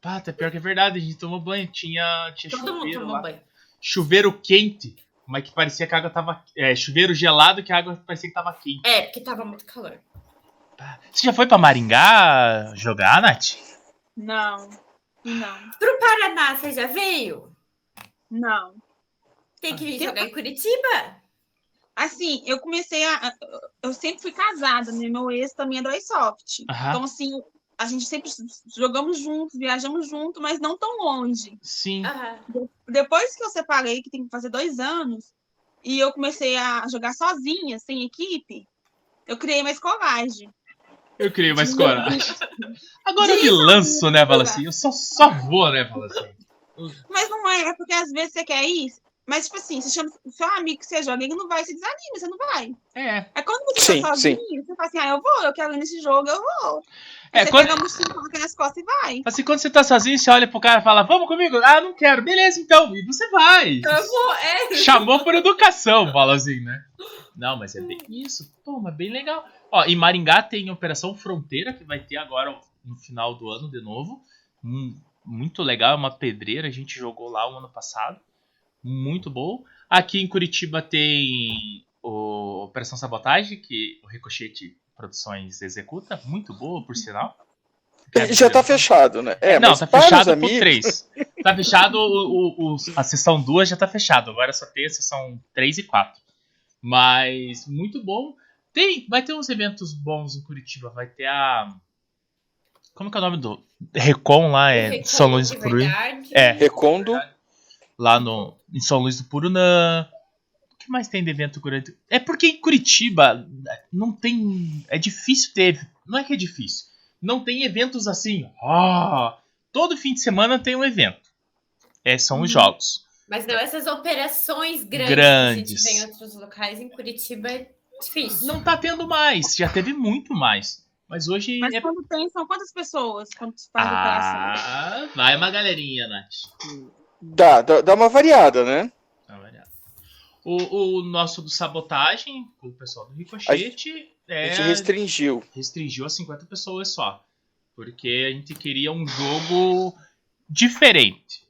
Speaker 1: Pá, até pior que é verdade, a gente tomou banho, tinha, tinha
Speaker 4: Todo mundo
Speaker 1: chuveiro
Speaker 4: tomou
Speaker 1: lá.
Speaker 4: banho.
Speaker 1: Chuveiro quente, como é que parecia que a água tava... É, chuveiro gelado que a água parecia que tava quente.
Speaker 4: É, porque tava muito calor.
Speaker 1: Você já foi pra Maringá jogar, Nath?
Speaker 3: Não, não,
Speaker 4: Pro Paraná, você já veio?
Speaker 3: não.
Speaker 4: Tem que vir
Speaker 3: Ah.
Speaker 4: jogar em Curitiba?
Speaker 3: Assim, eu comecei a. a- Eu sempre fui casada, né? Meu ex também é do iSoft.
Speaker 1: Aham.
Speaker 3: Então, assim, a gente sempre jogamos juntos, viajamos junto, mas não tão longe.
Speaker 1: Sim.
Speaker 4: Aham.
Speaker 3: Depois que eu separei, que tem que fazer dois anos, e eu comecei a jogar sozinha, sem equipe, eu criei mais coragem.
Speaker 1: Eu criei mais coragem. Agora eu me lanço, né, fala assim. Eu só, só vou, né, fala assim.
Speaker 3: Mas não é, é porque às vezes você quer ir, Mas, tipo assim, se chama seu amigo que você joga, ele não vai, se desanima, você não vai.
Speaker 1: É.
Speaker 3: É quando você
Speaker 5: Sim,
Speaker 3: tá sozinho, você fala assim, ah, eu vou, eu quero ir nesse jogo, eu vou. Aí
Speaker 1: É,
Speaker 3: você
Speaker 1: quando-
Speaker 3: pega a mochila, coloca nas costas e vai.
Speaker 1: Assim, quando você tá sozinho, você olha pro cara e fala, vamos comigo? Ah, não quero. Beleza, então. E você vai.
Speaker 4: Eu vou, é.
Speaker 1: Chamou por educação, fala assim, né? Não, mas é bem isso. Pô, mas bem legal. Ó, em Maringá tem Operação Fronteira, que vai ter agora no final do ano de novo. Hum, Muito legal, é uma pedreira, a gente jogou lá o ano passado. Muito bom. Aqui em Curitiba tem o Operação Sabotagem, que o Ricochete Produções executa. Muito boa, por sinal.
Speaker 5: Já tá fechado, né? É,
Speaker 1: É Não,
Speaker 5: mas
Speaker 1: tá
Speaker 5: para os
Speaker 1: fechado por
Speaker 5: amigos-
Speaker 1: três. Tá fechado o, o- o- a sessão 2 já tá fechado. Agora só tem a sessão 3 e 4. Mas muito bom. Tem, vai ter uns eventos bons em Curitiba. Vai ter a. Como que é o nome do. Recon lá, é.
Speaker 4: Reconto
Speaker 1: São Luís
Speaker 4: de
Speaker 1: do Purunã.
Speaker 4: verdade.
Speaker 1: É.
Speaker 5: Recondo.
Speaker 1: Lá no, em São Luís do Purunã. O que mais tem de evento curativo? É porque em Curitiba é, não tem. É difícil ter. Não é que é difícil. Não tem eventos assim. Ah, todo fim de semana tem um evento. É, são os jogos.
Speaker 4: Mas não, essas operações grandes,
Speaker 1: Grandes.
Speaker 4: que a gente vê em outros locais, em Curitiba é difícil.
Speaker 1: Não tá tendo mais. Já teve muito mais. Mas hoje
Speaker 3: Mas
Speaker 1: é.
Speaker 3: quando tem, são quantas pessoas quando se faz operação?
Speaker 1: Ah, vai uma galerinha, Nath.
Speaker 5: Dá, dá, dá uma variada, né?
Speaker 1: Tá variado. O, o nosso do sabotagem, o pessoal do Ricochete,
Speaker 5: A
Speaker 1: é,
Speaker 5: gente restringiu.
Speaker 1: restringiu a 50 pessoas só. Porque a gente queria um jogo diferente,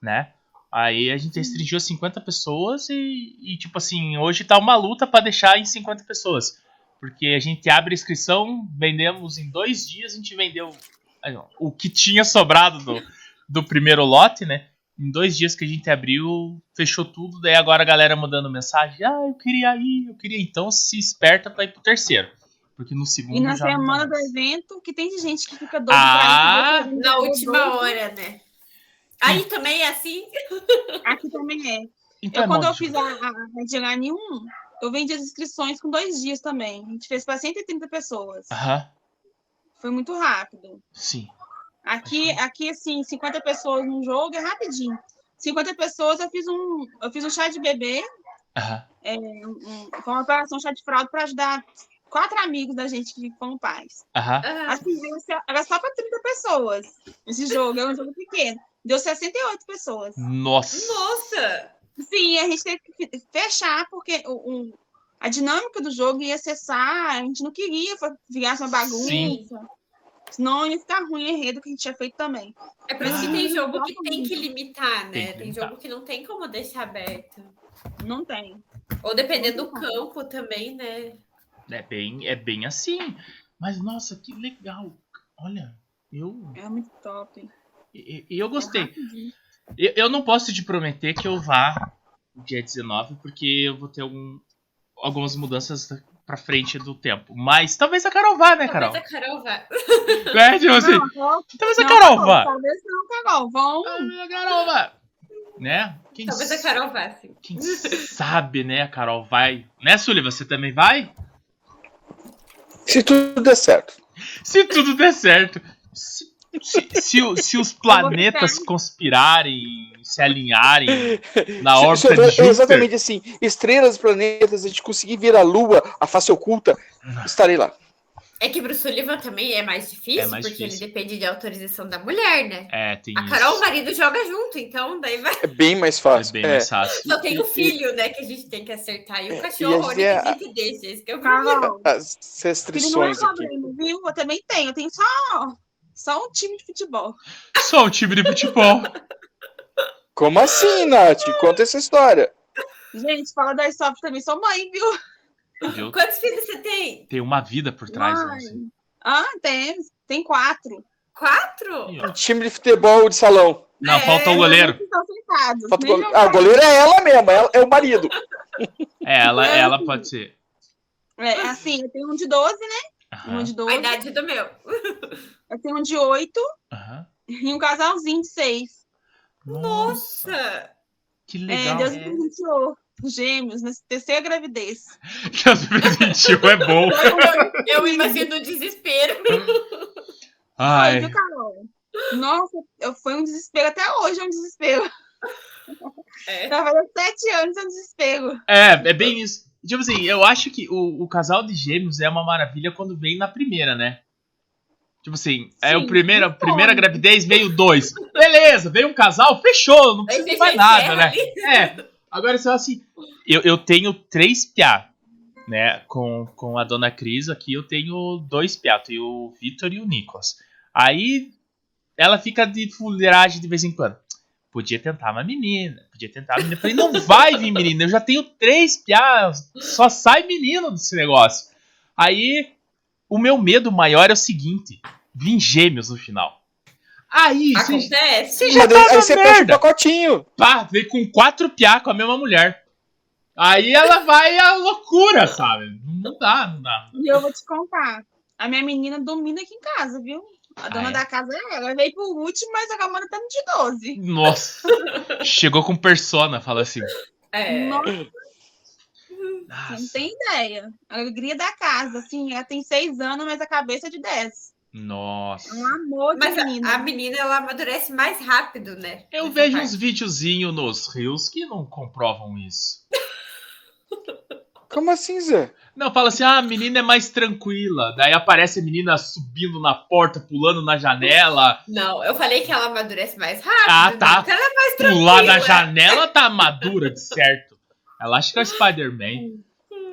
Speaker 1: né? Aí a gente restringiu a 50 pessoas e, e, tipo assim, hoje tá uma luta pra deixar em 50 pessoas. Porque a gente abre a inscrição, vendemos em dois dias, a gente vendeu aí, ó, o que tinha sobrado do, do primeiro lote, né? Em dois dias que a gente abriu, fechou tudo. Daí agora a galera mandando mensagem: Ah, eu queria ir, eu queria. ir." Então se esperta pra ir pro terceiro. Porque no segundo.
Speaker 3: E na
Speaker 1: já não dá
Speaker 3: semana
Speaker 1: mais.
Speaker 3: do evento, que tem gente que fica doido
Speaker 1: Ah!
Speaker 3: pra ir, que fica
Speaker 4: Na
Speaker 3: doido,
Speaker 4: última hora, né? Aí também é assim.
Speaker 3: Aqui também é.
Speaker 1: Então
Speaker 3: Eu,
Speaker 1: é
Speaker 3: quando
Speaker 1: mão
Speaker 3: eu
Speaker 1: de
Speaker 3: fiz a, a, a de Line 1, eu vendi as inscrições com dois dias também. A gente fez para 130 pessoas.
Speaker 1: Aham,
Speaker 3: Foi muito rápido.
Speaker 1: sim.
Speaker 3: Aqui, aqui, assim, 50 pessoas num jogo é rapidinho. 50 pessoas, eu fiz um, eu fiz um chá de bebê,
Speaker 1: Aham.
Speaker 3: um- um- foi uma operação chá de fralda para ajudar quatro amigos da gente que foram pais.
Speaker 1: Aham.
Speaker 4: Ah,
Speaker 3: A convivência era só para 30 pessoas. Esse jogo é um jogo pequeno. Deu 68 pessoas.
Speaker 1: Nossa.
Speaker 4: nossa!
Speaker 3: Sim, a gente teve que fechar, porque o, o- a dinâmica do jogo ia cessar, a gente não queria fa- virar uma bagunça.
Speaker 1: Sim.
Speaker 3: Senão ia ficar ruim o enredo que a gente tinha feito também.
Speaker 4: É por isso que
Speaker 3: Ah,
Speaker 4: tem jogo que
Speaker 3: exatamente.
Speaker 4: tem que limitar,
Speaker 1: Tem
Speaker 4: né?
Speaker 1: que
Speaker 4: Tem,
Speaker 1: limitar.
Speaker 4: jogo que não tem como deixar aberto.
Speaker 3: Não tem.
Speaker 4: Ou dependendo do campo também, né?
Speaker 1: É bem, é bem assim. Mas nossa, que legal. Olha, eu,
Speaker 3: É muito top.
Speaker 1: eu, eu gostei.
Speaker 3: Rapidinho.
Speaker 1: Eu, eu não posso te prometer que eu vá dia 19, porque eu vou ter algum, algumas mudanças pra frente do tempo. Mas talvez a Carol vá, né, Carol?
Speaker 4: Talvez a Carol vá.
Speaker 1: É, tipo assim,
Speaker 3: Não, Carol-
Speaker 1: talvez a
Speaker 3: não,
Speaker 1: Carol
Speaker 3: Carol,
Speaker 1: vá.
Speaker 3: Talvez não, Carol. Vão.
Speaker 1: Talvez a Carol vá. Né? Quem,
Speaker 4: Talvez a
Speaker 1: s-
Speaker 4: Carol vá, assim. sim.
Speaker 1: quem sabe, né, a Carol vai. Né, Sully, você também vai?
Speaker 5: Se tudo der certo.
Speaker 1: Se tudo der certo. Se, se- se o- se os planetas conspirarem, se alinharem na
Speaker 5: Se- se-
Speaker 1: órbita
Speaker 5: é
Speaker 1: de Júpiter.
Speaker 5: Exatamente assim. Estrelas, planetas, a gente conseguir ver a Lua, a face oculta,
Speaker 1: Ah.
Speaker 5: estarei lá.
Speaker 4: É que pro Sullivan também é mais difícil,
Speaker 1: É mais
Speaker 4: porque
Speaker 1: difícil.
Speaker 4: ele depende de autorização da mulher, né?
Speaker 1: É, tem
Speaker 4: A Carol, o
Speaker 1: isso.
Speaker 4: marido, joga junto, então daí vai.
Speaker 5: É bem mais fácil.
Speaker 1: É bem
Speaker 5: é.
Speaker 1: mais fácil.
Speaker 4: Só tem o
Speaker 5: E-
Speaker 4: filho, né, que a gente tem que acertar.
Speaker 1: É.
Speaker 4: E o
Speaker 5: e
Speaker 4: cachorro, né,
Speaker 5: às
Speaker 4: que
Speaker 5: vezes
Speaker 4: a gente deixa. Esse que
Speaker 1: Hum.
Speaker 4: é o problema.
Speaker 3: Carol. Ele
Speaker 5: As
Speaker 3: não é
Speaker 5: restrições aqui.
Speaker 3: problema, viu? Eu também tenho. Eu tenho só, só um time de futebol.
Speaker 1: Só o time de futebol.
Speaker 5: Como assim, Nath? Conta essa história.
Speaker 3: Gente, fala da Airsoft também. Sou mãe, viu?
Speaker 1: Viu?
Speaker 4: Quantos filhos você tem?
Speaker 1: Tem uma vida por trás.
Speaker 3: Ai.
Speaker 1: Assim.
Speaker 3: Ah, tem. Tem quatro.
Speaker 4: Quatro?
Speaker 5: Time de futebol de salão.
Speaker 1: Não,
Speaker 4: É,
Speaker 1: falta o um goleiro.
Speaker 3: Estão sentados.
Speaker 5: Falta o
Speaker 3: nem
Speaker 5: gole- Ah, a goleira é ela mesma, ela é o marido.
Speaker 1: É, ela,
Speaker 3: É,
Speaker 1: ela
Speaker 3: assim.
Speaker 1: pode ser.
Speaker 3: É, assim, eu tenho um de 12, né? Um
Speaker 1: Aham,
Speaker 3: de
Speaker 4: A
Speaker 3: 12.
Speaker 4: idade do meu.
Speaker 3: Eu tenho um de 8
Speaker 1: aham.
Speaker 3: e um casalzinho de 6.
Speaker 1: Nossa,
Speaker 4: Nossa!
Speaker 1: que
Speaker 3: É,
Speaker 1: legal.
Speaker 3: Deus me presenteou. Gêmeos, na terceira gravidez.
Speaker 1: Deus me presenteou, é bom.
Speaker 4: Eu, eu imagino o desespero.
Speaker 3: Foi,
Speaker 1: Ai,
Speaker 3: viu, Carol? Nossa, eu- foi um desespero até hoje, é um desespero.
Speaker 4: É.
Speaker 3: Trabalhou sete anos no desespero.
Speaker 1: É, é bem isso. Tipo assim, eu acho que o, o casal de gêmeos é uma maravilha quando vem na primeira, né? Tipo assim, é o
Speaker 3: Sim,
Speaker 1: primeira,
Speaker 3: então.
Speaker 1: primeira gravidez, veio dois. Beleza, veio um casal, fechou, não precisa de mais nada, né?
Speaker 4: assim,
Speaker 1: É. Agora você fala assim, eu, eu tenho três piá, né? Com, com a dona Cris aqui, eu tenho dois piá, eu tenho o Vitor e o Nicolas. Aí ela fica de fuleiragem de vez em quando. Podia tentar uma menina, podia tentar uma menina. Eu falei, não vai vir menina, eu já tenho três piá, só sai menino desse negócio. Aí o meu medo maior é o seguinte: vim gêmeos no final. Aí, você
Speaker 4: Acontece.
Speaker 1: já tá
Speaker 5: aí
Speaker 1: na
Speaker 5: você fecha o
Speaker 1: merda
Speaker 5: pacotinho.
Speaker 1: pá, veio Ah, com quatro piá com a mesma mulher. Aí ela vai à loucura, sabe? Não dá, não dá.
Speaker 3: E eu vou te contar. A minha menina domina aqui em casa, viu? A dona
Speaker 1: Ah, é?
Speaker 3: da casa é ela. Ela veio por último, mas a Gamora tá no de 12.
Speaker 1: Nossa. Chegou com persona, fala assim.
Speaker 4: É.
Speaker 3: Nossa, não
Speaker 1: Nossa.
Speaker 3: tem ideia. A alegria da casa, assim, ela tem seis anos, mas a cabeça é de 10. É um
Speaker 1: Nossa.
Speaker 3: amor de
Speaker 4: Mas
Speaker 3: menina.
Speaker 4: a, a menina ela amadurece mais rápido, né?
Speaker 1: Eu
Speaker 4: Nessa
Speaker 1: vejo
Speaker 4: parte.
Speaker 1: uns videozinhos nos rios que não comprovam isso.
Speaker 5: Como assim, Zé?
Speaker 1: Não, fala assim, ah, a menina é mais tranquila. Daí aparece a menina subindo na porta, pulando na janela.
Speaker 4: Não, eu falei que ela amadurece mais rápido.
Speaker 1: Ah,
Speaker 4: né?
Speaker 1: tá.
Speaker 4: Então Ela é mais
Speaker 1: Pular
Speaker 4: tranquila.
Speaker 1: na janela tá madura, de certo. Ela acha que é o Spider-Man.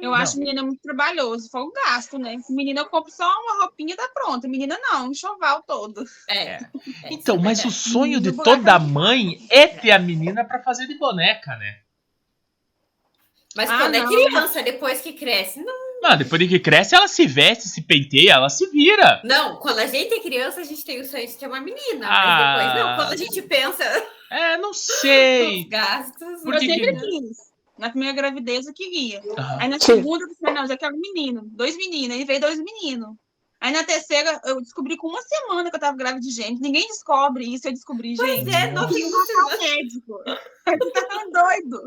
Speaker 3: Eu acho menina muito trabalhoso, foi um gasto, né? Menina, eu compro só uma roupinha e tá pronta. Menina, não, um enxoval todo.
Speaker 4: É. É,
Speaker 1: Então,
Speaker 4: isso é
Speaker 1: mas o
Speaker 4: verdade.
Speaker 1: sonho de
Speaker 3: No
Speaker 1: toda
Speaker 3: buraco.
Speaker 1: mãe é ter a menina pra fazer de boneca, né?
Speaker 4: Mas
Speaker 3: Ah,
Speaker 4: quando é
Speaker 3: não.
Speaker 4: criança, depois que cresce. Não,
Speaker 1: Mano, depois que cresce, ela se veste, se penteia, ela se vira.
Speaker 4: não, quando a gente é criança, a gente tem o sonho de ter uma
Speaker 1: Ah.
Speaker 4: menina. Mas depois, não, quando a gente pensa
Speaker 1: É, não
Speaker 4: nos
Speaker 1: sei.
Speaker 4: gastos.
Speaker 1: Por
Speaker 3: eu
Speaker 1: que que-
Speaker 3: sempre quis. Na primeira gravidez eu queria.
Speaker 1: Ah,
Speaker 3: Aí na
Speaker 5: Sim.
Speaker 3: segunda eu pensei, não, eu já quero um menino. Dois meninos, aí veio dois meninos. Aí na terceira eu descobri com uma semana que eu tava grávida de gêmeos. Ninguém descobre isso, eu descobri,
Speaker 4: Pois
Speaker 3: gente.
Speaker 4: é, não
Speaker 3: Eu
Speaker 4: tem
Speaker 3: tenho que matar o médico. Ele tá tão doido.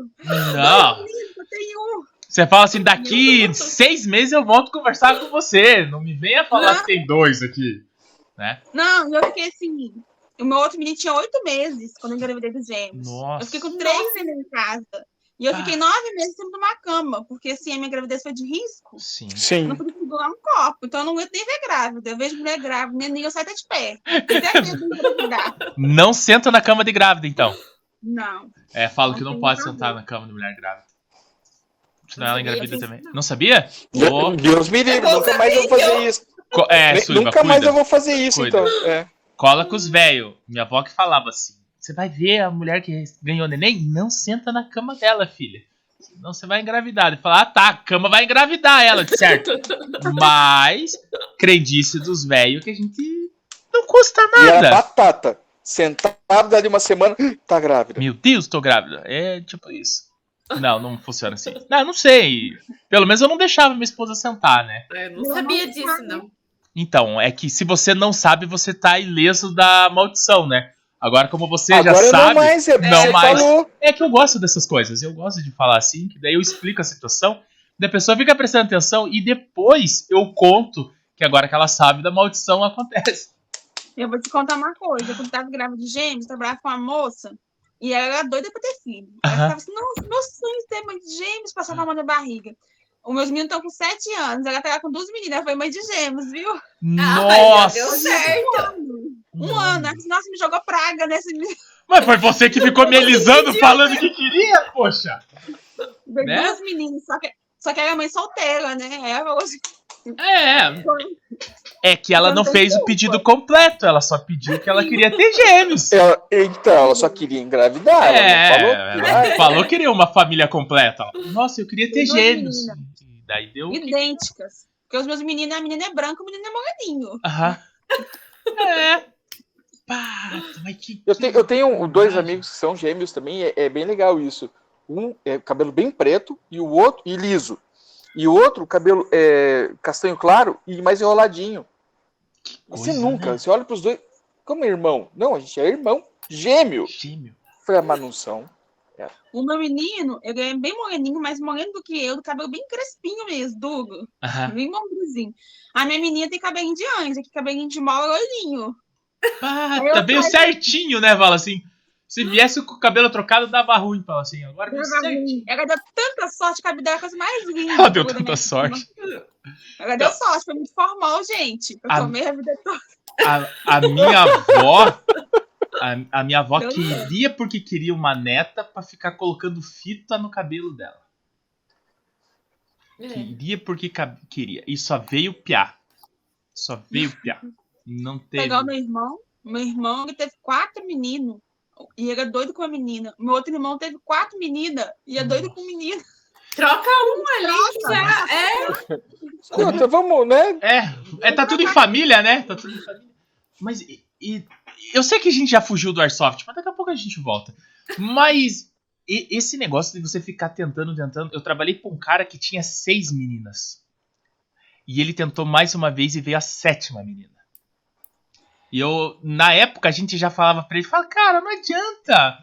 Speaker 1: Não.
Speaker 3: Eu tenho um.
Speaker 1: Você fala assim, daqui seis meses eu volto conversar com você. Não me venha falar que tem dois aqui.
Speaker 3: Não, e eu fiquei assim. O meu outro menino tinha oito meses quando eu engravidei dos gêmeos. Eu
Speaker 1: Nossa.
Speaker 3: fiquei com três meses em casa. E eu
Speaker 1: Ah.
Speaker 3: fiquei nove meses dentro de uma cama, porque assim, a minha gravidez foi de risco.
Speaker 1: Sim.
Speaker 3: Eu não
Speaker 5: Sim.
Speaker 3: podia segurar um copo, então eu não aguento nem ver grávida. Eu vejo mulher grávida, neném, eu saio até de pé. é Se der medo de engravidar.
Speaker 1: Não senta na cama de grávida, então.
Speaker 3: Não.
Speaker 1: É, falam
Speaker 3: Não
Speaker 1: que não
Speaker 3: tem
Speaker 1: pode
Speaker 3: nada a
Speaker 1: sentar na cama de mulher grávida. Senão
Speaker 4: Não
Speaker 1: ela
Speaker 4: sabia
Speaker 1: engravida
Speaker 4: disso,
Speaker 1: também.
Speaker 4: não.
Speaker 1: Não sabia? Ô,
Speaker 5: Deus me livre,
Speaker 4: Eu
Speaker 5: nunca mais eu vou
Speaker 4: sabia,
Speaker 5: fazer isso.
Speaker 1: co- é,
Speaker 5: Ne-
Speaker 1: Suiva,
Speaker 5: nunca mais
Speaker 1: cuida.
Speaker 5: eu vou fazer isso,
Speaker 1: Cuida.
Speaker 5: então. É.
Speaker 1: Cola com os velhos. Minha avó que falava assim: você vai ver a mulher que ganhou neném? Não senta na cama dela, filha. Senão você vai engravidar. E fala: ah tá, a cama vai engravidar ela, de certo. Mas, crendice dos velhos que a gente não custa
Speaker 5: E era
Speaker 1: nada.
Speaker 5: batata. Sentado dali uma semana, tá grávida.
Speaker 1: Meu Deus, tô grávida. É tipo isso. Não, não funciona assim. Não, não sei. Pelo menos eu não deixava minha esposa sentar, né?
Speaker 4: Eu não
Speaker 3: Não,
Speaker 4: sabia
Speaker 3: não
Speaker 4: disso,
Speaker 3: sabe.
Speaker 4: não.
Speaker 1: Então, é que se você não sabe, você tá ileso da maldição, né? Agora, como você já
Speaker 5: Agora
Speaker 1: sabe.
Speaker 5: não mais, é,
Speaker 1: Não
Speaker 5: você
Speaker 1: mais.
Speaker 5: falou.
Speaker 1: É que eu gosto dessas coisas. Eu gosto de falar assim, que daí eu explico a situação, daí a pessoa fica prestando atenção e depois eu conto que agora que ela sabe da maldição acontece.
Speaker 3: Eu vou te contar uma coisa. Quando eu tava grávida de gêmeos, eu trabalhava com uma moça e ela era doida pra ter filho. Ela
Speaker 1: Aham.
Speaker 3: ficava assim, nossa, meu sonho é ter mãe de gêmeos, passava a mão na barriga. Os meus meninos estão com sete anos, ela tá com duas meninas, ela foi mãe de gêmeos, viu?
Speaker 4: Ah, mas já deu
Speaker 1: Nossa!
Speaker 4: certo.
Speaker 3: Um ano, ela disse, nossa, me jogou praga nessa
Speaker 1: Mas foi você que ficou me alisando falando que queria, poxa!
Speaker 3: Veio
Speaker 1: Né?
Speaker 3: duas meninas, só que, só que ela é mãe solteira, né? Aí Ela falou assim,
Speaker 1: É, é que ela não fez o pedido completo, ela só pediu que ela queria ter gêmeos.
Speaker 5: Ela, então, ela só queria engravidar.
Speaker 1: É,
Speaker 5: Ah, ela não falou.
Speaker 1: ela falou que queria uma família completa. ó. Nossa, eu queria ter
Speaker 3: Duas
Speaker 1: gêmeos.
Speaker 3: meninas.
Speaker 1: E daí deu.
Speaker 3: idênticas. Porque os meus meninos, a menina é branca, o menino é moreninho.
Speaker 1: Aham. É. Pá, mas que.
Speaker 5: Eu, tenho- eu tenho dois amigos que são gêmeos também, é, é bem legal isso. Um é cabelo bem preto e o outro e liso. E o outro, cabelo é, castanho claro e mais enroladinho. você
Speaker 1: coisa,
Speaker 5: nunca,
Speaker 1: né?
Speaker 5: você olha pros dois, como irmão? Não, a gente é irmão gêmeo.
Speaker 1: Gêmeo.
Speaker 5: Foi a Manunção.
Speaker 3: O meu menino, ele é bem moreninho, mais moreno do que eu, do cabelo bem crespinho mesmo, duro,
Speaker 1: Aham.
Speaker 3: bem mombrozinho. A minha menina tem cabelinho de anjo, que cabelinho de mal é loirinho.
Speaker 1: Pá, tá bem certinho, né? Fala assim. Se viesse com o cabelo trocado, dava ruim. Fala assim, agora me segue.
Speaker 3: Ela deu tanta sorte que ela me deu a coisa mais linda.
Speaker 1: Ela deu
Speaker 3: da
Speaker 1: tanta
Speaker 3: minha
Speaker 1: sorte. Ah,
Speaker 3: turma. Ela deu sorte, foi muito formal, gente. Eu
Speaker 1: A-
Speaker 3: tomei a vida toda.
Speaker 1: A, a minha avó. A, a minha avó
Speaker 3: Eu
Speaker 1: queria porque queria uma neta pra ficar colocando fita no cabelo dela.
Speaker 4: É.
Speaker 1: Queria porque cab- queria. E só veio piar. Só veio piar. Não teve.
Speaker 3: Pegar o meu irmão. Meu irmão ele teve quatro meninos. E era doido com a menina. Meu outro irmão teve quatro meninas. E
Speaker 1: Hum.
Speaker 3: é doido com menina.
Speaker 4: Troca um ali que
Speaker 3: Troca.
Speaker 4: já é.
Speaker 5: Escuta, vamos, né?
Speaker 1: É, é, tá tudo em família, né? Tá tudo em família. Mas e- e- eu sei que a gente já fugiu do Airsoft, mas daqui a pouco a gente volta. Mas e- esse negócio de você ficar tentando, tentando. Eu trabalhei com um cara que tinha seis meninas. E ele tentou mais uma vez e veio a sétima menina. E eu, na época, a gente já falava pra ele: fala, cara, não adianta.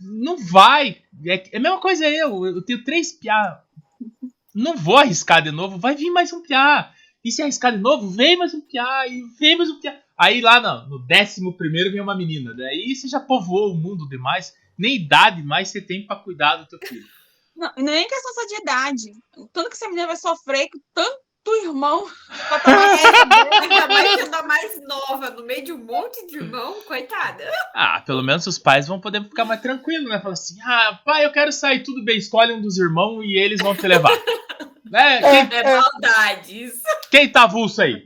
Speaker 1: Não vai. É, é a mesma coisa eu. Eu tenho três piá. Não vou arriscar de novo. Vai vir mais um piá. E se arriscar de novo, vem mais um piá, e vem mais um piá. Aí lá no, no décimo primeiro vem uma menina. Daí você já povoou o mundo demais. Nem idade mais você tem pra cuidar do teu filho.
Speaker 3: Não, é nem questão só de idade. Tanto que essa menina vai sofrer com tanto irmão pra tomar conta dela.
Speaker 4: Ainda mais sendo a mais nova, no meio de um monte de irmão, coitada.
Speaker 1: Ah, pelo menos os pais vão poder ficar mais tranquilos, né? Falar assim, ah, pai, eu quero sair, tudo bem, escolhe um dos irmãos e eles vão te levar. né? Quem,
Speaker 4: É maldade isso.
Speaker 1: quem tá avulso aí?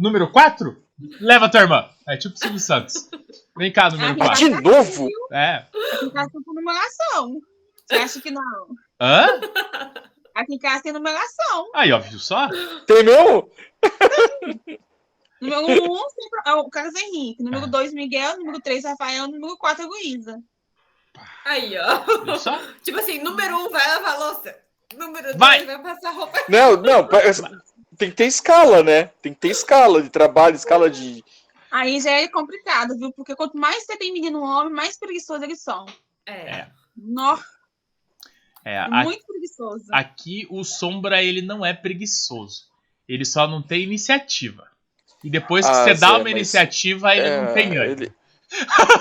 Speaker 1: Número 4? Leva tua irmã. É tipo o Silvio Santos. Vem cá, número
Speaker 3: Ah,
Speaker 5: E
Speaker 1: 4.
Speaker 5: de novo?
Speaker 1: É.
Speaker 3: Aqui em casa tem numeração. Você acha que não?
Speaker 1: Hã?
Speaker 3: Aqui em casa tem numeração.
Speaker 1: Aí, ó, viu só?
Speaker 5: Tem mesmo?
Speaker 3: Número 1 um, sempre é o Carlos Henrique. Número 2, Miguel. Número 3, Rafael. Número 4, Luísa.
Speaker 4: Aí, ó.
Speaker 1: Viu só?
Speaker 4: Tipo assim, número um vai lavar a louça. Número dois
Speaker 1: Vai.
Speaker 4: vai, passar roupa.
Speaker 5: Não, não. pa- Tem que ter escala, né? Tem que ter escala de trabalho, escala de.
Speaker 3: Aí já é complicado, viu? Porque quanto mais você tem menino homem, mais preguiçoso eles são.
Speaker 1: É.
Speaker 3: Nossa,
Speaker 1: É, a
Speaker 3: muito preguiçoso.
Speaker 1: Aqui o Sombra ele não é preguiçoso. Ele só não tem iniciativa. E depois que
Speaker 5: Ah,
Speaker 1: você dá
Speaker 5: Zé,
Speaker 1: uma
Speaker 5: mas-
Speaker 1: iniciativa, ele
Speaker 5: É,
Speaker 1: não tem ânimo.
Speaker 5: ele-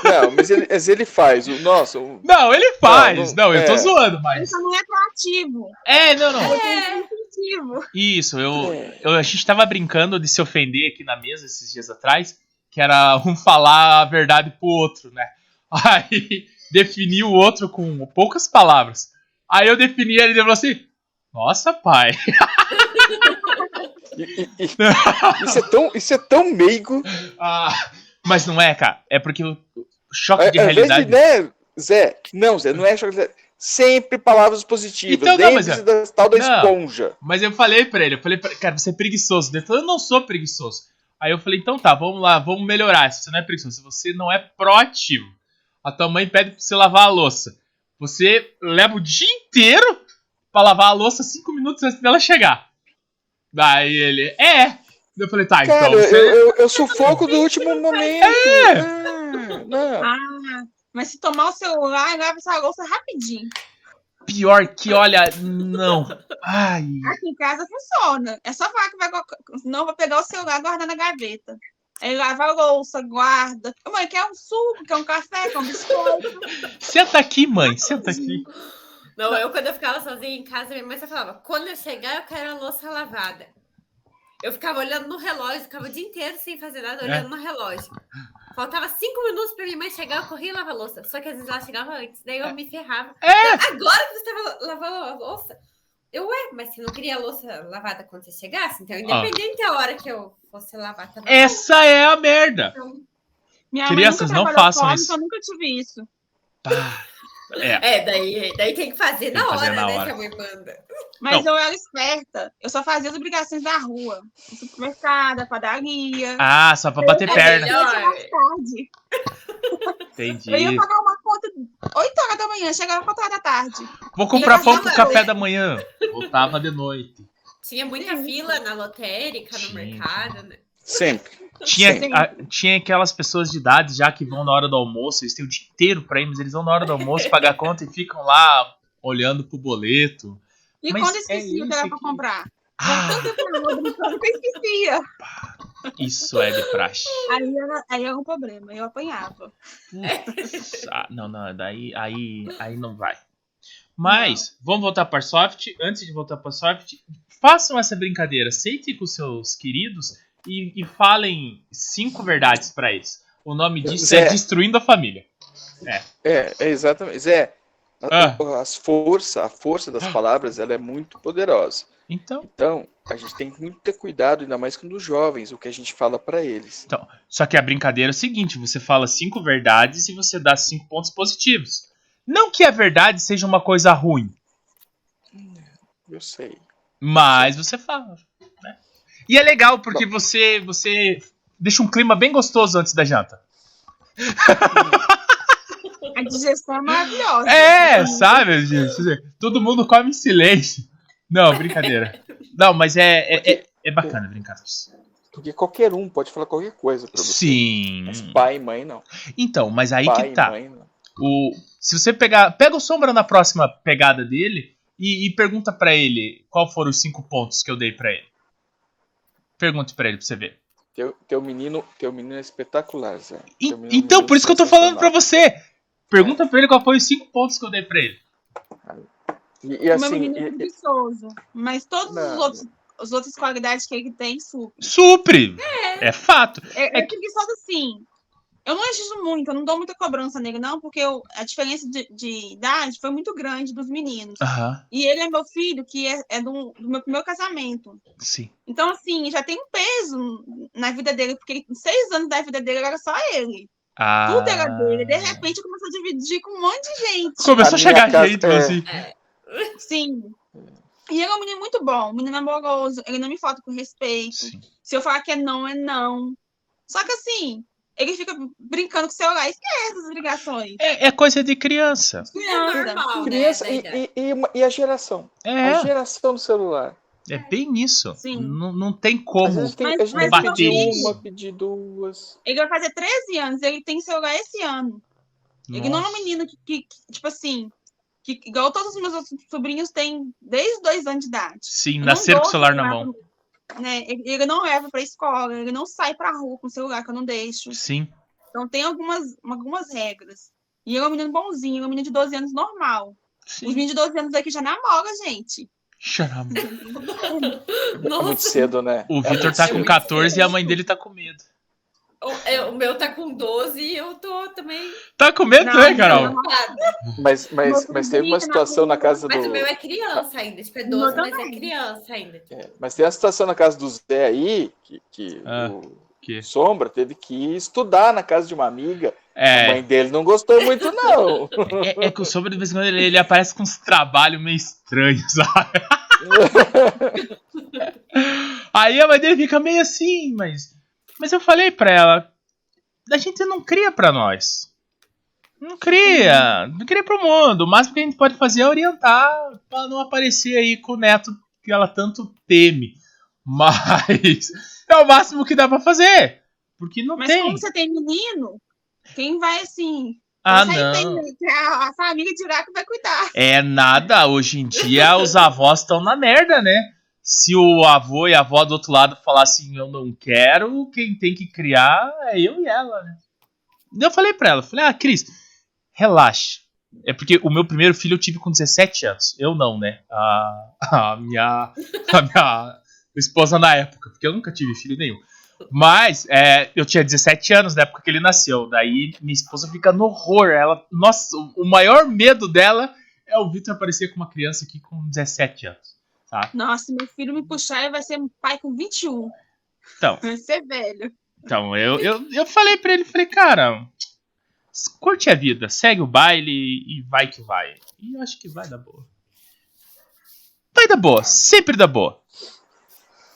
Speaker 5: Não, mas ele, mas ele faz. O, nossa, o-
Speaker 1: Não, ele faz.
Speaker 5: Não,
Speaker 1: Não,
Speaker 5: não-
Speaker 1: eu tô
Speaker 5: é.
Speaker 1: zoando,
Speaker 3: Ele
Speaker 1: mas.
Speaker 3: só não é proativo.
Speaker 1: É, não, não.
Speaker 4: É.
Speaker 3: Instintivo.
Speaker 1: Isso, eu,
Speaker 5: É.
Speaker 1: eu- a gente tava brincando de se ofender aqui na mesa esses dias atrás, que era um falar a verdade pro outro, né? Aí defini o outro com poucas palavras. Aí eu defini ele e ele falou assim: Nossa, pai.
Speaker 5: e- e- e- isso, é tão, isso é tão meigo.
Speaker 1: Ah, mas não é, cara. É porque o o choque de
Speaker 5: É, Ao invés
Speaker 1: realidade.
Speaker 5: de, né, Zé? Não, Zé, não é choque. Zé. Sempre palavras positivas.
Speaker 1: Então não, mas
Speaker 5: Lembre-se da tal da
Speaker 1: não.
Speaker 5: esponja.
Speaker 1: Mas eu falei pra ele, eu falei, pra ele, cara, você é preguiçoso. Ele falou, eu não sou preguiçoso. Aí eu falei, então tá, vamos lá, vamos melhorar. Se você não é preguiçoso, se você não é proativo. A tua mãe pede pra você lavar a louça. Você leva o dia inteiro pra lavar a louça cinco minutos antes dela chegar. Daí ele, é. Eu falei, tá,
Speaker 5: Cara,
Speaker 1: então você. É!
Speaker 5: eu, eu, eu sufoco do último momento. Ah, não.
Speaker 3: Mas se tomar o celular, lava essa louça rapidinho.
Speaker 1: é Pior que, olha, não. Ai.
Speaker 3: Aqui em casa funciona. É só falar que vai. co- Não, vou pegar o celular e guardar na gaveta. Aí lava a louça, guarda. Ô, Mãe, quer um suco, quer um café, quer um biscoito?
Speaker 1: Senta aqui, mãe, senta aqui.
Speaker 4: Não, eu quando eu ficava sozinha em casa, minha mãe só falava: quando eu chegar, eu quero a louça lavada. Eu ficava olhando no relógio, ficava o dia inteiro sem fazer
Speaker 1: É.
Speaker 4: nada, olhando no relógio. Faltava cinco minutos pra minha mãe chegar, eu corria e lavava a louça. Só que às vezes ela chegava antes, daí eu me ferrava.
Speaker 1: É.
Speaker 4: Agora que você estava lavando a louça, eu, ué, mas você não queria a louça lavada quando você chegasse? Então, independente da hora que eu fosse lavar, Então, tava
Speaker 1: Essa é a merda.
Speaker 4: bom.
Speaker 3: Minha
Speaker 1: Crianças, não
Speaker 3: trabalhou
Speaker 1: façam
Speaker 3: fora,
Speaker 1: isso.
Speaker 3: Então eu nunca tive isso.
Speaker 1: Tá. É.
Speaker 4: É, daí, daí tem que
Speaker 1: Tem
Speaker 4: fazer na
Speaker 1: que
Speaker 4: hora,
Speaker 1: fazer na
Speaker 4: né?
Speaker 1: hora.
Speaker 4: Que a mãe manda.
Speaker 3: Mas eu era esperta. Eu só fazia as obrigações da rua. Supermercado, padaria.
Speaker 1: Ah, só pra bater
Speaker 4: É
Speaker 1: perna.
Speaker 3: Eu ia
Speaker 4: melhor.
Speaker 3: mais tarde. Eu ia
Speaker 1: Entendi.
Speaker 3: pagar uma conta 8 horas da manhã, chegava 4 horas da tarde.
Speaker 1: Vou comprar
Speaker 4: Eu
Speaker 1: pão pro
Speaker 4: gastava
Speaker 1: café
Speaker 4: hoje.
Speaker 1: da manhã. Voltava de noite.
Speaker 4: Tinha muita fila na lotérica, no
Speaker 1: Tinha.
Speaker 4: mercado, né?
Speaker 5: Sempre.
Speaker 1: Tinha,
Speaker 5: Sim.
Speaker 1: a- tinha aquelas pessoas de idade já que vão na hora do almoço, eles têm o dia inteiro pra ir, mas eles vão na hora do almoço pagar a conta e ficam lá olhando pro boleto.
Speaker 3: E
Speaker 1: Mas
Speaker 3: quando eu
Speaker 1: é
Speaker 3: esquecia o que
Speaker 1: isso
Speaker 3: era pra
Speaker 1: que-
Speaker 3: comprar?
Speaker 1: Ah,
Speaker 3: Eu nunca esquecia.
Speaker 1: Isso é de praxe.
Speaker 3: Aí era, aí era um problema, eu apanhava.
Speaker 1: Putz, ah, não, não, daí aí, aí não vai. Mas, vamos voltar para Soft. Antes de voltar para Soft, façam essa brincadeira. Seitem com seus queridos e, e falem cinco verdades para eles. O nome disso
Speaker 5: Zé.
Speaker 1: é Destruindo a Família.
Speaker 5: É, é exatamente. Zé, a-
Speaker 1: Ah.
Speaker 5: as força, a força das palavras, ela é muito poderosa.
Speaker 1: Então,
Speaker 5: Então, a gente tem que muito ter cuidado, ainda mais com os jovens, o que a gente fala pra eles.
Speaker 1: Só que a brincadeira é o seguinte: você fala cinco verdades e você dá cinco pontos positivos. Não que a verdade seja uma coisa ruim,
Speaker 5: Eu sei.
Speaker 1: mas você fala. né? E é legal porque você você deixa um clima bem gostoso antes da janta.
Speaker 3: A digestão é maravilhosa.
Speaker 1: É, sabe, gente? Quer dizer, Todo mundo come em silêncio. Não, brincadeira. Não, mas é, é, é, é bacana brincar com isso.
Speaker 5: Porque qualquer um pode falar qualquer coisa pra você.
Speaker 1: Sim.
Speaker 5: Mas pai e mãe não.
Speaker 1: Então, mas aí
Speaker 5: pai
Speaker 1: que tá.
Speaker 5: e mãe não.
Speaker 1: O, se você pegar. Pega o Sombra na próxima pegada dele e, e pergunta pra ele qual foram os cinco pontos que eu dei pra ele. Pergunte pra ele pra você ver.
Speaker 5: Teu, teu menino, teu menino é espetacular, Zé.
Speaker 1: E-
Speaker 5: Teu menino é um
Speaker 1: então,
Speaker 5: menino
Speaker 1: por isso que eu tô falando pra
Speaker 5: sensacional.
Speaker 1: você. Pergunta pra ele qual foi os cinco pontos que eu dei pra ele.
Speaker 5: E, e
Speaker 3: o meu
Speaker 5: assim,
Speaker 3: menino é
Speaker 5: e- e-
Speaker 3: preguiçoso. Mas todas as
Speaker 5: Não.
Speaker 3: outras, as outras qualidades que ele tem, super.
Speaker 1: Supre! É fato.
Speaker 3: É, é preguiçoso sim. Eu não exijo muito, eu não dou muita cobrança nele, não, porque eu- a diferença de, de idade foi muito grande dos meninos.
Speaker 1: Aham,
Speaker 3: E ele é meu filho, que é, é do, do meu primeiro casamento.
Speaker 1: sim.
Speaker 3: Então, assim, já tem um peso na vida dele, porque ele- seis anos da vida dele era só ele.
Speaker 1: Ah,
Speaker 3: Tudo é era dele. De repente começou a dividir com um monte de gente.
Speaker 1: Começou a
Speaker 5: A
Speaker 1: chegar
Speaker 5: minha casa-
Speaker 1: gente,
Speaker 5: é.
Speaker 1: assim.
Speaker 3: Sim. E ele é um menino muito bom, um menino amoroso, ele não me falta com respeito.
Speaker 1: Sim.
Speaker 3: Se eu falar que é não, é não. Só que assim, ele fica brincando com o celular, esquece as ligações.
Speaker 1: É, é coisa de criança.
Speaker 4: É normal,
Speaker 5: criança
Speaker 4: né?
Speaker 5: e,
Speaker 4: da idade.
Speaker 5: e- e uma- e a geração. A
Speaker 1: É,
Speaker 5: geração do celular.
Speaker 1: é bem isso.
Speaker 3: Sim.
Speaker 1: Não, não tem
Speaker 5: Às
Speaker 1: como.
Speaker 5: vezes tem,
Speaker 3: Mas-
Speaker 5: a gente
Speaker 3: mas
Speaker 5: vai pedir
Speaker 1: bater
Speaker 5: uma,
Speaker 3: isso.
Speaker 5: pedir duas. É
Speaker 3: Ele vai fazer 13 anos, ele tem celular esse ano. Ele não é um
Speaker 1: Nossa.
Speaker 3: menino que, que- que, tipo assim, que igual todos os meus outros sobrinhos têm desde dois anos de idade.
Speaker 1: Sim,
Speaker 3: Eu
Speaker 1: nascer
Speaker 3: não
Speaker 1: com o
Speaker 3: dou
Speaker 1: celular na mão.
Speaker 3: pra- Né? Ele, ele não leva pra escola, ele não sai pra rua com o celular, que eu não deixo.
Speaker 1: Sim.
Speaker 3: Então tem algumas, algumas regras. E ele é um menino bonzinho, ele é um menino de 12 anos normal. Os
Speaker 1: Sim.
Speaker 3: meninos de 12 anos aqui já namoram, gente.
Speaker 1: Xarambu.
Speaker 5: É muito
Speaker 4: Nossa,
Speaker 5: cedo, né?
Speaker 1: O
Speaker 5: É
Speaker 1: Vitor
Speaker 5: muito
Speaker 1: tá
Speaker 5: cedo.
Speaker 1: com 14 e a mãe dele tá com medo.
Speaker 4: o- é, o meu tá com 12 e eu tô também.
Speaker 1: Tá com medo,
Speaker 3: Não,
Speaker 1: né, Carol?
Speaker 3: não.
Speaker 4: preocupada.
Speaker 5: Mas, mas,
Speaker 3: Nossa,
Speaker 5: mas teve
Speaker 3: briga
Speaker 5: uma
Speaker 3: na
Speaker 5: situação na
Speaker 3: rua,
Speaker 5: casa do.
Speaker 4: Mas o meu é criança ainda. Tipo, é
Speaker 3: Meu
Speaker 4: 12, mas é
Speaker 3: também.
Speaker 4: criança ainda. tipo,
Speaker 5: é, Mas tem a situação na casa do Zé aí, que, que
Speaker 1: Ah.
Speaker 5: o
Speaker 1: Que-
Speaker 5: Sombra teve que ir estudar na casa de uma amiga. A
Speaker 1: É,
Speaker 5: mãe dele não gostou muito, não.
Speaker 1: é, é que o sobre de vez em quando ele, ele aparece com uns trabalhos meio estranhos, sabe? Aí a mãe dele fica meio assim, mas. Mas eu falei pra ela: a gente não cria pra nós. Não cria. Não cria pro mundo. O máximo que a gente pode fazer é orientar pra não aparecer aí com o neto que ela tanto teme. Mas é o máximo que dá pra fazer. Porque não
Speaker 3: Mas
Speaker 1: tem.
Speaker 3: como você tem menino, quem vai assim.
Speaker 1: Ah,
Speaker 3: você
Speaker 1: não.
Speaker 3: tem- a, a família de Iraque vai cuidar.
Speaker 1: É nada, hoje em dia os avós estão na merda, né? Se o avô e a avó do outro lado falassem eu não quero, quem tem que criar é eu e ela, né? Daí Eu falei pra ela, falei, ah, Cris, relaxa. É porque o meu primeiro filho eu tive com 17 anos. Eu não, né? A, a minha. A minha esposa na época, porque eu nunca tive filho nenhum. Mas é, eu tinha 17 anos na época que ele nasceu. Daí minha esposa fica no horror. Ela, nossa, o- o maior medo dela é o Vitor aparecer com uma criança aqui com 17 anos.
Speaker 3: Nossa, meu filho me puxar, ele vai ser um pai com 21.
Speaker 1: Então.
Speaker 3: Vai ser velho.
Speaker 1: Então, eu, eu, eu falei pra ele, falei, cara, curte a vida, segue o baile e vai que vai. E eu acho que vai dar boa. Vai dar boa, sempre dá boa.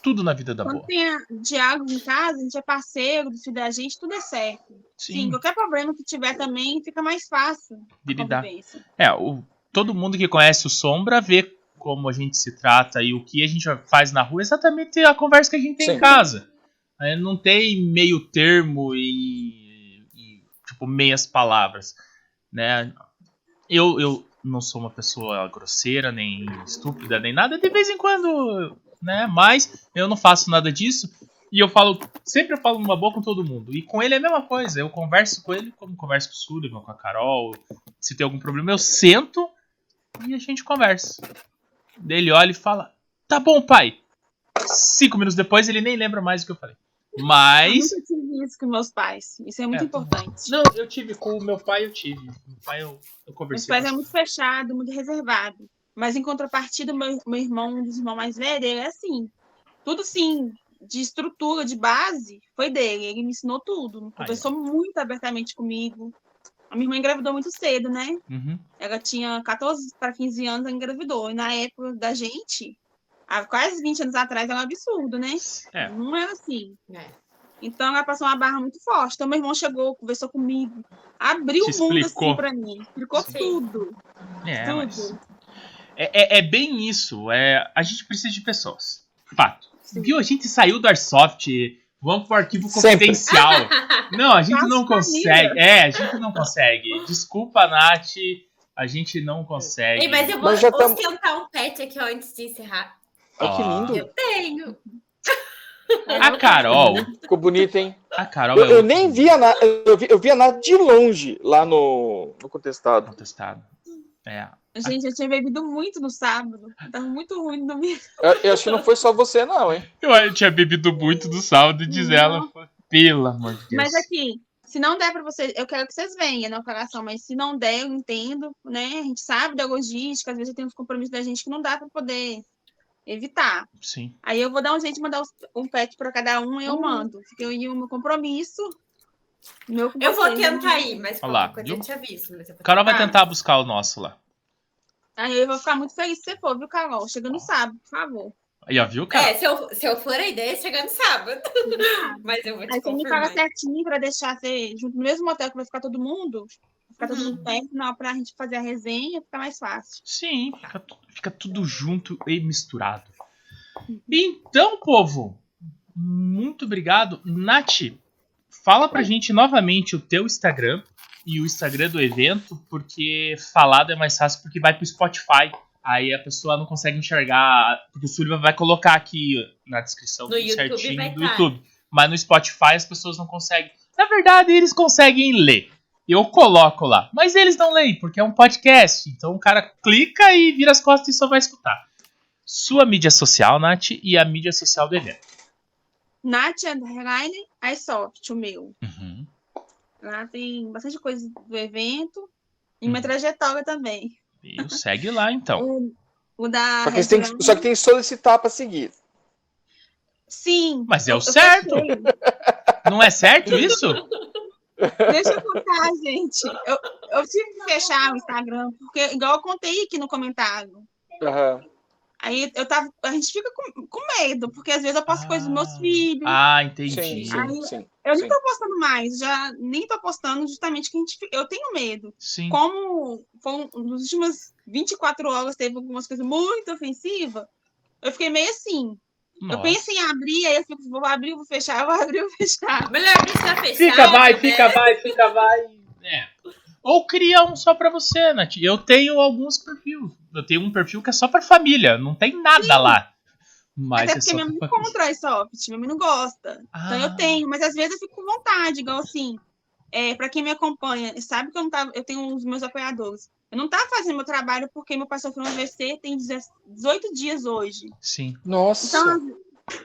Speaker 1: Tudo na vida dá
Speaker 3: Quando
Speaker 1: boa.
Speaker 3: tem a- diálogo em casa, a gente é parceiro, do filho da gente, tudo é certo. Sim,
Speaker 1: Sim,
Speaker 3: qualquer problema que tiver também, fica mais fácil. a
Speaker 1: de lidar.
Speaker 3: convivência.
Speaker 1: É, o, todo mundo que conhece o Sombra vê como a gente se trata e o que a gente faz na rua é exatamente a conversa que a gente tem em
Speaker 5: Sim.
Speaker 1: casa. É, não tem meio termo e, e, tipo, meias palavras, né? Eu, eu não sou uma pessoa grosseira, nem estúpida, nem nada, de vez em quando, né? Mas eu não faço nada disso E eu falo, sempre eu falo numa boa com todo mundo. E com ele é a mesma coisa. Eu converso com ele, como converso com o Sullivan, com a Carol. Se tem algum problema, eu sento e a gente conversa. Daí ele olha e fala: Tá bom, pai. Cinco minutos depois ele nem lembra mais o que eu falei.
Speaker 3: Eu
Speaker 1: Mas.
Speaker 3: nunca tive isso com meus pais. Isso é muito
Speaker 1: É.
Speaker 3: importante.
Speaker 1: Não, eu tive com o meu pai, eu tive. Meu pai, eu, eu
Speaker 3: Meus
Speaker 1: conversei.
Speaker 3: pais é muito fechado, muito reservado. Mas em contrapartida, meu, meu irmão, um dos irmãos mais velhos, ele é assim. Tudo assim, de estrutura, de base, foi dele. Ele me ensinou tudo. Conversou muito abertamente comigo. A minha irmã engravidou muito cedo, né?
Speaker 1: Uhum.
Speaker 3: Ela tinha 14 para 15 anos, ela engravidou. E na época da gente, há quase 20 anos atrás, era um absurdo, né?
Speaker 1: É.
Speaker 3: Não era assim.
Speaker 4: É.
Speaker 3: Então ela passou uma barra muito forte. Então meu irmão chegou, conversou comigo, abriu
Speaker 1: Te
Speaker 3: o mundo
Speaker 1: explicou.
Speaker 3: assim pra mim. Explicou
Speaker 4: Sim.
Speaker 3: tudo.
Speaker 1: É,
Speaker 3: tudo.
Speaker 1: mas- é, é- é bem isso. É, a gente precisa de pessoas. Fato.
Speaker 3: Sim.
Speaker 1: Viu? A gente saiu do Airsoft. Vamos pro arquivo
Speaker 5: Sempre.
Speaker 1: confidencial. Não, a gente
Speaker 3: Nossa,
Speaker 1: não consegue. É, a gente não consegue. Desculpa, Nath. A gente não consegue.
Speaker 4: Ei, mas eu vou
Speaker 5: Mas já tamo-
Speaker 4: ostentar um pet aqui ó, antes de encerrar.
Speaker 5: Olha que
Speaker 1: Ó.
Speaker 5: lindo.
Speaker 4: Tenho.
Speaker 1: A Carol.
Speaker 5: Ficou bonito, hein?
Speaker 1: A Carol
Speaker 5: Eu,
Speaker 1: é
Speaker 5: eu
Speaker 1: outra.
Speaker 5: nem vi a Nath, eu vi, eu vi a Nath de longe lá no, no contestado.
Speaker 1: Contestado. É.
Speaker 3: Gente, eu tinha bebido muito no sábado. Tava muito ruim no domingo.
Speaker 5: Eu, eu acho que não foi só você, não, hein?
Speaker 1: Eu, eu tinha bebido muito do saldo, diz
Speaker 3: Não.
Speaker 1: ela. Pelo amor de Deus.
Speaker 3: Mas é aqui, se não der pra vocês, eu quero que vocês venham na operação, mas se não der, eu entendo, né? A gente sabe da logística, às vezes tem uns compromissos da gente que não dá pra poder evitar.
Speaker 1: Sim.
Speaker 3: Aí eu vou dar um jeito de mandar os- um pet para cada um
Speaker 4: Hum.
Speaker 3: e eu mando. Porque eu ia o meu compromisso. Meu com
Speaker 4: Eu vou
Speaker 3: vocês, né?
Speaker 4: tentar ir, mas
Speaker 1: Olha lá,
Speaker 4: qualquer coisa
Speaker 1: viu?
Speaker 4: eu te aviso. Mas eu vou
Speaker 1: Carol vai
Speaker 3: Tá.
Speaker 1: tentar buscar o nosso lá.
Speaker 3: Aí eu vou ficar muito feliz se você for, viu, Carol? Chega no sábado, por favor.
Speaker 1: Aí, ó, viu, Carol?
Speaker 4: É, se eu, se eu for a ideia é chegar no sábado. Mas eu vou te
Speaker 3: Aí você me paga
Speaker 4: confirmar.
Speaker 3: certinho para deixar você junto no mesmo hotel que vai ficar todo mundo. Ficar todo mundo perto, na hora pra gente fazer a resenha, fica mais fácil.
Speaker 1: Sim, fica, tu- fica tudo junto e misturado. Então, povo, muito obrigado. Nath, fala pra gente novamente o teu Instagram e o Instagram do evento, porque falado é mais fácil porque vai pro Spotify. Aí a pessoa não consegue enxergar, porque o Sullivan vai colocar aqui na descrição
Speaker 4: No
Speaker 1: tudo
Speaker 4: YouTube
Speaker 1: certinho
Speaker 4: vai
Speaker 1: do
Speaker 4: tá.
Speaker 1: YouTube. Mas no Spotify as pessoas não conseguem. Na verdade, eles conseguem ler. Eu coloco lá. Mas eles não leem, porque é um podcast. Então o cara clica e vira as costas e só vai escutar. Sua mídia social, Nath, e a mídia social do evento.
Speaker 3: Nath Underline, aí soft, o meu.
Speaker 1: Uhum.
Speaker 3: Lá tem bastante coisa do evento. E minha
Speaker 1: Uhum.
Speaker 3: trajetória também.
Speaker 1: E o segue lá, então.
Speaker 3: O, o da.
Speaker 5: Só que, eles têm
Speaker 3: Red
Speaker 5: que-
Speaker 3: Line-
Speaker 5: só que tem que solicitar pra seguir.
Speaker 3: Sim.
Speaker 1: Mas é o
Speaker 3: eu
Speaker 1: certo.
Speaker 3: postei.
Speaker 1: Não é certo isso?
Speaker 3: Deixa eu contar, gente. Eu, eu tive que fechar o Instagram, porque, igual eu contei aqui no comentário.
Speaker 5: Aham.
Speaker 3: Aí eu tava. A gente fica com, com medo, porque às vezes eu posto
Speaker 1: Ah.
Speaker 3: coisas dos meus filhos.
Speaker 1: Ah,
Speaker 5: Sim,
Speaker 1: entendi.
Speaker 5: sim, sim.
Speaker 3: eu
Speaker 5: sim.
Speaker 3: nem tô postando mais, já nem tô postando justamente que a gente. fi- Eu tenho medo.
Speaker 1: Sim.
Speaker 3: Como foi um- nas últimas 24 horas teve algumas coisas muito ofensivas, eu fiquei meio assim. Eu
Speaker 1: Nossa.
Speaker 3: penso em abrir, aí eu fico, vou abrir, vou fechar, vou abrir, vou fechar.
Speaker 4: Melhor deixar
Speaker 3: é
Speaker 4: fechado.
Speaker 1: Fica, vai,
Speaker 4: né?
Speaker 1: fica, vai, fica, vai. É. Ou cria um só pra você, Nath. Eu tenho alguns perfis. Eu tenho um perfil que é só pra família. Não tem nada lá. Mas
Speaker 3: Até
Speaker 1: é
Speaker 3: porque
Speaker 1: só
Speaker 3: minha mãe
Speaker 1: pra
Speaker 3: não
Speaker 1: família.
Speaker 3: compra a soft, minha mãe não gosta. Então eu
Speaker 1: Ah.
Speaker 3: tenho, mas às vezes eu fico com vontade, igual assim. É, para quem me acompanha, sabe que eu não tava, eu tenho os meus apoiadores. Eu não tava fazendo meu trabalho porque meu pai sofreu um AVC tem 10 18 dias hoje.
Speaker 1: Sim.
Speaker 5: Nossa.
Speaker 3: Então,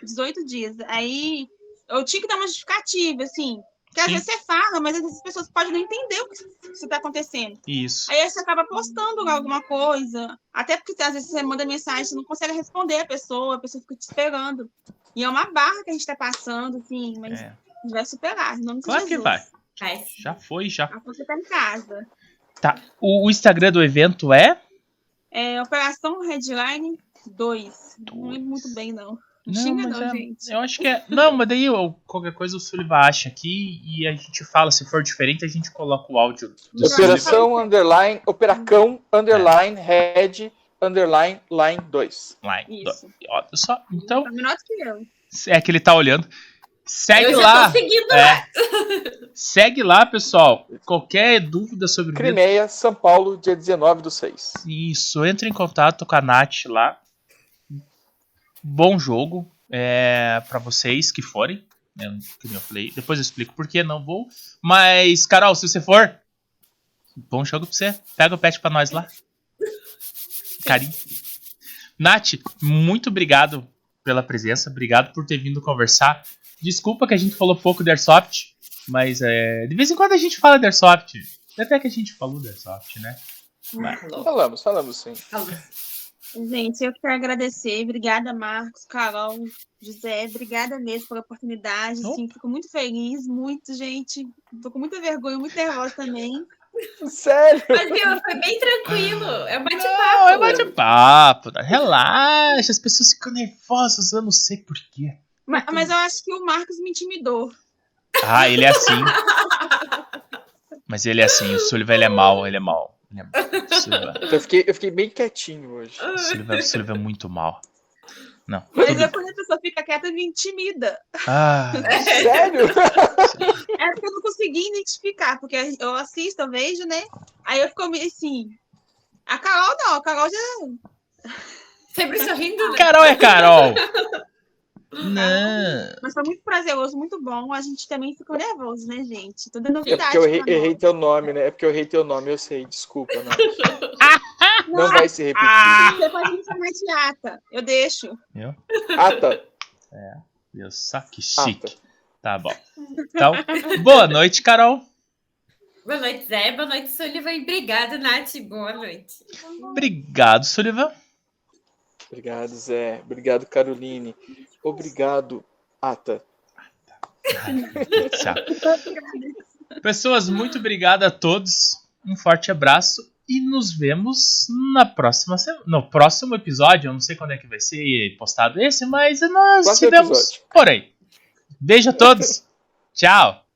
Speaker 3: 18 dias. Aí eu tinha que dar uma justificativa, assim. Porque às
Speaker 1: Sim.
Speaker 3: vezes você fala, mas às vezes as pessoas podem não entender o que está acontecendo.
Speaker 1: Isso.
Speaker 3: Aí você acaba postando alguma coisa. Até porque às vezes você manda mensagem, você não consegue responder a pessoa, a pessoa fica te esperando. E é uma barra que a gente tá passando, assim, mas
Speaker 1: É.
Speaker 3: a gente vai superar. Em nome de
Speaker 1: Claro que
Speaker 3: Jesus.
Speaker 1: vai.
Speaker 4: Vai.
Speaker 1: Já foi, já.
Speaker 3: A você tá em casa.
Speaker 1: Tá. O, o Instagram do evento é?
Speaker 3: É, Operação Redline 2. Não lembro muito bem, não. Não, xinga,
Speaker 1: mas
Speaker 3: não,
Speaker 1: é-
Speaker 3: gente.
Speaker 1: Eu acho que é. Não, mas daí eu- qualquer coisa o Sullivan acha aqui e a gente fala. Se for diferente, a gente coloca o áudio. do
Speaker 3: Operação-
Speaker 1: Sullivan.
Speaker 5: Operação underline, operacão
Speaker 1: É.
Speaker 5: underline, head underline, line 2.
Speaker 1: Online.
Speaker 3: Isso.
Speaker 1: Ó, só- Então,
Speaker 3: Tá menor do que eu.
Speaker 1: é que ele tá olhando. Segue
Speaker 4: eu
Speaker 1: lá.
Speaker 4: já tô seguindo
Speaker 1: É.
Speaker 4: lá.
Speaker 1: Segue lá, pessoal. Qualquer dúvida sobre o evento,
Speaker 5: Crimeia, São Paulo, dia 19 do 6.
Speaker 1: isso, entre em contato com a Nath lá. Bom jogo. é, para vocês que forem. né, que nem eu falei. Depois eu explico por que não vou. Mas, Carol, se você for, bom jogo pra você. Pega o pet pra nós lá. Carinho. Nath, muito obrigado pela presença. Obrigado por ter vindo conversar. Desculpa que a gente falou pouco de Airsoft, mas é, de vez em quando a gente fala de Airsoft. Até que a gente falou de Airsoft, né?
Speaker 5: Falamos, falamos sim.
Speaker 3: Gente, eu quero agradecer. Obrigada, Marcos, Carol, José. Obrigada mesmo pela oportunidade.
Speaker 1: Opa.
Speaker 3: Sim, fico muito feliz, muito, gente. Tô com muita vergonha, muito nervosa também.
Speaker 5: Sério?
Speaker 4: Mas, viu, foi bem tranquilo. É um bate-papo.
Speaker 1: Não, é bate-papo. tá? Relaxa, as pessoas ficam nervosas, eu não sei porquê.
Speaker 3: Ma- Mas eu acho que o Marcos me intimidou.
Speaker 1: Ah, ele é assim. Mas ele é assim, o Sullivan ele é mal, ele é mal. Ele é mau. O Sullivan,
Speaker 5: Eu fiquei, eu fiquei bem quietinho hoje.
Speaker 1: o Sullivan, o Sullivan é muito mal. Não.
Speaker 5: é.
Speaker 3: Mas eu, quando a pessoa fica quieta, me intimida.
Speaker 1: Ah,
Speaker 5: Sério?
Speaker 3: É porque eu não consegui identificar, porque eu assisto, eu vejo, né? Aí eu fico meio assim. A Carol não, a Carol já. é
Speaker 4: Sempre sorrindo, né?
Speaker 1: Carol é Carol. Não.
Speaker 3: Mas foi muito prazeroso, muito bom. A gente também ficou nervoso, né, gente? Tudo é
Speaker 5: É
Speaker 3: novidade.
Speaker 5: porque eu errei,
Speaker 3: pra nós.
Speaker 5: errei teu nome, né? É porque eu errei teu nome, eu sei. Desculpa, não. Não vai se repetir.
Speaker 3: Depois a gente chama de ata. Eu deixo.
Speaker 5: Ata.
Speaker 1: Meu, só que
Speaker 5: Ata.
Speaker 1: chique. Tá bom. Então, boa noite, Carol.
Speaker 4: Boa noite, Zé. Boa noite, Sullivan. Obrigada, Nath. Boa noite.
Speaker 1: Obrigado, Sullivan.
Speaker 5: Obrigado, Zé. Obrigado, Caroline. Obrigado, Ata.
Speaker 1: Tchau. Pessoas, muito obrigado a todos. Um forte abraço e nos vemos na próxima semana. No próximo episódio, eu não sei quando é que vai ser postado esse, mas nós
Speaker 5: Próximo
Speaker 1: tivemos
Speaker 5: episódio.
Speaker 1: por aí. Beijo a todos. Tchau.